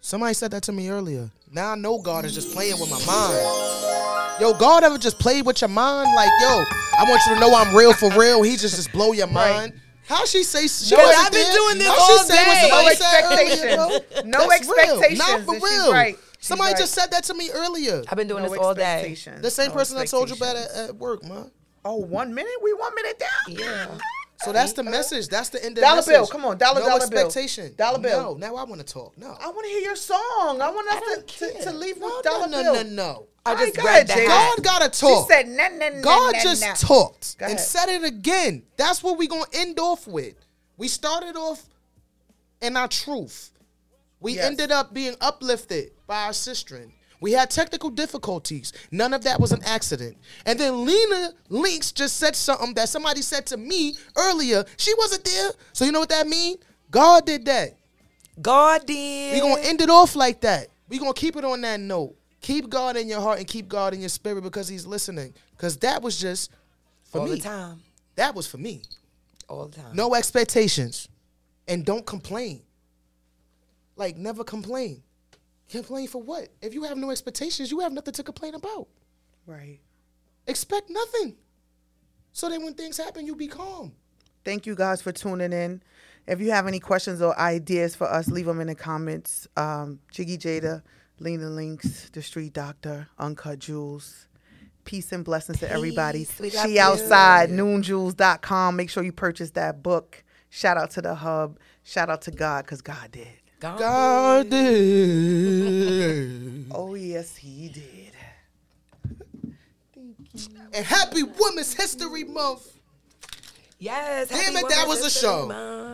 Speaker 1: Somebody said that to me earlier. Now I know God is just playing with my mind. Yo, God ever just played with your mind? Like, yo, I want you to know I'm real for real. He just just blow your mind. How she say? She
Speaker 2: No,
Speaker 1: wasn't
Speaker 2: I've been
Speaker 1: there?
Speaker 2: doing this
Speaker 1: How she
Speaker 2: all
Speaker 1: say what
Speaker 2: day.
Speaker 1: somebody
Speaker 2: No
Speaker 1: said earlier,
Speaker 2: expectations.
Speaker 1: bro?
Speaker 2: No
Speaker 1: That's real. Nah,
Speaker 2: expectations,
Speaker 1: for
Speaker 2: and she's
Speaker 1: real.
Speaker 2: right. She's
Speaker 1: Somebody
Speaker 2: right.
Speaker 1: just said that to me earlier.
Speaker 8: I've been doing
Speaker 2: No
Speaker 8: this all day.
Speaker 2: expectations.
Speaker 1: The same
Speaker 2: No
Speaker 1: person that told you about uh, at,
Speaker 2: expectations.
Speaker 1: at work, man.
Speaker 2: Oh, one minute? We one minute down?
Speaker 8: Yeah.
Speaker 1: So that's the message. That's the end of the
Speaker 2: Dollar
Speaker 1: message.
Speaker 2: bill, come on, dollar,
Speaker 1: no
Speaker 2: dollar bill.
Speaker 1: expectation.
Speaker 2: Dollar
Speaker 1: No,
Speaker 2: bill.
Speaker 1: now I want to talk. No.
Speaker 2: I want to hear your song. I want us to, to, to leave with
Speaker 1: No,
Speaker 2: dollar
Speaker 1: no,
Speaker 2: bill.
Speaker 1: no, no.
Speaker 8: I
Speaker 2: All right,
Speaker 8: just
Speaker 2: go
Speaker 8: read
Speaker 2: ahead,
Speaker 8: that.
Speaker 2: Jada.
Speaker 1: God gotta talk.
Speaker 2: She said, nah, nah, nah,
Speaker 1: God
Speaker 2: nah,
Speaker 1: just
Speaker 2: nah.
Speaker 1: talked
Speaker 2: Go
Speaker 1: and
Speaker 2: ahead.
Speaker 1: said it again. That's what we gonna end off with. We started off in our truth. We ended up being uplifted by our sister. We had technical difficulties. None of that was an accident. And then Lena Links just said something that somebody said to me earlier. She wasn't there. So you know what that mean? God did that.
Speaker 8: God did.
Speaker 1: we gonna end it off like that. we gonna keep it on that note. Keep God in your heart and keep God in your spirit because He's listening. Because that was just for
Speaker 8: All
Speaker 1: me.
Speaker 8: the time.
Speaker 1: That was for me.
Speaker 8: All the time.
Speaker 1: No expectations. And don't complain. Like, never complain. Complain for what? If you have no expectations, you have nothing to complain about.
Speaker 2: Right.
Speaker 1: Expect nothing. So then when things happen, you be calm.
Speaker 2: Thank you guys for tuning in. If you have any questions or ideas for us, leave them in the comments. Um, Jiggy Jada, Lena Links, The Street Doctor, Uncut Jewels. Peace and blessings to everybody.
Speaker 8: Peace. We love
Speaker 2: She
Speaker 8: you.
Speaker 2: outside, noonjewels.com. Make sure you purchase that book. Shout out to the hub. Shout out to God, because God did.
Speaker 8: God,
Speaker 1: did.
Speaker 2: oh, yes, He did.
Speaker 1: And happy Women's History Month.
Speaker 8: Yes.
Speaker 1: Damn
Speaker 8: happy
Speaker 1: it, that
Speaker 8: Women's
Speaker 1: was a
Speaker 8: History
Speaker 1: show.
Speaker 8: Month.